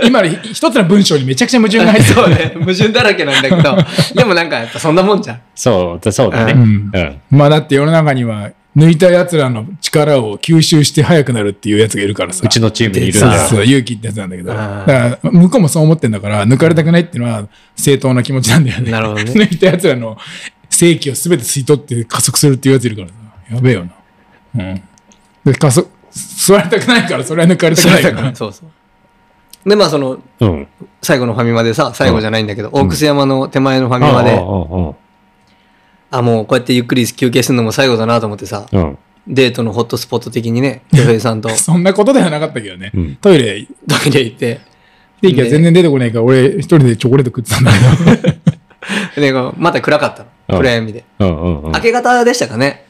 B: 今の一つの文章にめちゃくちゃ矛盾が入ってる
C: そうね。矛盾だらけなんだけど、でもなんかやっぱそんなもんじゃん。
A: そうだ、そうだね。
C: う
A: うん。
B: まあだって世の中には抜いた奴らの力を吸収して速くなるっていうやつがいるからさ。
A: うちのチームにいるん
B: そう
A: だよ。
B: そう、勇気ってやつなんだけど。
C: うん
B: だから、向こうもそう思ってんだから、抜かれたくないっていうのは正当な気持ちなんだよね。
C: なるほどね
B: 抜いた奴らの正気を全て吸い取って加速するっていうやついるからな。やべえよな。うん。で、加速、吸われたくないから、それは抜かれたくないから。
C: そうそう。で、まあその、
A: うん。
C: 最後のファミマでさ、最後じゃないんだけど、大楠山の手前のファミマで、
A: う
C: あ、もうこうやってゆっくり休憩するのも最後だなと思ってさ、
A: ん。うん。
C: デートのホットスポット的にね、女性さんと
B: そんなことではなかったけどね。
A: うん
B: トイレ、
C: トイレ行って、
B: 定期が全然出てこないから、俺一人でチョコレート食ってたんだけど。
C: で、また暗かった
A: うん
C: の。暗闇で。
A: うん。うん。うん
C: 明。け方でしたかね。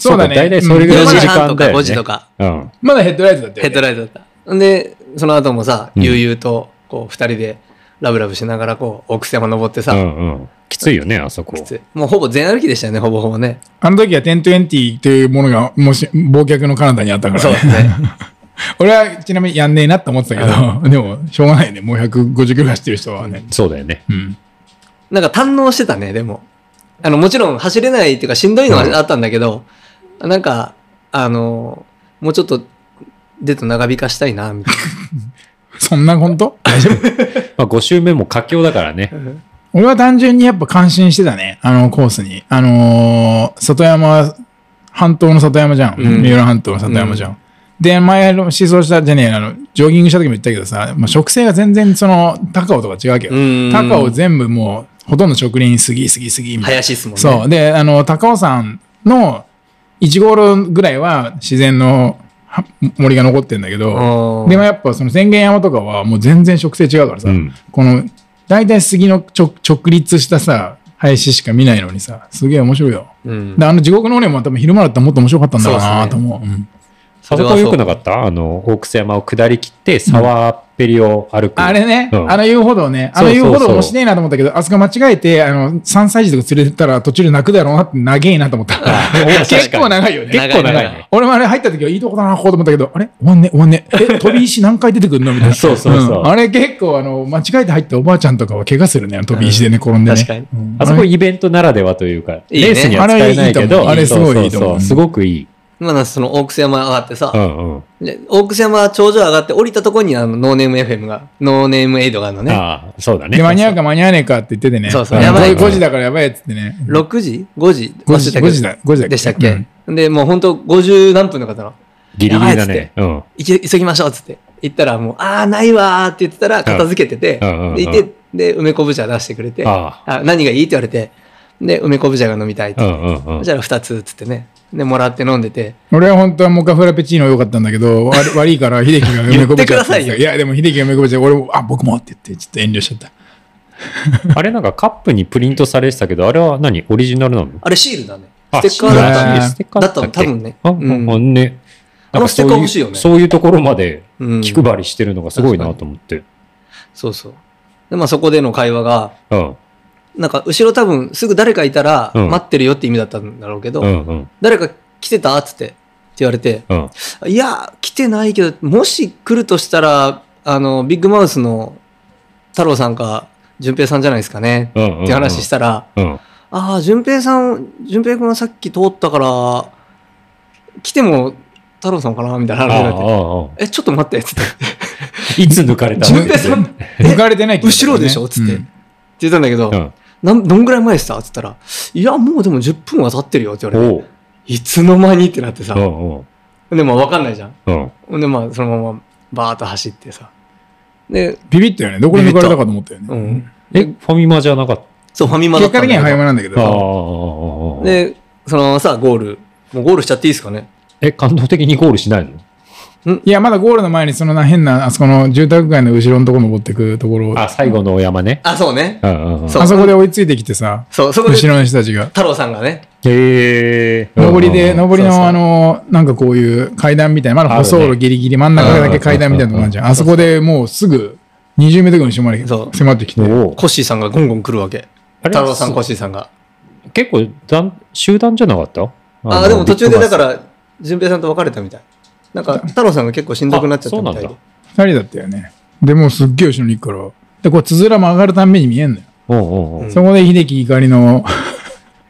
B: そうだね。
A: 大体それぐらいの
C: 4
A: 時
C: 時
A: 間
C: 半とか
A: だよね。
C: 5時とか、
A: うん。
B: まだヘッドライトだったよ、ね。
C: ヘッドライトだった。んで、その後もさ、
A: うん
C: 悠々と、こう、二人で、ラブラブしながら、こう、奥山登って
A: う
C: さ、
A: んうん。きついよね、あそこ。
C: きついもうほぼ全歩きでしたよね、ほぼほぼね。
B: あの時は1020というものが、もし、忘却の彼方にあったから、
C: そうですね。
B: 俺はちなみにやんねえなって思ってたけ ど、でも、しょうがないね。もう150キロ走ってる人はね。
A: そうだよね。
B: うん。
C: なんか堪能してたね、でも。あの、もちろん走れないっていうかしんどいの
A: うん
C: はあったんだけど、なんか、あの、もうちょっと、デート長引かしたいな、みたい
B: そんな本当大丈夫
A: まあ、5周目も佳境だからね。
C: な。
B: 俺は単純にやっぱ感心してたね。あのコースに。あのー里山は、半島の里山じゃん。
C: うん
B: 三浦半島の里山じゃん。で、前の思想したじゃねえやあの、ジョギングした時も言ったけどさ、まあ、植生が全然その、高尾とか違うけど、
C: うん
B: 高尾全部もう、ほとんど植林杉、杉、杉みたいな。
C: 林っすもんね。
B: そう。で、あの、高尾山の1号路ぐらいは自然のは森が残ってんだけど
C: あ、ー
B: でもやっぱその千軒山とかはもう全然植生違うからさ、
A: うん
B: この、大体杉の直直立したさ、林しか見ないのにさ、すげえ面白いよ。
C: うん。
B: で、あの地獄の骨も多分昼間だったらもっと面白かったんだろう
C: そうっす
B: な
C: ね
B: と思う。うん
A: あそこ良くなか
C: っ
A: ったあの、大楠山を下り切って、沢っぺりを歩く。
B: あ れね、
A: うん
B: あの遊歩道ね、あ
A: そう
B: の
A: そう
B: 遊
A: そう
B: 歩道面白いなと思ったけど、あそこ間違えて、あの、3歳児とか連れてったら途中で泣くだろうなって、長えなと思った。結構長いよね。
A: 結構長いね。
B: 俺もあれ入った時はいいとこだな、こうと思ったけど、あれ終わんね、終わんね。 え、飛び石何回出てくるのみたいな。
A: そうそうそうん
B: あれ結構、あの、間違えて入ったおばあちゃんとかは怪我するね、あの飛び石でね、転んでね。
C: 確かに
B: うん
A: あそこイベントならではというか、レースには使えないけど、
B: あれいいと思うあれすごいいいと思
A: そ
B: う
A: そそすごくいい。
C: まあ、なんかその、大楠山上がってさ
A: う、んうん。
C: で大楠山頂上上がって降りたところに、あの、ノーネーム FM が、ノーネームエイドがあるのね。
A: ああ、そうだね。
B: で、間に合うか間に合わねえかって言っててね。
C: そうそうんやばい
B: 5時だからやばいっつってね。
C: 6時 ?5 時
B: 5
C: 忘れた
B: 時
C: けど
B: 5時だ、5時だ
C: でしたっけ、で、もう本当50何分の方の。
A: ギリギリだ
C: やばいっつっ
A: ね
C: て。
A: うん。
C: 行き急ぎましょうっつって行ったらもう「ああないわ」って言ってたら片付けてて、
A: うんうんうんうん
C: でいてで梅昆布茶出してくれて
A: あ
C: 何がいい?」って言われてで梅昆布茶が飲みたいっ
A: う
C: て、
A: んうんうん
C: じ。ゃあ2つっつってねでもらって飲んでて
B: 俺は本当はモカフラペチーノ良かったんだけ ど、わ悪いから、秀樹が梅こぼちゃ
C: 言ってくださいよ
B: いや、でも秀樹が梅こぼちゃ俺も、あ、僕もって言って、ちょっと遠慮しちゃった。
A: あれなんかカップにプリントされてたけど、あれは何オリジナルなの
C: あれシールだね
A: あ
C: ステッカーだっ
B: シ
C: た
B: ール
C: ね
B: だね
A: ステッカーだったっけ
C: だったの多分ね
A: あ、
C: うん
A: あね。
C: あのステッカー
A: なんかそうう
C: 欲しいよね
A: そういうところまで
C: うん
A: 気配りしてるのがすごいなと思って。
C: そうそうで、まあ、そこでの会話が
A: うん。
C: なんか後ろ多分すぐ誰かいたら
A: うん
C: 待ってるよって意味だったんだろうけど、
A: うんうん。
C: 誰か来てたっつってって言われて
A: うん。
C: いや、来てないけど、もし来るとしたら、あの、ビッグマウスの太郎さんか、淳平さんじゃないですかね。
A: うんうんうん
C: って話したら、
A: うん。
C: ああ、淳平さん、淳平君はさっき通ったから、来ても太郎さんかなみたいな
A: ああ
C: 話になって。
A: ああ、
C: え、ちょっと 待って、つって。
A: いつ抜かれた
C: 淳平さん、
B: 抜かれてないけどね
C: 後ろでしょつって。
B: う
C: って
B: ん
C: 言ったんだけど、
A: うん。
C: なんどんぐらい前でしたつったら、いや、もうでも10分は経ってるよって言われて、
A: おう。
C: いつの間にってなってさ
A: う、んうん。
C: でもわかんないじゃん。
A: うん。
C: で、まあ、そのまま、バーッと走ってさ。で、
B: ビビったよね。どこで抜かれたかと思ったよね。
C: うん。
A: え、ファミマじゃなかった
C: そう、ファミマだ
B: 結
C: った
B: 果
C: ん
B: 的には早
C: だけ
B: め
C: ど。
B: なんだけ
A: ああああ
B: ど、
A: ああ。
C: で、そのさ、ゴール。もうゴールしちゃっていいですかね。
A: え、感動的にゴールしないの
B: いや、まだゴールの前に、そのな変な、あそこの住宅街の後ろのところ登ってくところを、
A: あ、
B: あ
A: 最後のお山ね。
C: あ、そうね。
A: うんうんうん。
C: そう
B: そこで追いついてきてさ、
C: そう、そこで
B: 後
C: 太
B: ろの人たちが。
C: 郎さんがね、
A: へえ。
B: 上りで、
A: うんうんうん
B: 上り
C: そうそう
B: のあの、なんかこういう階段みたいな、まだ舗
A: あ
B: 装
A: る
B: 路
A: ね
B: ギリギリ真ん中だけ階段みたいなとこなんじゃん。あそこでもうすぐ20メートルぐらいの下まで
C: そう
B: 迫ってきて。
A: おう
C: コッシーさんがゴンゴン来るわけ。
A: あれ
C: 太郎さん、
A: そう
C: コッシーさんが。
A: 結構団、集団じゃなかった
C: あ
A: の
C: でも途中でだか
A: ビッ
C: ら、淳平さんと別れたみたい。なんか、太郎さんが結構しんどくなっちゃったみたい
A: あそうなん
C: で
A: だ。
B: 二人だったよね。で、もうすっげえ後ろに行くから。で、こう、つづらも上がるたんびに見えんのよ。
A: グマスうんうんうん。
C: ん
B: そこで秀樹怒りの、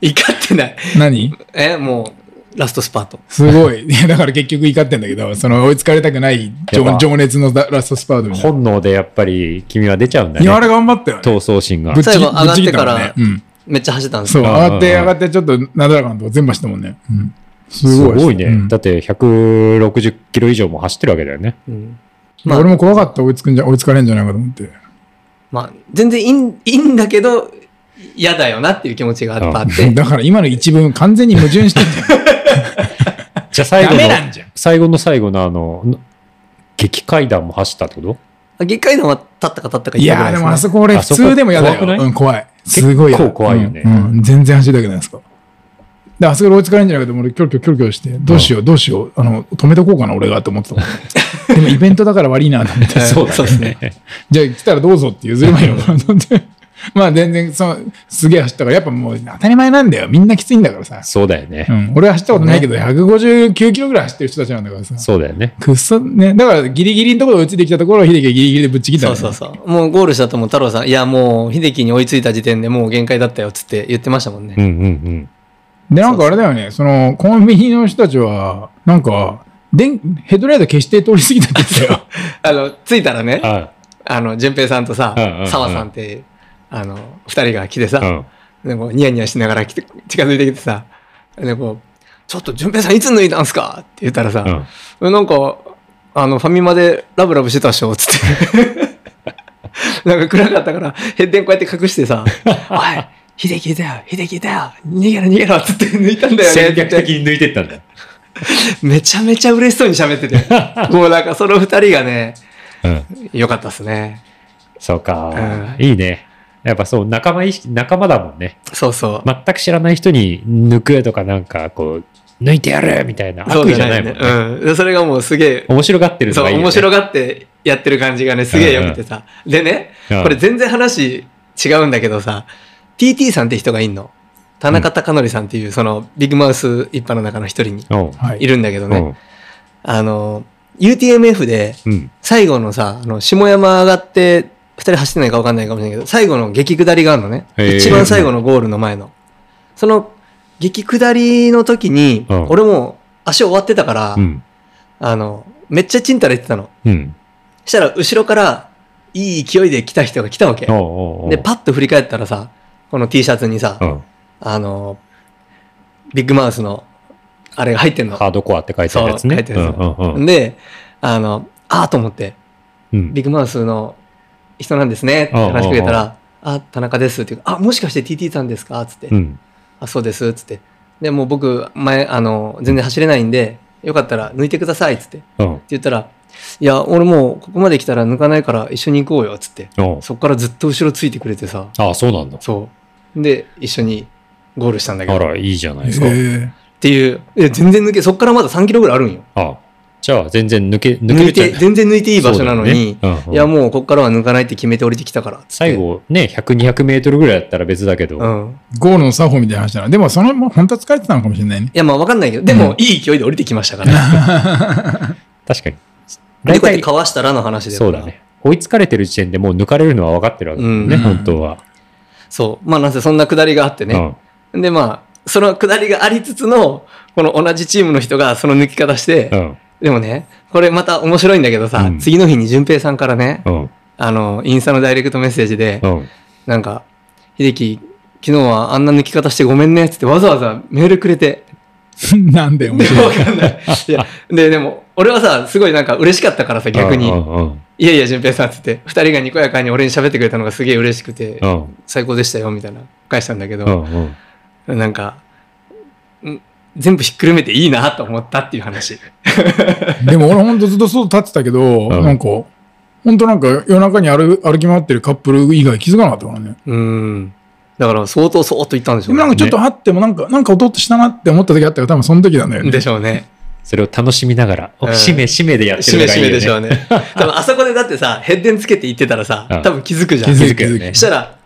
C: 怒ってない。
B: 何
C: え、もう、ラストスパート。
B: すごい。い やだから結局怒ってんだけど、その追いつかれたくない
A: やっぱ
B: 情情熱のラストスパートみたいな。
A: 本能でやっぱり君は出ちゃうんだ
B: いや、あ
A: ね。
B: れ頑張ったよね。
A: 闘争心が
B: ぶっ。ち
C: 最
B: ぎ
C: 後上がって
B: ぶちぎったもん
C: から
B: ねうん
C: めっちゃ走ったんです
B: そう、
C: よ。
B: 上
A: ああ
B: がって上がって、ちょっとなだらかなとこ全部走ったもんね。うんす
A: す
B: ごい。
A: ごいね、
B: うん
A: だって160キロ以上も走ってるわけだよね。
C: うんまあ
B: 俺も怖かった、追いつくんじゃ、追いつかれんじゃないかと思って。
C: まあ、全然いいんいいんだけど、嫌だよなっていう気持ちがやっぱあって。
B: だから今の一文、完全に矛盾してんじ
A: じゃあ最後
B: ダメなん
A: の
B: じゃん、
A: 最後の最後のあの、の激階段も走ったってこと
C: 月界のは立ったか立ったか
B: ゃん。い
C: 言っ
B: や
C: た
B: ー、
C: ぐ
B: でも
C: ら
B: あ
C: いです
B: そ
C: ね
B: こ俺、普通でも嫌だ
A: あそこ怖く
B: よ。
A: ない
B: うん、怖い。すごい嫌だ
A: 結構怖いよね
B: うんうん全然走るだけないですか。で、あそこで追いつかれんじゃないかと思って、キョロキョロキョロキョロして、どうしよう、どうしよう、あの、止めとこうかな、俺がと思ってたも ん。でもイベントだから悪いなと思って。
A: そうだね
C: そうですね。
B: じゃあ来たらどうぞって譲ればいいのかなと思って。 まあ全然、その、すげえ走ったから、やっぱもう当たり前なんだよ。みんなきついんだからさ。
A: そうだよね。
B: うん。俺は走ったことないけど、159キロぐらい走ってる人たちなんだからさ。
A: そうだよね。
B: くっそ、ね。だからギリギリのところで追いついてきたところを秀樹がギリギリでぶっちぎった
C: そ
B: の
C: う
B: ね
C: そうそう。もうゴールしたともう太郎さん、いやもう秀樹に追いついた時点でもう限界だったよっつって言ってましたもんね
A: うん。うんうん。
B: で、なんかあれだよね。その、コンビニの人たちは、なんか、電ヘッドライト消して通り過ぎたって言ってたよ。
C: あの、着いたらね、あ
A: あ
C: の、淳平さんとさ
A: うんうんうん、
C: 澤さんって、あの、二人が来て
A: う
C: さ、
A: ん。
C: でこうニヤニヤしながら来て近づいてきてさ、でこう、ちょっと淳平さんいつ脱いだんすかって言ったらさ、
A: うん。
C: えなんか、あの、ファミマでラブラブしてたっしょつ って。なんか暗かったから、ヘッデンこうやって隠し てさ、おい、秀樹だよ、秀樹だよ、逃げろ逃げろっつって 抜いたんだよね
A: 戦
C: って
A: 略的に抜いてったんだよ。
C: めちゃめちゃ嬉しそうに喋 ってて。もうなんかその二人がね、
A: うん。
C: 良かったっすね。
A: そうか、
C: う
A: いいね。やっぱそう、仲間意識、仲間だもんね。
C: そうそう。
A: 全く知らない人に抜くとかなんかこう、抜いてやるみたいな
C: そう
A: 悪意じゃないもんね。
C: うんで。それがもうすげえ、
A: 面白がってるの
C: そう、
A: がいいよ、ね。
C: 面白がってやってる感じがね、すげえよくてさ。でね、
A: うん
C: これ全然話違うんだけどさ、TT さんって人がいんの。田中貴則さんっていう、その、ビッグマウス一派の中の一人に
A: うん。
B: はいい。
C: るんだけど
A: う
C: ね
A: ん。。
C: あの、UTMF で、
A: うん。
C: 最後のさ、あの、下山上がって、二人走ってないか分かんないかもしれないけど、最後の激下りがあるのね。
A: へー
C: 一番最後のゴールの前の。その、激下りの時に、
A: うん
C: 俺もう足終わってたから、
A: うん。
C: あの、めっちゃチンタラ言ってたの。
A: うん。
C: したら、後ろから、いい勢いで来た人が来たわけ。
A: おうおうおう
C: で、パッと振り返ったらさ、この T シャツにさ
A: う、ん。
C: あの、ビッグマウスの、あれが入ってんの。
A: ハードコアって書いてあるやつね。
C: そう書いてあるやつ
A: うんうんうん。
C: で、あの、ああと思って、
A: うん
C: ビッグマウスの人なんですねって話しかけたら、あ、田中ですっていうあ、もしかして TT さんですかつって、
A: うん。
C: あ、そうです、つって。で、もう僕、前、あの、全然走れないんで、よかったら抜いてください、つって。っ
A: う
C: て
A: ん。
C: 言ったら、いや、俺もうここまで来たら抜かないから一緒に行こうよ、つって。
A: うん。
C: そっからずっと後ろついてくれてさ、
A: ああ、そうなんだ。
C: そう。で、一緒にゴールしたんだけ
A: あ
C: ど、っ
A: ら、いいじゃない
B: え
A: ですか。
B: ー
C: ていう、え全然抜け、そっからまだ3キロぐらいあるんよ。
A: ああじゃあ、全然抜け、抜け
C: 抜
A: れ
C: い
A: ちゃう
C: て、全然抜いていい場所なのに、
A: そうだよねうんうん
C: いや、もうこっからは抜かないって決めて降りてきたからっつって。
A: 最後ね、100、200メートルぐらいだったら別だけど、
C: うん。
B: ゴールの作法みたいな話だな。でも、その、もう本当は疲れてたのかもしれないね。
C: いや、まあわかんないけど、でも、いい勢いで降りてきました か
A: 確
C: ら。
A: かに。
C: で、こうやってかわしたらの話で。
A: そうだ。ね。追いつかれてる時点でもう抜かれるのは分かってるわけだもんね、
C: うん
A: 本当は。
C: そう。まあなんせそんな下りがあってね。で、まあ、その下りがありつつの、この同じチームの人がその抜き方して
A: う、ん。
C: でもね、これまた面白いんだけどさ、
A: うん
C: 次の日に淳平さんからね、
A: うん。うん。
C: あの、インスタのダイレクトメッセージで、
A: うん。
C: なんか、秀樹、昨日はあんな抜き方してごめんねっつってわざわざメールくれて、
B: なんで面
C: でも
B: 白
C: わ
B: い。
C: かんない。いや、で、でも、俺はさ、すごいなんか嬉しかったからさ、逆に
A: う、んうん
C: いやいや、淳平さんっつって、二人がにこやかに俺に喋ってくれたのがすげえ嬉しくて
A: う、ん。
C: 最高でしたよ、みたいな返したんだけ
A: うん。
C: ど、
A: うん。
C: なんか、ん全部ひっくるめていいなと思ったっていう話。
B: でも俺ほんとずっと外立ってたけど、
A: ん
B: なんか、ほんとなんか夜中に歩歩き回ってるカップル以外気づかなかったからね。
C: うん。だから、相当そーっと言ったんでし
B: で
C: ょう
B: もなん
C: ね。
B: かちょっとあってもなんか、なんか音したなって思った時あったから多分その時なんだよね。
C: でしょうね。
A: それを楽しみながら、お
C: うん
A: しめしめでやって
C: し
A: るの
C: め
A: がい
C: し
A: いよ
C: め
A: ね。
C: でしょうね。多分あそこでだってさ、ヘッデンつけて言ってたらさ
A: うん、
C: 多分気づくじゃん。
B: 気づ
A: くよね
C: そしたら、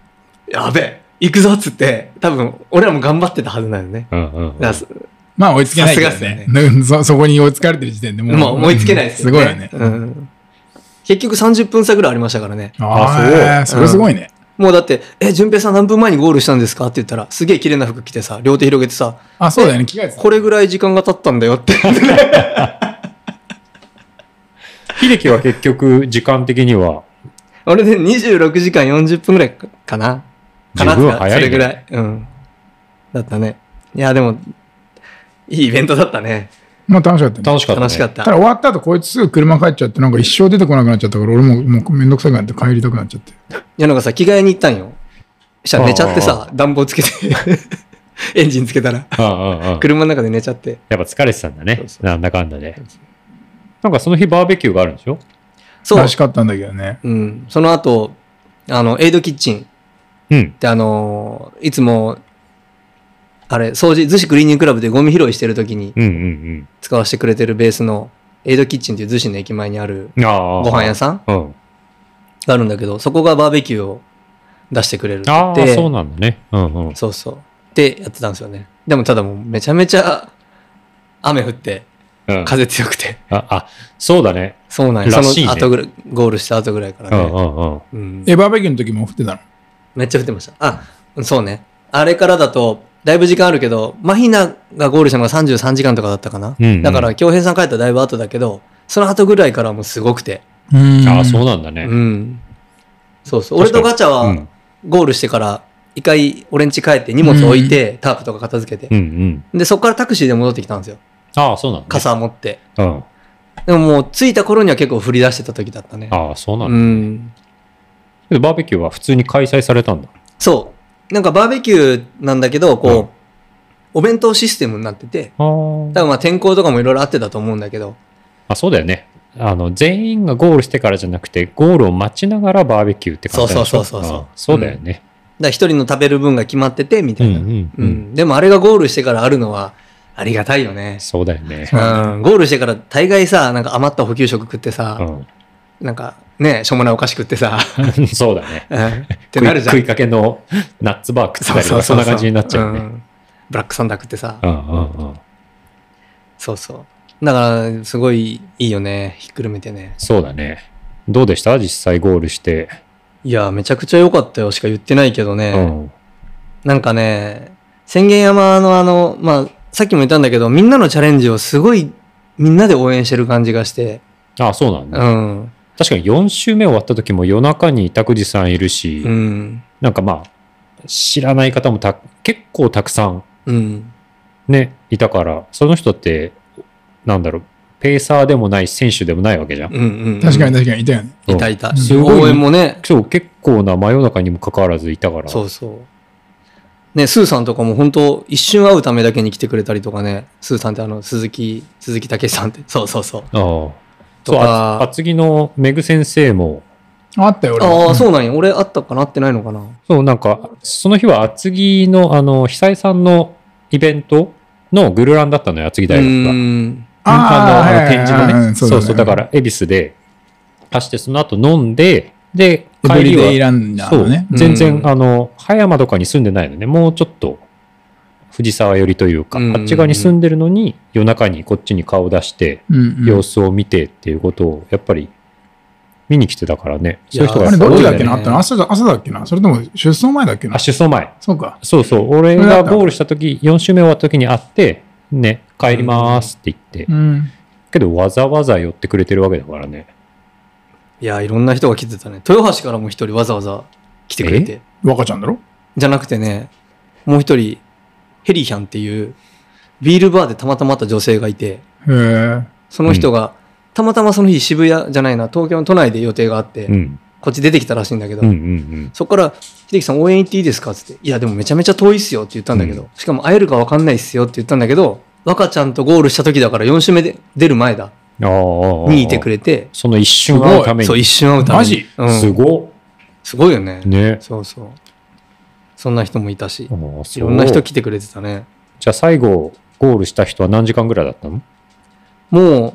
C: やべえ、行くぞっつって、多分俺らも頑張ってたはずなのね。
A: うんうん
C: だから
B: まあ追いつけないけど
C: さすがっ
B: ね。うん そそこに追いつかれてる時点でもう。
C: もう追いつけないですよ、ね。
B: ごいよね。
C: うん。結局30分差ぐらいありましたからね。
B: ああ、
C: そ
B: そうれすごいね。
C: もうだって、え、淳平さん何分前にゴールしたんですかって言ったら、すげえ綺麗な服着てさ、両手広げてさ、
B: あそうだよね。着替えてた。
C: これぐらい時間が経ったんだよって。
A: 秀樹は結局、時間的には、
C: 俺で26時間40分ぐらいかな。かなって
A: 十分早いね
C: それぐらい。うん。だったね。いや、でも、いいイベントだったね。
B: まあ楽しかったね。
A: 楽しかった、ね。
C: 楽しかったた。
B: だ終わった後こいつすぐ車帰っちゃってなんか一生出てこなくなっちゃったから俺ももうめんどくさくなって帰りたくなっちゃって。
C: いや、なんかさ、着替えに行ったんよ。したら寝ちゃってさ、暖房つけて、 エンジンつけたら、
A: うんうんうん
C: 車の中で寝ちゃって。
A: やっぱ疲れてたんだね
C: そうそ。う
A: なんだかんだで。なんかその日バーベキューがあるんでしょ
C: そう
B: らし。かったんだけどね。
C: うん。その後、あの、エイドキッチンっ
A: うん。
C: てあのーいつも、あれ、掃除、逗子クリーニングクラブでゴミ拾いしてる時に
A: うんうん
C: 使わせてくれてるベースの、エイドキッチンっていう逗子の駅前にある
A: うん。ああ。
C: ご飯屋さん
A: うん。
C: があるんだけど、そこがバーベキューを出してくれるって言
A: あ
C: っ
A: あ、
C: て、
A: そうなんだね。うんうん。
C: そうそう。で、やってたんですよね。でもただもうめちゃめちゃ雨降って、
A: うん
C: 風強くて。
A: あ、あ、そうだね。
C: そうなんや。
A: らしいね
C: その後ぐらい、ゴールした後ぐらいから
A: うんう
C: ね。
A: んうん。
C: うん
B: え、バーベキューの時も降ってたの
C: めっちゃ降ってました。あ、そうね。あれからだと、だいぶ時間あるけど、マヒナがゴールしたのが33時間とかだったかな。
A: うんうん
C: だから、京平さん帰ったらだいぶ後だけど、その後ぐらいからもうすごくて。
B: うん
A: ああ、そうなんだ
C: う
A: ね。
C: ん。そうそう。俺
A: 確か
C: と
A: に
C: ガチャ
A: う
C: は
A: ん、
C: ゴールしてから、一回、俺ん家帰って荷物置いて、タープとか片付け
A: う
C: て。
A: んうん。
C: で、そこからタクシーで戻ってきたんですよ。
A: ああ、そうなんだね。
C: 傘持って。
A: うん。
C: でももう着いた頃には結構降り出してた時だったね。
A: ああ、そうなん
C: う
A: だ。
C: ん。
A: けどバーベキューは普通に開催されたんだ。
C: そう。なんかバーベキューなんだけど、こう、
A: うん
C: お弁当システムになってて、
A: あ
C: 多分まあ天候とかもいろいろあってたと思うんだけど、
A: あ、そうだよね。あの、全員がゴールしてからじゃなくて、ゴールを待ちながらバーベキューって感じなんでしょ
C: そうそうそうそうそう
A: ああそうだよね。
C: だから一人の食べる分が決まってて、みた
A: う
C: い
A: ん
C: な、
A: うん
C: う
A: うんん。
C: でもあれがゴールしてからあるのはありがたいよね。
A: そうだよ ね
C: う。ん。ゴールしてから大概さ、なんか余った補給食食って
A: う
C: さ、
A: ん。
C: なんかね、しょうもないお菓子食ってさ、
A: そうだね。
C: うん ってなるじゃん。
A: 食い食いかけのナッツバー食ってたりとか、そんな感じになっちゃうよね。
C: んブラックサンダー食ってさ、
A: うんうんうん。
C: そうそう。だから、すごいいいよね。ひっくるめてね。
A: そうだね。どうでした実際ゴールして。
C: いや、めちゃくちゃ良かったよしか言ってないけどね。
A: うん。
C: なんかね、宣言山のあの、まあ、さっきも言ったんだけど、みんなのチャレンジをすごいみんなで応援してる感じがして、
A: ああ、そうなんだ
C: う。ん。
A: 確かに4週目終わった時も夜中に拓司さんいるし、
C: うん。
A: なんかまあ知らない方もた結構たくさん
C: うん。
A: ねいたからその人ってなんだろうペーサーでもない選手でもないわけじゃん、
C: うん。うん。
B: 確かに確かにいたよね。
C: いたいた。
A: すごい
C: 応援もね、
A: そう結構な真夜中にもかかわらずいたから
C: そうそう。ね、スーさんとかも本当一瞬会うためだけに来てくれたりとかね、スーさんってあの、鈴木、鈴木武さんって、そうそうそう。
A: ああ
C: と
A: そう
C: か
A: あ厚木のめぐ先生も
B: あったよ俺も。
C: ああ、
B: う
C: そうなんや。俺会ったかな会ってないのかな。
A: そうなんかその日は厚木のあの久井さんのイベントのグルランだったのよ厚木大学が
C: うーん
A: あのあの展示のね、
B: ん
A: そう
B: ね
A: そう、だから、恵比寿で走って、その後飲んで、で、
B: エブ
A: 帰
B: リデイ
A: りは、
B: ランナー
A: そ
B: の
A: う
B: ね。、
A: 全然、
C: うん
A: あの、葉山とかに住んでないのね、もうちょっと、藤沢寄りというか、
C: うんうんうん
A: あっち側に住んでるのに、夜中にこっちに顔出して、
B: うんうん
A: 様子を見てっていうことを、やっぱり、見に来てたからね、
C: い
A: そうい
C: や
A: う人
B: あ
A: が
B: れ、どっちだっけ
A: ね。
B: なあったの朝だ朝だっけなそれとも出走前だっけな
A: あ、出走前。
B: そうか。
A: そうそう、俺がゴールした時、4周目終わった時に会って、ね、帰りますって言って、
B: うん。
A: けどわざわざ寄ってくれてるわけだからね。
C: いや、いろんな人が来てたね。豊橋からも一人わざわざ来てくれて。
B: 若ちゃんだろ
C: じゃなくてね、もう一人、ヘリヒャンっていう、ビールバーでたまたま会った女性がいて、
B: へえ。
C: その人が、たまたまその日渋谷じゃないな、東京の都内で予定があって、
A: うん。
C: こっち出てきたらしいんだけど、
A: うんうんうん。
C: そこから、秀樹さん応援行っていいですかつって、いや、でもめちゃめちゃ遠いっすよって言ったんだけど、
A: う
C: しかも会えるかわかんないっすよって言ったんだけど、若ちゃんとゴールした時だから4周目で出る前だ、に
A: に
C: いてくれて、
A: その一瞬会うために
C: そう、一瞬会うた
B: マ
C: めに。
B: ジ
C: うん
A: すご
C: すごいよね。
A: っね
C: そうそう。そんな人もいたし、
A: あ
C: い
A: そ
C: ろ
A: うん
C: な人来てくれてたね。
A: じゃあ最後ゴールした人は何時間ぐらいだったの
C: もう、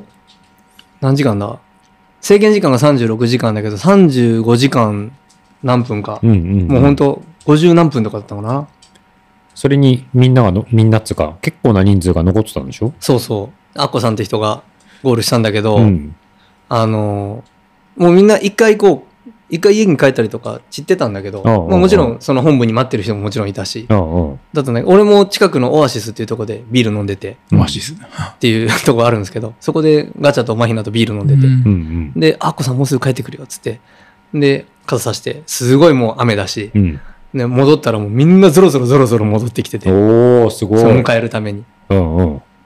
C: 何時間だ制限時間が36時間だけど、35時間何分か。
A: うんうん
C: もうほんと、50何分とかだったのかな。
A: それにみんながのみんなっつうか結構な人数が残ってたんでしょ
C: そうそう。アッコさんって人がゴールしたんだけど、
A: ん
C: あのー、もうみんな一回こう、一回家に帰ったりとか散ってたんだけど、
A: ああ
C: まあ、もちろんその本部に待ってる人ももちろんいたし、
A: うんうん
C: だとね、俺も近くのオアシスっていうとこでビール飲んでて、
A: うん
B: マジっすね。
C: っていうとこあるんですけど、そこでガチャとマヒナとビール飲んでて、
A: うんうん
C: で、アッコさんもうすぐ帰ってくるよっつって、で、傘さして、すごいもう雨だし、
A: うん
C: ね、戻ったらもうみんなぞろぞろぞろぞろ戻ってきてて、
A: おおすごい。
C: その迎えるために。
A: うん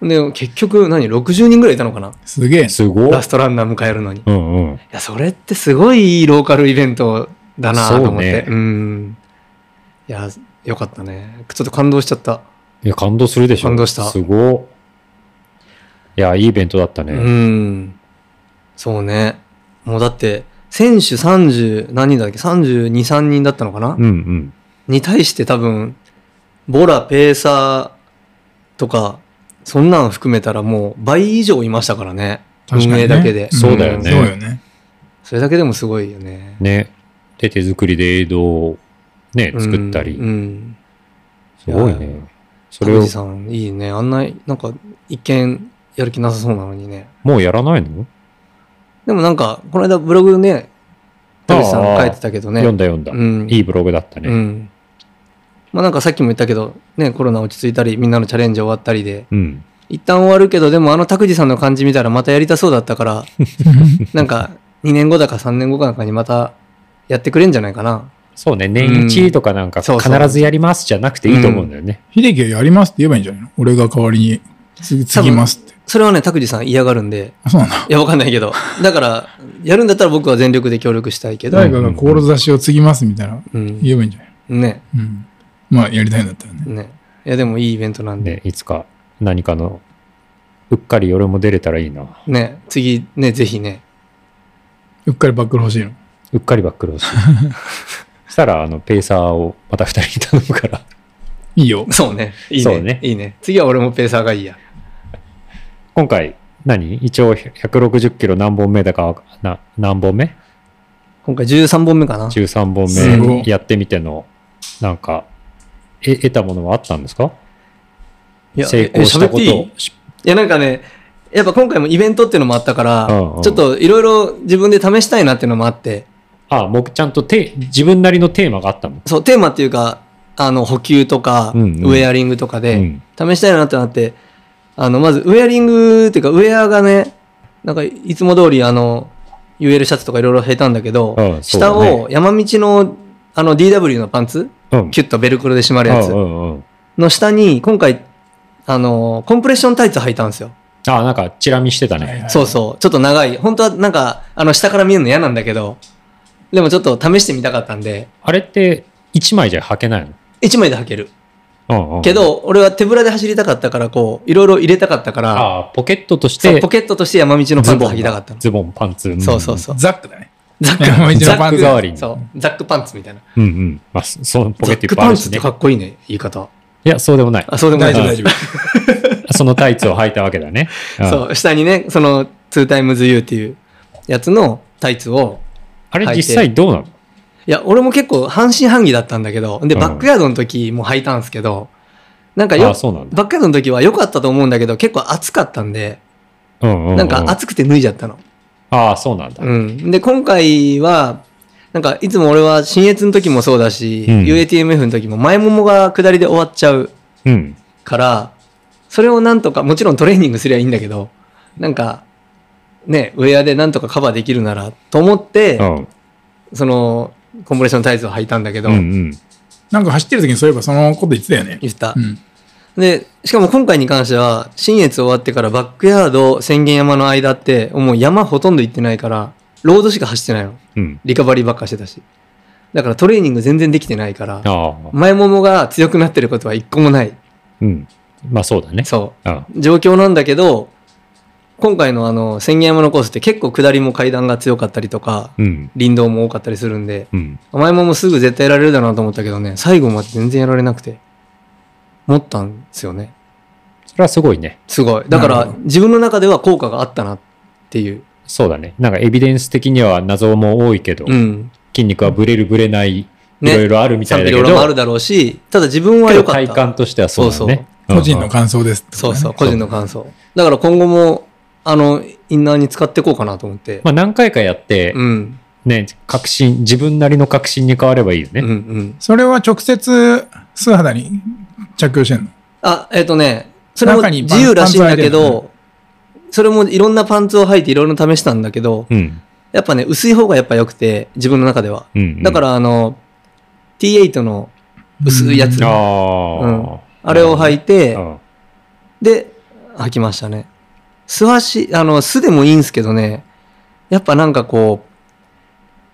A: うん。
C: で、結局何、60人ぐらいいたのかな
B: すげえ。
A: すごい
C: ラス。トランナー迎えるのに。い
A: うんうん。
C: や、それってすごいいいローカルイベントだなと思って。
A: そう
C: う
A: ね
C: ん。いや、よかったね。ちょっと感動しちゃった。
A: いや、感動するでしょ。
C: 感動した
A: すごい。いや、いいイベントだったね。
C: うん。そうね。もうだって、選手30、何人だっけ ?32、3人だったのかな、
A: うんうん。
C: に対して多分、ボラ、ペーサーとか、そんなの含めたらもう倍以上いましたからね。
B: 確か
C: 運
B: にね
C: 営だけで。
B: ん
A: そうだよね
B: そう よね。
C: それだけでもすごいよね。
A: ね。で、手作りで映像をね、作ったり。
C: うんうん。
A: すごい
C: い
A: ね
C: や。
A: そ
C: 田
A: れを
C: 口さん、いいね。あんな、なんか、一見やる気なさそうなのにね。
A: もうやらないの
C: でもなんか、この間ブログね、田口さん
A: ああ
C: 書いてたけどね。
A: 読んだ読んだ。
C: うん
A: いいブログだった
C: う
A: ね。
C: ん。まあなんかさっきも言ったけど、ね、コロナ落ち着いたり、みんなのチャレンジ終わったりで、
A: うん。
C: 一旦終わるけど、でもあの拓司さんの感じ見たらまたやりたそうだった から、なんか2年後だか3年後かなんかにまたやってくれんじゃないかな。
A: そうね。年一とかなんか
C: そ
A: 必
C: うそう
A: ずやりますじゃなくていいと思うんだよね。
B: 秀樹はやりますって言えばいいんじゃないの俺が代わりに、次、次ますって。
C: それはね、拓司さん嫌がるんで、
B: あそうなんだ。
C: いや、わかんないけど。だから、やるんだったら僕は全力で協力したいけど、
B: 誰かが志を継ぎますみたいな、
C: うん。
B: 言えばいいんじゃない
C: ね、
B: うん。まあ、やりたいんだったらね。
C: ね。いや、でもいいイベントなんで、
A: ね、いつか何かの、うっかり俺も出れたらいいな。
C: ね、次ね、ぜひね、
B: うっかりバックル欲しいの。
A: うっかりばっくるし。 したら、あの、ペーサーをまた二人に頼むから。
B: いいよ。
C: そうね、いい
A: そう
C: ね、
A: ね
C: いいね。次は俺もペーサーがいいや。
A: 今回、何一応160キロ何本目だかわ、な、何本目
C: 今回13本目かな。
A: ?13
B: す
A: 本
B: ご
A: 目
B: い
A: やってみての、なんか、え、得たものはあったんですか
C: いや
A: 成功したこ
C: ええ喋っていい
A: と。し
C: いや、なんかね、やっぱ今回もイベントっていうのもあったから、
A: うんうん
C: ちょっといろいろ自分で試したいなっていうのもあって、
A: あ、僕ちゃんとて、自分なりのテーマがあったの。
C: そう、テーマっていうか、あの、補給とか、
A: うんうん
C: ウェアリングとか
A: う
C: で
A: ん、
C: 試したいなってなって、あの、まずウェアリングっていうか、ウェアがね、なんかいつも通りあの、UL シャツとかいろいろ履いたんだけど、
A: うんそうだ
C: 下
A: ね
C: を山道のあの DW のパンツ、
A: うん。
C: キュッとベルクロで締まるやつ
A: うんうんうん。
C: の下に、今回、あの、コンプレッションタイツ履いたんですよ。
A: あ、なんか、チラ見してた
B: はい
A: ね。
B: はい
C: そうそう。ちょっと長い。本当はなんか、あの、下から見えるの嫌なんだけど、でもちょっと試してみたかったんで、
A: あれって、一枚じゃ履けないの
C: 1枚で履ける。
A: うんうん
C: け、ど、俺は手ぶらで走りたかったから、こう、いろいろ入れたかったから、
A: あポケットとし
C: そう
A: て、
C: ポケットとして山道のパンツ履きたかったの。
A: ズボン、パンツ。ん
C: そうそうそう。
B: ザックだね。
C: ザック、
B: 山道
A: ザ
B: のパ
A: ッ
B: ン
A: ク
B: ツ
A: 代わりに。
C: そう、ザックパンツみたいな。
A: うんうん。まあ、そそのポケ
C: ザ
A: ット
C: ッ
A: いっ
C: ク
A: ぱいあ
C: パン
A: る
C: ツ
A: し
C: って
A: ね。
C: かっこいいね、言い方。
A: いや、そうでもない。
C: あ、そうでも
B: 大
C: ない
B: 丈夫、
A: うん
B: 大丈夫。
A: そのタイツを履いたわけだね。うん
C: そう、下にね、その、ツータイムズユーっていうやつのタイツを、
A: あれ
C: 履いて
A: 実際どうなの
C: いや、俺も結構半信半疑だったんだけど、で、
A: うん
C: バックヤードの時も履いたんですけど、なんか
A: あ
C: よ、
A: そうなんだ。
C: バックヤードの時は良かったと思うんだけど、結構暑かったんで、
A: うんうう
C: なんか暑くて脱いじゃったの。
A: ああ、そうなんだ。
C: うん。で、今回は、なんかいつも俺は新越の時もそうだし、
A: うん
C: UATMF の時も前ももが下りで終わっちゃう
A: うん。
C: から、それをなんとか、もちろんトレーニングすりゃいいんだけど、なんか、ね、ウェアでなんとかカバーできるならと思って、
A: うん。
C: その、コンプレッションタイツを履いたんだけど、
A: うんうん。
B: なんか走ってる時にそういえばそのこと言ってたよね。
C: 言った
B: う。ん。
C: で、しかも今回に関しては、新越終わってからバックヤード、宣言山の間って、もう山ほとんど行ってないから、ロードしか走ってないの。
A: うん。
C: リカバリーばっかしてたし。だからトレーニング全然できてないか
A: あ
C: ら、
A: あ。
C: 前ももが強くなってることは一個もない。
A: うん。まあそうだね。
C: そ
A: うん。
C: う。状況なんだけど、今回のあの、宣言山のコースって結構下りも階段が強かったりとか、
A: うん。
C: 林道も多かったりするんで、
A: うん。
C: 前ももすぐ絶対やられるだろうなと思ったけどね、最後まで全然やられなくて、持ったんですよね。
A: それはすごいね。
C: すごい。だか
B: な
C: ら
B: るほど
C: 自分の中では効果があったなっていう。
A: そうだね。なんかエビデンス的には謎も多いけど、
C: うん。
A: 筋肉はブレるブレない、い
C: ね
A: ろいろあるみたい
C: 賛
A: だ
C: 否
A: け
C: 両
A: ど、
C: 論あるだろうし、ただ自分は
A: けど
C: 良かっ
A: 体
C: た。
A: 感としてはそうだね。うん
B: 個人の感想ですってこと
C: そ
B: だ
C: う
B: ね。
C: そう、個人の感想。だから今後も、あの、インナーに使っていこうかなと思って。
A: まあ何回かやって、
C: うん。
A: ね、確信、自分なりの確信に変わればいいよね。
C: うんうん。
B: それは直接素肌に着用してんの
C: あ、えっ、とね、それも
B: 中にパン
C: 自由らしいんだけ
B: パンツ入れる
C: ど、それもいろんなパンツを履いていろいろ試したんだけど、
A: うん。
C: やっぱね、薄い方がやっぱ良くて、自分の中では。
A: うん。
C: だからあの、 T8 の薄いやつ、
B: うん
A: ああ。
C: あれを履いて、
A: うん
C: で、履きましたね。素足、あの、素でもいいんですけどね、やっぱなんかこう、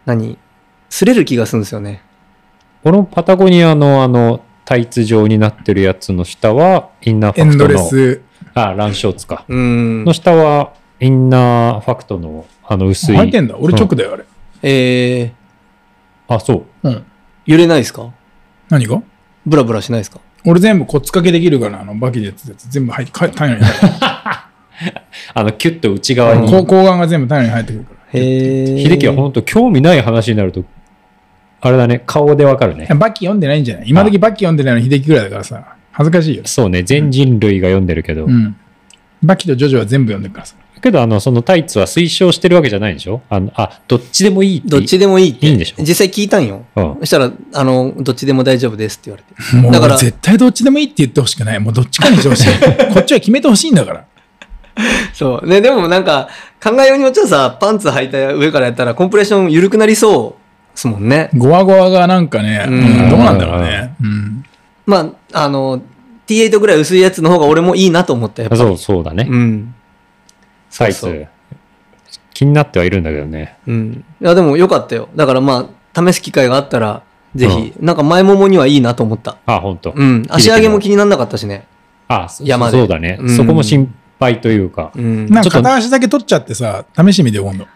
C: 何擦れる気がするんですよね。
A: このパタゴニアのあの、タイツ状になってるやつの下は、インナーフ
B: エ
A: ァク
B: ンド
A: ト
B: レ
A: の。
B: ス。
A: あ、ランショーツか。
C: うん
A: の。下は、インナーファクトの、あの、薄い。
B: 入ってんだ。俺直だよ、あれ。
C: えー、
A: あ、そう。
B: うん。
C: 揺れないですか
B: 何が
C: ブラブラしないですか
B: 俺全部こっつかけできるから、あの、バキでやってたやつ全部入って、か体内に入ってく
A: あの、キュッと内側
B: る。
A: に。
B: こう睾丸が全部体内に入ってくるから。
C: へえ。
A: 秀樹は本当興味ない話になると、あれだね、顔でわかるね。
B: バキ読んでないんじゃない今時バキ読んでないの秀樹ぐらいだからさ、恥ずかしいよ。
A: そうね、全人類が読んでるけど。
B: うん。バキとジョジョは全部読んでるからさ。
A: けど、あの、そのタイツは推奨してるわけじゃないんでしょあの、あ、どっちでもいいって。
C: どっちでもいいって。
A: いいんでしょ
C: 実際聞いたんよ。
A: うん
C: そしたら、あの、どっちでも大丈夫ですって言われ て。
B: もう
C: だから
B: 俺絶対どっちでもいいって言ってほしくない。もうどっちかにしてほしい。 こっちは決めてほしいんだから。
C: そう。ね、でもなんか、考えようによっちゃさ、パンツ履いた上からやったら、コンプレッション緩くなりそうですもんね。
B: ゴワゴワがなんかね、
C: うん
B: うんどうなんだろうね。うん。
C: まあ、あの、T8 ぐらい薄いやつの方が俺もいいなと思った、やっぱ。
A: そう、そうだね。
C: うん。
A: タイツ。
C: そうそう
A: 気になってはいるんだけどね。
C: うん。いや、でもよかったよ。だからまあ、試す機会があったら、ぜひ、なんか前ももにはいいなと思った。
A: あ、本当。
C: うん。足上げも気にならなかったしね。
A: あ、そ
C: 山で
A: そうだね、
C: うん
A: そこも心配というか。
C: うん。
B: なん
A: ちょ
B: か
A: っと
B: 片足だけ取っちゃってさ、試してみてよ、今度。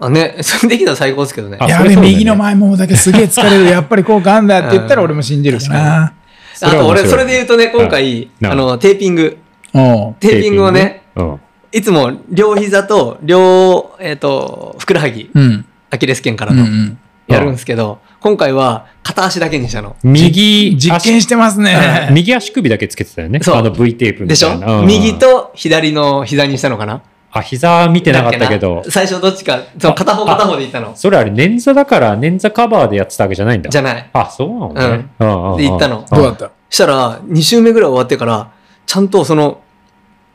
C: あ、ね、 それできたら最高ですけどね。
A: あ
B: や
A: それ
B: べ、
A: そうだよね
B: 右の前ももだけすげえ疲れる。 やっぱり効果あんだって言ったら俺も信じるかな。
A: そ
C: あ
A: れは
C: と
A: 面白い
C: 俺、それで言うとね、今回、
A: うん
C: あの、テーピング。
B: おう
C: テーピングをね、
A: テーピングね。
C: いつも両膝と両、えっ、と、ふくらはぎ、
B: うん。
C: アキレス腱から
B: うんう
C: の、
B: ん。
C: やるんですけど、今回は片足だけにしたの。
A: うん。右、
B: 実験してます
A: 足
B: ね。
A: 右足首だけつけてたよね。
C: そう
A: あの V テープみ
C: でしたょ
A: いな。うん
C: 右。と左の膝にしたのかな
A: あ、膝見てなかったけど
C: だっ。な最初どっちか、その片方
A: ああ
C: 片方でいったの。
A: それあれ、捻挫だから、捻挫カバーでやってたわけじゃないんだ。
C: じゃない。
A: あ、そうなのね。うんうん
C: で行ったの
B: どうだった
C: したら、2周目ぐらい終わってから、ちゃんとその、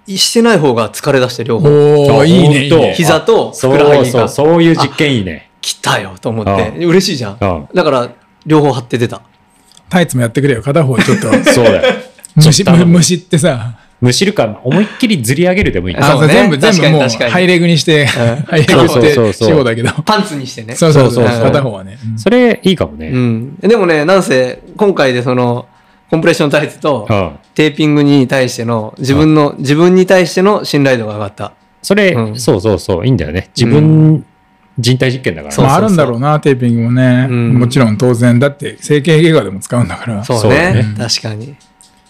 C: いしてない方が疲れ出して両方。
B: お
A: あ
B: おいいね、いい
A: ほんと
B: ね。
C: 膝とふ
A: そ
C: くらは
A: う
C: ぎ
A: そう、
C: が
A: そういう実験いいね。
C: 来たよと思っ
A: ああ
C: て、嬉しいじゃん。
A: うん。
C: だから、両方張って出た。
B: タイツもやってくれよ。片方ちょっと、
A: そうだよ。
B: む
A: ちょ
B: し
A: っと頼む
B: むしってさ、
A: むしるか、思いっきりずり上げるでもいいね。
C: あ
B: あ
C: そうね
B: 全部、全
C: 確か
B: 部
C: に
B: もう、
C: 確かに
B: ハイレグにして、ハイレグ
A: そう
B: し
A: そうそう
B: て、
A: そう
B: 死後だけど。
C: パンツにしてね。
B: そうそうそ
A: そ
B: う。
A: うそうそう
B: 片方はね。
A: それ、いいかもね。
C: うん。でもね、なんせ、今回でその、コンプレッションタイツと
A: う、ん。
C: テーピングに対しての、自分の、自分に対しての信頼度が上がった。
A: それ、
C: うん
A: そうそうそう、いいんだよね。自分、人体実験だからね。
C: そう
B: まあ、あるんだろうな、テーピングもね。
C: うん
B: もちろん当然。だって、整形外科でも使うんだから。
C: そう
A: そうだ
C: ね
A: ね。
C: 確かに。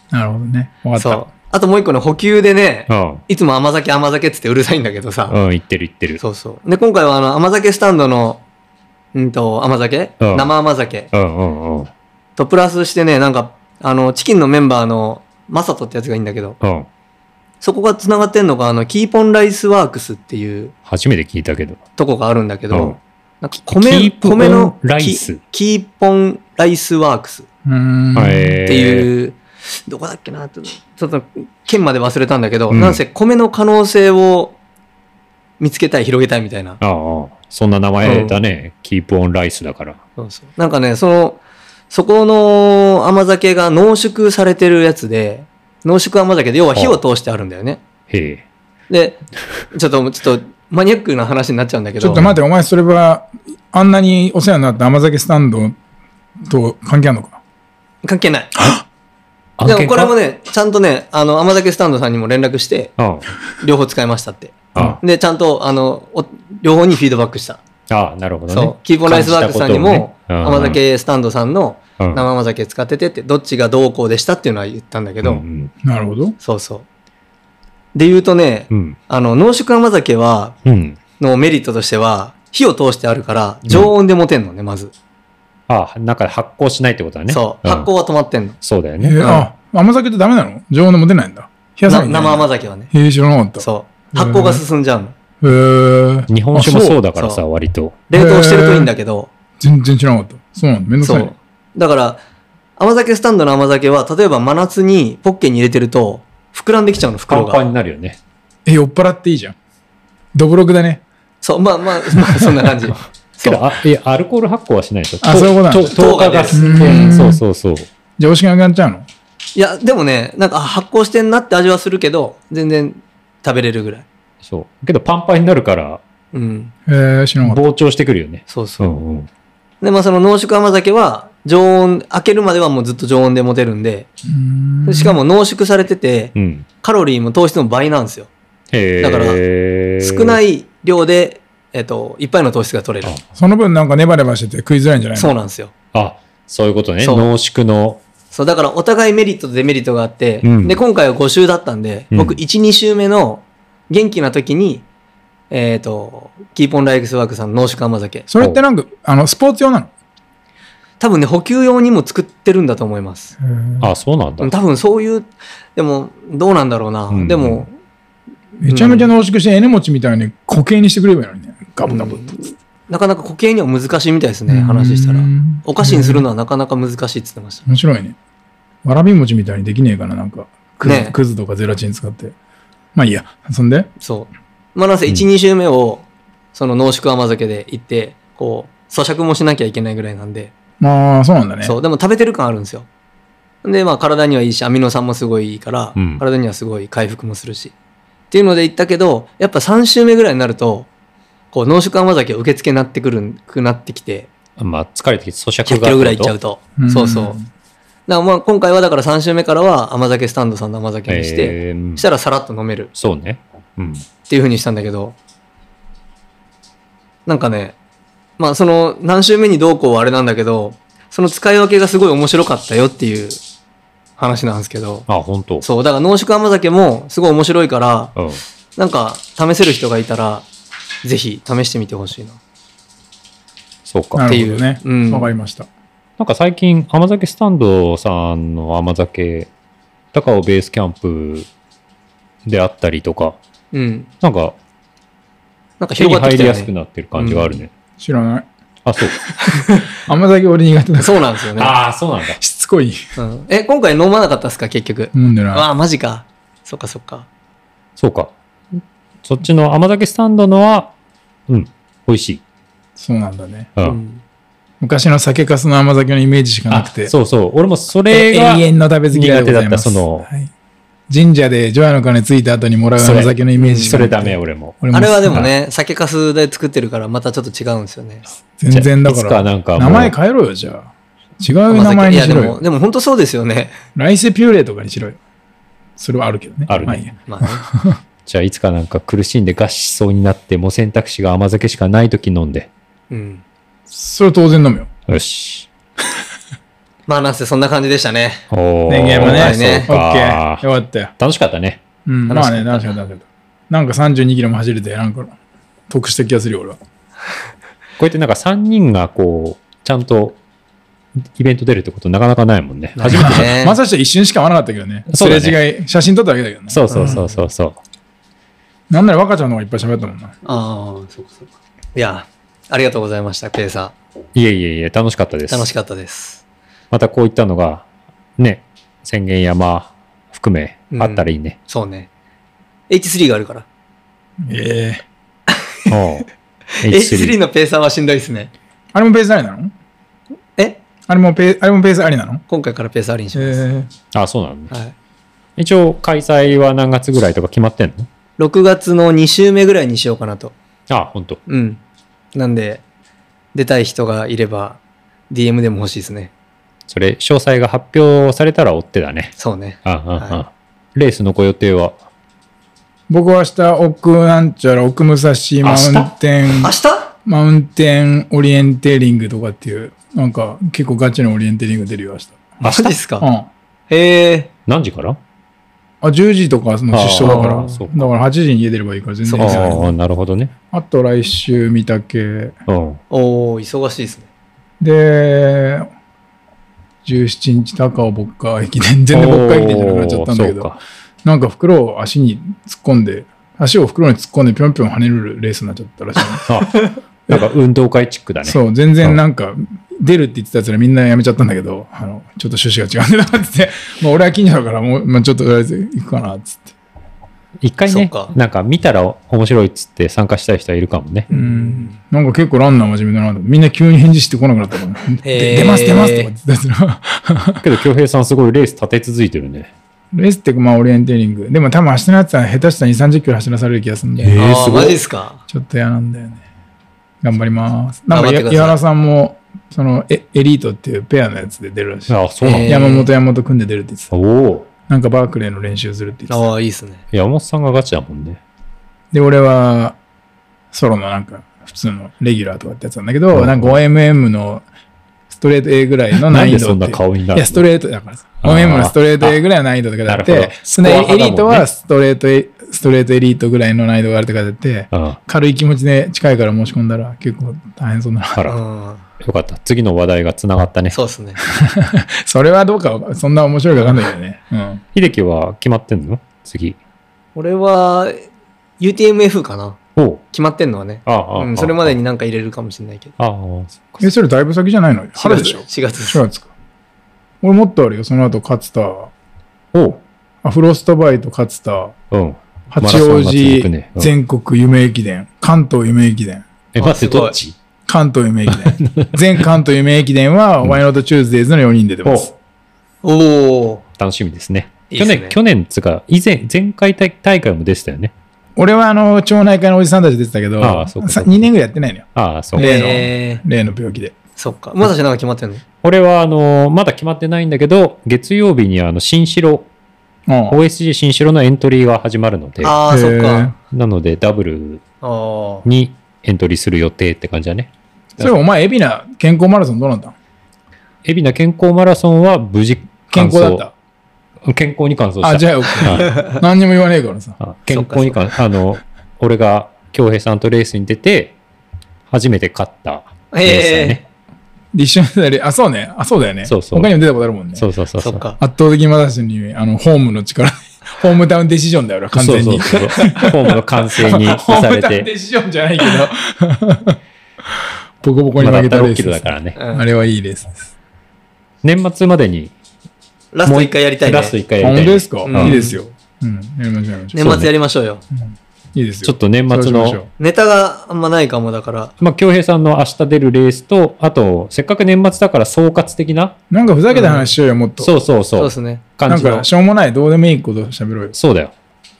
B: なるほどね。わか
C: そ
B: っ。
C: う。あともう一個ね、補給でね、
A: う
C: いつも甘酒甘酒っつってうるさいんだけどさ。
A: ん。うん、言ってる言ってる。
C: そうそう。で、今回はあの、甘酒スタンドの、うんと、甘酒
A: うん
C: 生甘酒
A: うんうんうん。
C: とプラスしてね、なんか、あの、チキンのメンバーの、マサトってやつがいいんだけど、
A: うん。
C: そこが繋がってんのが、あの、キーポンライスワークスっていう
A: 初めて聞いたけど。
C: とこがあるんだけど、
A: うん
C: なんか米
A: キーポン
C: 米の
A: ライス
C: キキーポンライスワークスった
B: うーん。
A: えー
C: ていう、どこだっけなちょちょっと県まで忘れたんだけど、
A: うん
C: なんせ米の可能性を見つけたい広げたいみたいな
A: ああ、そんな名前だね。キープオンライスだから。
C: なんかねそのそこの甘酒が濃縮されてるやつで濃縮甘酒で要は火を通してあるんだよね
A: へえ。
C: でちょっとちょっとマニアックな話になっちゃうんだけ
B: ち
C: ど
B: ょっと待って、お前それは、あんなにお世話になった甘酒スタンドと関係あるのか
C: 関係ない
A: 案
C: で
A: 件
C: もこれも
A: ね。
C: ね、ちゃんとね、あの、甘酒スタンドさんにも連絡して、
A: うん。
C: 両方使いましたって。
A: あ
C: で、ちゃんと、あの、お両方にフィードバックした。
A: あ、なるほどね。
C: そう。キーポンライスワークスさんにも、
A: 感じたことをね
C: 甘、酒スタンドさんの
A: うんうん
C: 生甘酒使っててって、どっちがどうこうでしたっていうのは言ったんだけど、
A: うんうん
B: なるほど。
C: そうそう。で言うとね、
A: うん。
C: あの、濃縮甘酒は、
A: うん。
C: のメリットとしては、火を通してあるから、常温で持てんのね、まず。
A: ああ、なんか発酵しないってことだね。
C: そう。
A: ん
C: 発酵は止まってんの。
A: そうだよ
B: え
A: ね。
B: ーあ、甘酒ってダメなの常温でも出ないんだ。冷やさ
C: な
B: ないと
C: 生甘酒はね。
B: へえ、知らなかった。
C: そう。発酵が進んじゃうの。
B: へえ。
A: 日本酒も
B: あ
A: そうだから
C: そ
A: さ、
C: う
A: 割と。
C: 冷凍してるといいんだけど、
B: 全然知らなかった。そうなんだ。めんどく
C: そ
B: さいうね。。
C: だから、甘酒スタンドの甘酒は、例えば真夏にポッケに入れてると、膨らんできちゃうの、
A: パ
C: 袋
A: ンパン
C: が。
A: になるよね。
B: え、酔っ払っていいじゃん。どぶろくだね。
C: そう、まあまあ、まあ、そんな感じ。
A: けど、あいや、アルコール発酵はしないでしょ。
B: あそういうことなんだ
A: と糖化ガス。
B: 糖化
A: う
B: ガ
A: ん
B: ス
A: そうそうそう。
B: じゃあ、おしがなくなっちゃうの
C: いや、でもね、なんかあ発酵してんなって味はするけど、全然食べれるぐらい。
A: そう。けど、パンパンになるから、
C: うん。
B: えー、知らなかった。
A: 膨張してくるよね。
C: そうそうう。
A: んうん。
C: で、まあその濃縮甘酒は、常温、開けるまではもうずっと常温で持てるんで、
B: うーん
C: しかも濃縮されてて、
A: うん。
C: カロリーも糖質も倍なんですよ。
A: へえ。。
C: だから少ないい量で、えっと、いっぱいの糖質が取れる。
B: その分なんかネバネバしてて食いづらいんじゃないの
C: そうなんですよ。
A: あ、そういうことね。
C: そう
A: 濃縮の。
C: そう、だからお互いメリットとデメリットがあって、
A: うん
C: で、今回は5週だったんで、
A: うん
C: 僕1、2週目の元気な時に、えっ、と、キーポンライクスワークさんの濃縮甘酒。
B: それってなんか、あの、スポーツ用なの
C: 多分ね、補給用にも作ってるんだと思います。
A: あ、そうなんだ
C: 多。分そういう、でも、どうなんだろうな。
A: うん
C: でも、
B: めちゃめちゃ濃縮して、エネ餅みたいに固形にしてくればいいのにね。ガブガブっと。
C: なかなか固形には難しいみたいですね、話したら
B: う。ん
C: お菓子にするのはなかなか難しいって言ってました。
B: 面白いね。わらび餅みたいにできねえかな、なんか。くず,、
C: ねえ
B: くずとかゼラチン使って。まあいいや。そんで
C: そう。まあ、なんせ1、2週目を、その濃縮甘酒で行って、こう、咀嚼もしなきゃいけないぐらいなんで、
B: まあ、そうなんだね。
C: そう、でも食べてる感あるんですよ。で、まあ体にはいいし、アミノ酸もすごいいいから、
A: うん
C: 体にはすごい回復もするし。っていうので言ったけど、やっぱ3週目ぐらいになると、こう濃縮甘酒を受け付けになってくるん、くなってきて、
A: まあ、疲れてきて、咀嚼
C: 100
A: が。
C: キロぐらいいっちゃう。と。
B: ん
C: そうそう。だからまあ今回はだから3週目からは甘酒スタンドさんの甘酒にして、
A: えー
C: したらさらっと飲める
A: そうね。うん。
C: っていう風にしたんだけど、なんかね、まあその何週目にどうこうはあれなんだけど、その使い分けがすごい面白かったよっていう話なんですけど、
A: あ、本当。
C: そう、だから濃縮甘酒もすごい面白いから、
A: うん。
C: なんか試せる人がいたら、ぜひ試してみてほしいな。
A: そうか。
B: なるほど
C: っ
B: ね
C: て。いううん
B: わかりました。
A: なんか最近、甘酒スタンドさんの甘酒、高尾ベースキャンプであったりとか、
C: うん。
A: なんか
C: なんか
A: 手に
C: 広がって
A: 入
C: き
A: り
C: たよ
A: やすく
C: ね。
A: なってる感じがあるね。
B: 知らない。
A: あ、そう。
B: 甘酒俺苦手だか
C: そうなんですよね。
A: ああ、そうなんだ。
B: ら。しつこい。
C: うん、え、今回飲まなかったっすか、結局。
B: 飲んでない。
C: ああ、マジか。そっかそっか。
A: そうか。そっちの甘酒スタンドのは、うん、美味しい。
B: そうなんだね。
A: うん。
C: うん
B: 昔の酒粕の甘酒のイメージしかな
A: あ
B: くて。
A: そうそう。俺もそれ
B: え
A: が
B: 永、遠の食べ過ぎでございます
A: 苦手だったそ
B: はい神社で除夜の鐘ついた後にもらう
A: それ
B: 甘酒のイメージし
A: そ
B: かな
A: れ
B: くて
A: ダメ、俺も。
B: 俺
C: あれはで
B: も
C: もね、酒かすで作ってるから、またちょっと違うんですよね。
B: 全然だ
A: じ
B: か
A: ゃあいつからなんかもう
B: 名前変えろよじゃあ違う名前
C: 甘酒い
B: に
C: や、
B: し
C: で
B: ろ
C: も、
B: よ
C: でも本当そうです よね。
B: ライスピューレとかにしろよそれはあるけどね
A: あるね
B: まいいや
C: まあね。
A: じゃあいつかなんか苦しんで餓死しそうになって、もう選択肢が甘酒しかない時飲んで。
C: うん。
B: それ当然飲むよ
A: よし。
C: まあなんせそんな感じでした ね。
A: おー。
B: 電源も
C: は
B: ね
C: いね
A: そう
B: オッケ
A: か
B: ーよかったよ、
A: 楽しかったね。
B: うん、
C: 楽
B: ま
C: しか
B: あ
C: った
B: ね楽しかった楽しかったなんか32キロも走れてなんか得した気がするよ俺は
A: こうやってなんか3人がこう、ちゃんとイベント出るってことなかなかないもんね。初めて。
C: てね
B: まさし一瞬しか会わなかったけどね
A: そ
B: す
A: うだ
B: れ
A: ね
B: 違い写真撮っただけだけどね
A: そうそうそうそうそう。
B: なんなら若ちゃんの方がいっぱい喋ったもんな
C: ああ、そうかそうか。いや、ありがとうございました、ペイさ
A: いえいえいえ、楽しかったで
C: ん。
A: す。
C: 楽しかったです。
A: またこういったのが、ね、宣言山含め
C: うん
A: あったらいい ね。
C: そうね。H3 があるから。
B: ええ
A: おう
C: H3 のペイさんはしんどいですね。
B: あれもペースありなの
C: え
B: あれもペーあれもペースありなの
C: 今回からペイさんありにし
B: ええ
C: ます。
A: あ、そうなんだ、
C: はい。
A: 一応、開催は何月ぐらいとか決まってんの
C: 6月の2週目ぐらいにしようかなと。
A: あ、ほんと。
C: うん。なんで、出たい人がいれば、DM でも欲しいですね。
A: それ、詳細が発表されたら追ってだね。
C: そうね。
A: ああ、あ
C: は
A: レースのご予定は
B: 僕は明日、奥なんちゃら、奥武蔵、マウンテン
C: 明、日
B: マウンテンオリエンテーリングとかっていう、なんか結構ガチのオリエンテーリング出るよ、明日。
C: マジです
B: うん。
C: か
B: あ、
C: へえ。
A: 何時から
B: 10時とかの出走だから、
A: あ
B: だ
A: ーそうか
B: から8時に家出ればいいから全然いいですよ
A: ああ、なるほどね。
B: あと来週、御嶽。
A: うん。
C: おー、忙しいですね。
B: で、17日、高尾、僕か、駅伝。全然僕か駅伝じゃなくなっちゃったんだけ
A: おー
B: ど
A: そう、か
B: なんか袋を足に突っ込んで、足を袋に突っ込んでぴょんぴょん跳ねるレースになっちゃったらしいね。
A: あなんか運動会チックだね。
B: そう、全然なんか、出るって言ってたやつらみんなやめちゃったんだけど、あの、 ちょっと趣旨が違うんでなって言って、もう俺は近所だから、もう、まあ、ちょっととりあえず行くかな、っつって。
A: 一回
C: そ
A: ね
C: っか
A: なんか見たら面白いっつって参加したい人はいるかもね
B: うん。なんか結構ランナー真面目だなと。みんな急に返事してこなくなったから、
C: へ
B: で
C: ー
B: 出ます出ますとか言ってたやつな
A: けど恭平さんすごいレース立て続いてるね
B: レースってまあオリエンテーリング。でも多分走ってのやつは下手したら2、30キロ走らされる気がするんで。
A: えー
C: あ
A: す
C: あ、
A: ごい
C: マジっすか。
B: ちょっと嫌なんだよね。頑張ります。なんか
C: 頑張って
B: や
C: く
B: 井原
C: ださい
B: さんも、そのエエリートっていうペアのやつで出るらしい。
A: あそうなの、
C: え
B: 山本山本組んで出るって言ってた。
A: おお
B: なんかバークレーの練習するって言ってた。
C: ああ、いいっすね。
A: 山本さんがガチだもんね
B: で、俺はソロのなんか普通のレギュラーとかってやつなんだけど、
A: うん
B: なんか 5mm のストレート A ぐらいの
A: な
B: 難
A: ん
B: 易
A: で
B: 度
A: そ
B: っ
A: ん
B: て
A: な顔にないる
B: や、スト
A: ー
B: レートだからさ。
A: あー
B: 5mm のストレート A ぐらいの難易度とかであ
A: な
B: っ
A: る
B: て
A: ほど、
B: そのエ
A: スコア派だもんね
B: リートはストレートエ、ストレートエリートぐらいの難易度があるとかであって、
A: あ
B: 軽い気持ちで近いから申し込んだら結構大変そうな。
A: あ
C: う
A: ら
C: ん。
A: よかった次の話題がつながったね
C: そうっすね。
B: それはどうかわ、そんな面白いかわかんないけどね。うん。
A: 秀樹は決まってんの次
C: 俺は、UTMF かな。
A: おう
C: 決まってんのはね。
A: ああああ、
C: うん、それまでになんか入れるかもしれないけど。
A: ああ
B: え、それだいぶ先じゃないの春でしょ
C: ?4 月です
B: 4。月か。俺もっとあるよ。その後、勝田、
A: おう
B: あフロストバイト勝田、
A: うん
B: 八
A: マラソン
B: 王
A: が続
B: 子、
A: くねうん
B: 全国夢駅伝、関東夢駅伝、
A: え
C: あ
A: 待って
C: すごい
A: どっち
B: 関東夢駅 伝。全関東夢駅伝は、ワイノートチューズデイズの4人で出ます。
C: おお。
A: 楽しみですね
C: いいっすね
A: 去年去年つうか以前前回大大会も出てたよね
B: 俺は、あの、町内会のおじさんたち出てたけど、
A: ああそうかそうか
B: 2年ぐらいやってないのよ。
A: ああそう
B: ね
C: ええー、
B: 例の病気で。
C: そっか。まさしなんか決まってんの
A: 俺はあのまだ決まってないんだけど月曜日にあの新城
B: うん。
A: OSG 新城のエントリーが始まるので
C: ああ、そっか。
A: なのでダブル
C: ああ。
A: にエントリーする予定って感じだね
B: それお前、海老名健康マラソンどうなんだ
A: 海老名健康マラソンは無事
B: 健康だっ
A: 完
B: た。
A: 走健康に完走した
B: あ、じゃあ OK。何にも言わねえからさ。
A: あ健康に関あの俺が恭平さんとレースに出て初めて勝ったレースだね、
B: で、一緒に出たり、あ、そうね。あ、そうだよね。
A: そうそう
B: 他にも出たことあるもんね。
A: そうそうそう
C: そっ
A: う
C: か。
B: 圧倒的に私に、あの、ホームの力、 ホームタウンデシジョンだよ、俺は完全に。
A: そうそうそうホームの完成に
B: ホ
A: 押さ
B: ーム
A: れ
B: タウンデ
A: て
B: シジョンじゃないけど、ボコボコに
A: ま
B: 負
A: だ
B: けたレー
A: 6キ
B: スです
A: ロだからね
C: うん
B: あれはいいレースです。
A: 年末までに
C: ラスト一回やりたいね。
A: ラスト1回や
B: 本
A: りたい
B: 当
A: ね
B: ですか
C: うん
B: いいですよ。うん。やりましょう、やりましょう。
C: 年末やりましょうよ。
B: いいですよ。
A: ちょっと年末の
B: そうしましょう
C: ネタがあんまないかもだから。
A: まあ、京平さんの明日出るレースと、あと、せっかく年末だから総括的な、
B: なんかふざけた話しようよ、もっと。
A: そうそう
C: そう
A: そ
C: で
A: う、
C: すね。
B: な
A: 感
B: ん
A: じの
B: か、。しょうもない、どうでもいいこと喋ろうよ。
A: そうだよ。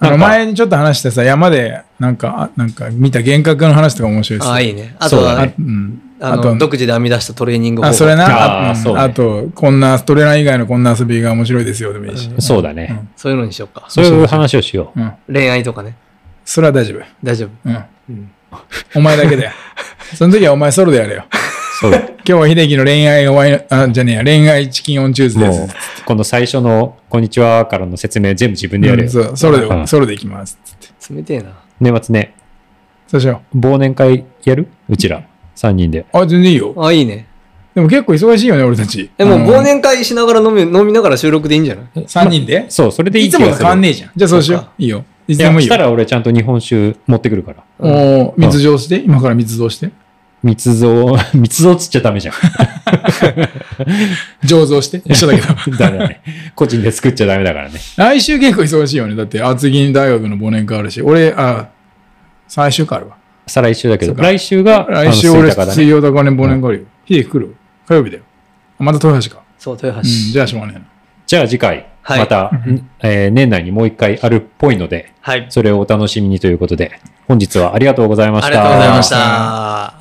B: あ
A: な
B: の
A: んか
B: 前にちょっと話してさ、山で、なんか、あなんか見た幻覚の話とか面白いですよ。
C: ああ、いいね。あと
A: そうだ
C: は、
A: ね
B: うん。
C: あの、独自で編み出したトレーニング方法。
B: あ、それな。
A: あー
B: あうん
A: そうね
B: あと、こんな、トレラン以外のこんな遊びが面白いですよ、でもいいし。
A: そうだね。
C: そういうのにしようか。
A: そういう話をしよう。
B: うん。
C: 恋愛とかね。
B: それは大丈夫。
C: 大丈夫。
B: うん。
C: うん
B: お前だけだよ。その時はお前ソロでやれよ。
A: そうだ。
B: 今日は秀樹の恋愛がワイン、あ、じゃねえや、恋愛チキンオン チューズで
A: もう
B: す。、
A: この最初の、こんにちはからの説明全部自分でやる
B: うん
A: よ。
B: そう、ソロ
A: うん
B: で、ソロで行きます。
C: 冷てえな。
A: 年末ね、
B: そうしよ
A: 忘年会やるうちら、3人で。
B: う。あ、全然いいよ。
C: あ、いいね。
B: でも結構忙しいよね、俺たち。
C: え、も
B: あ
C: う
B: の
C: 忘。年会しながら飲み、飲みながら収録でいいんじゃない
B: 3人で
A: そう、それでいい
B: い
A: 気が
B: つ
A: する
B: もと変わんねえじゃん。じゃあそうしよ
C: そううか。
B: いいよ。いつ
A: い
B: で
A: や
B: もいい
A: した
B: よ。
A: ら俺ちゃんと日本酒持ってくるから。
C: うん
B: おー密造して、今から密造して。
A: 密造、 密造っつっちゃダメじゃん。
B: 醸造して。一緒だけど。
A: ダメだね。個人で作っちゃダメだからね。
B: 来週結構忙しいよね。だって、厚木大学の忘年会あるし、俺、あ、最終回あるわ。
A: 再来週だけど、
B: そうか
A: 来週が、
B: 来週
A: あの
B: 俺、
A: 吹田からね
B: 水曜だからね、忘年会あるよ。秀樹来る火曜日だよ。あまた豊橋か。
C: そう、豊
B: うん、。
C: 橋
B: じゃあしょうがねえな。
A: じゃあ次回、
C: はい
A: また、んえー年内にもう一回あるっぽいので、
C: はい。
A: それをお楽しみにということで、本日はありがとうございました。
C: ありがとうございまし
B: ありがとうござい
C: た。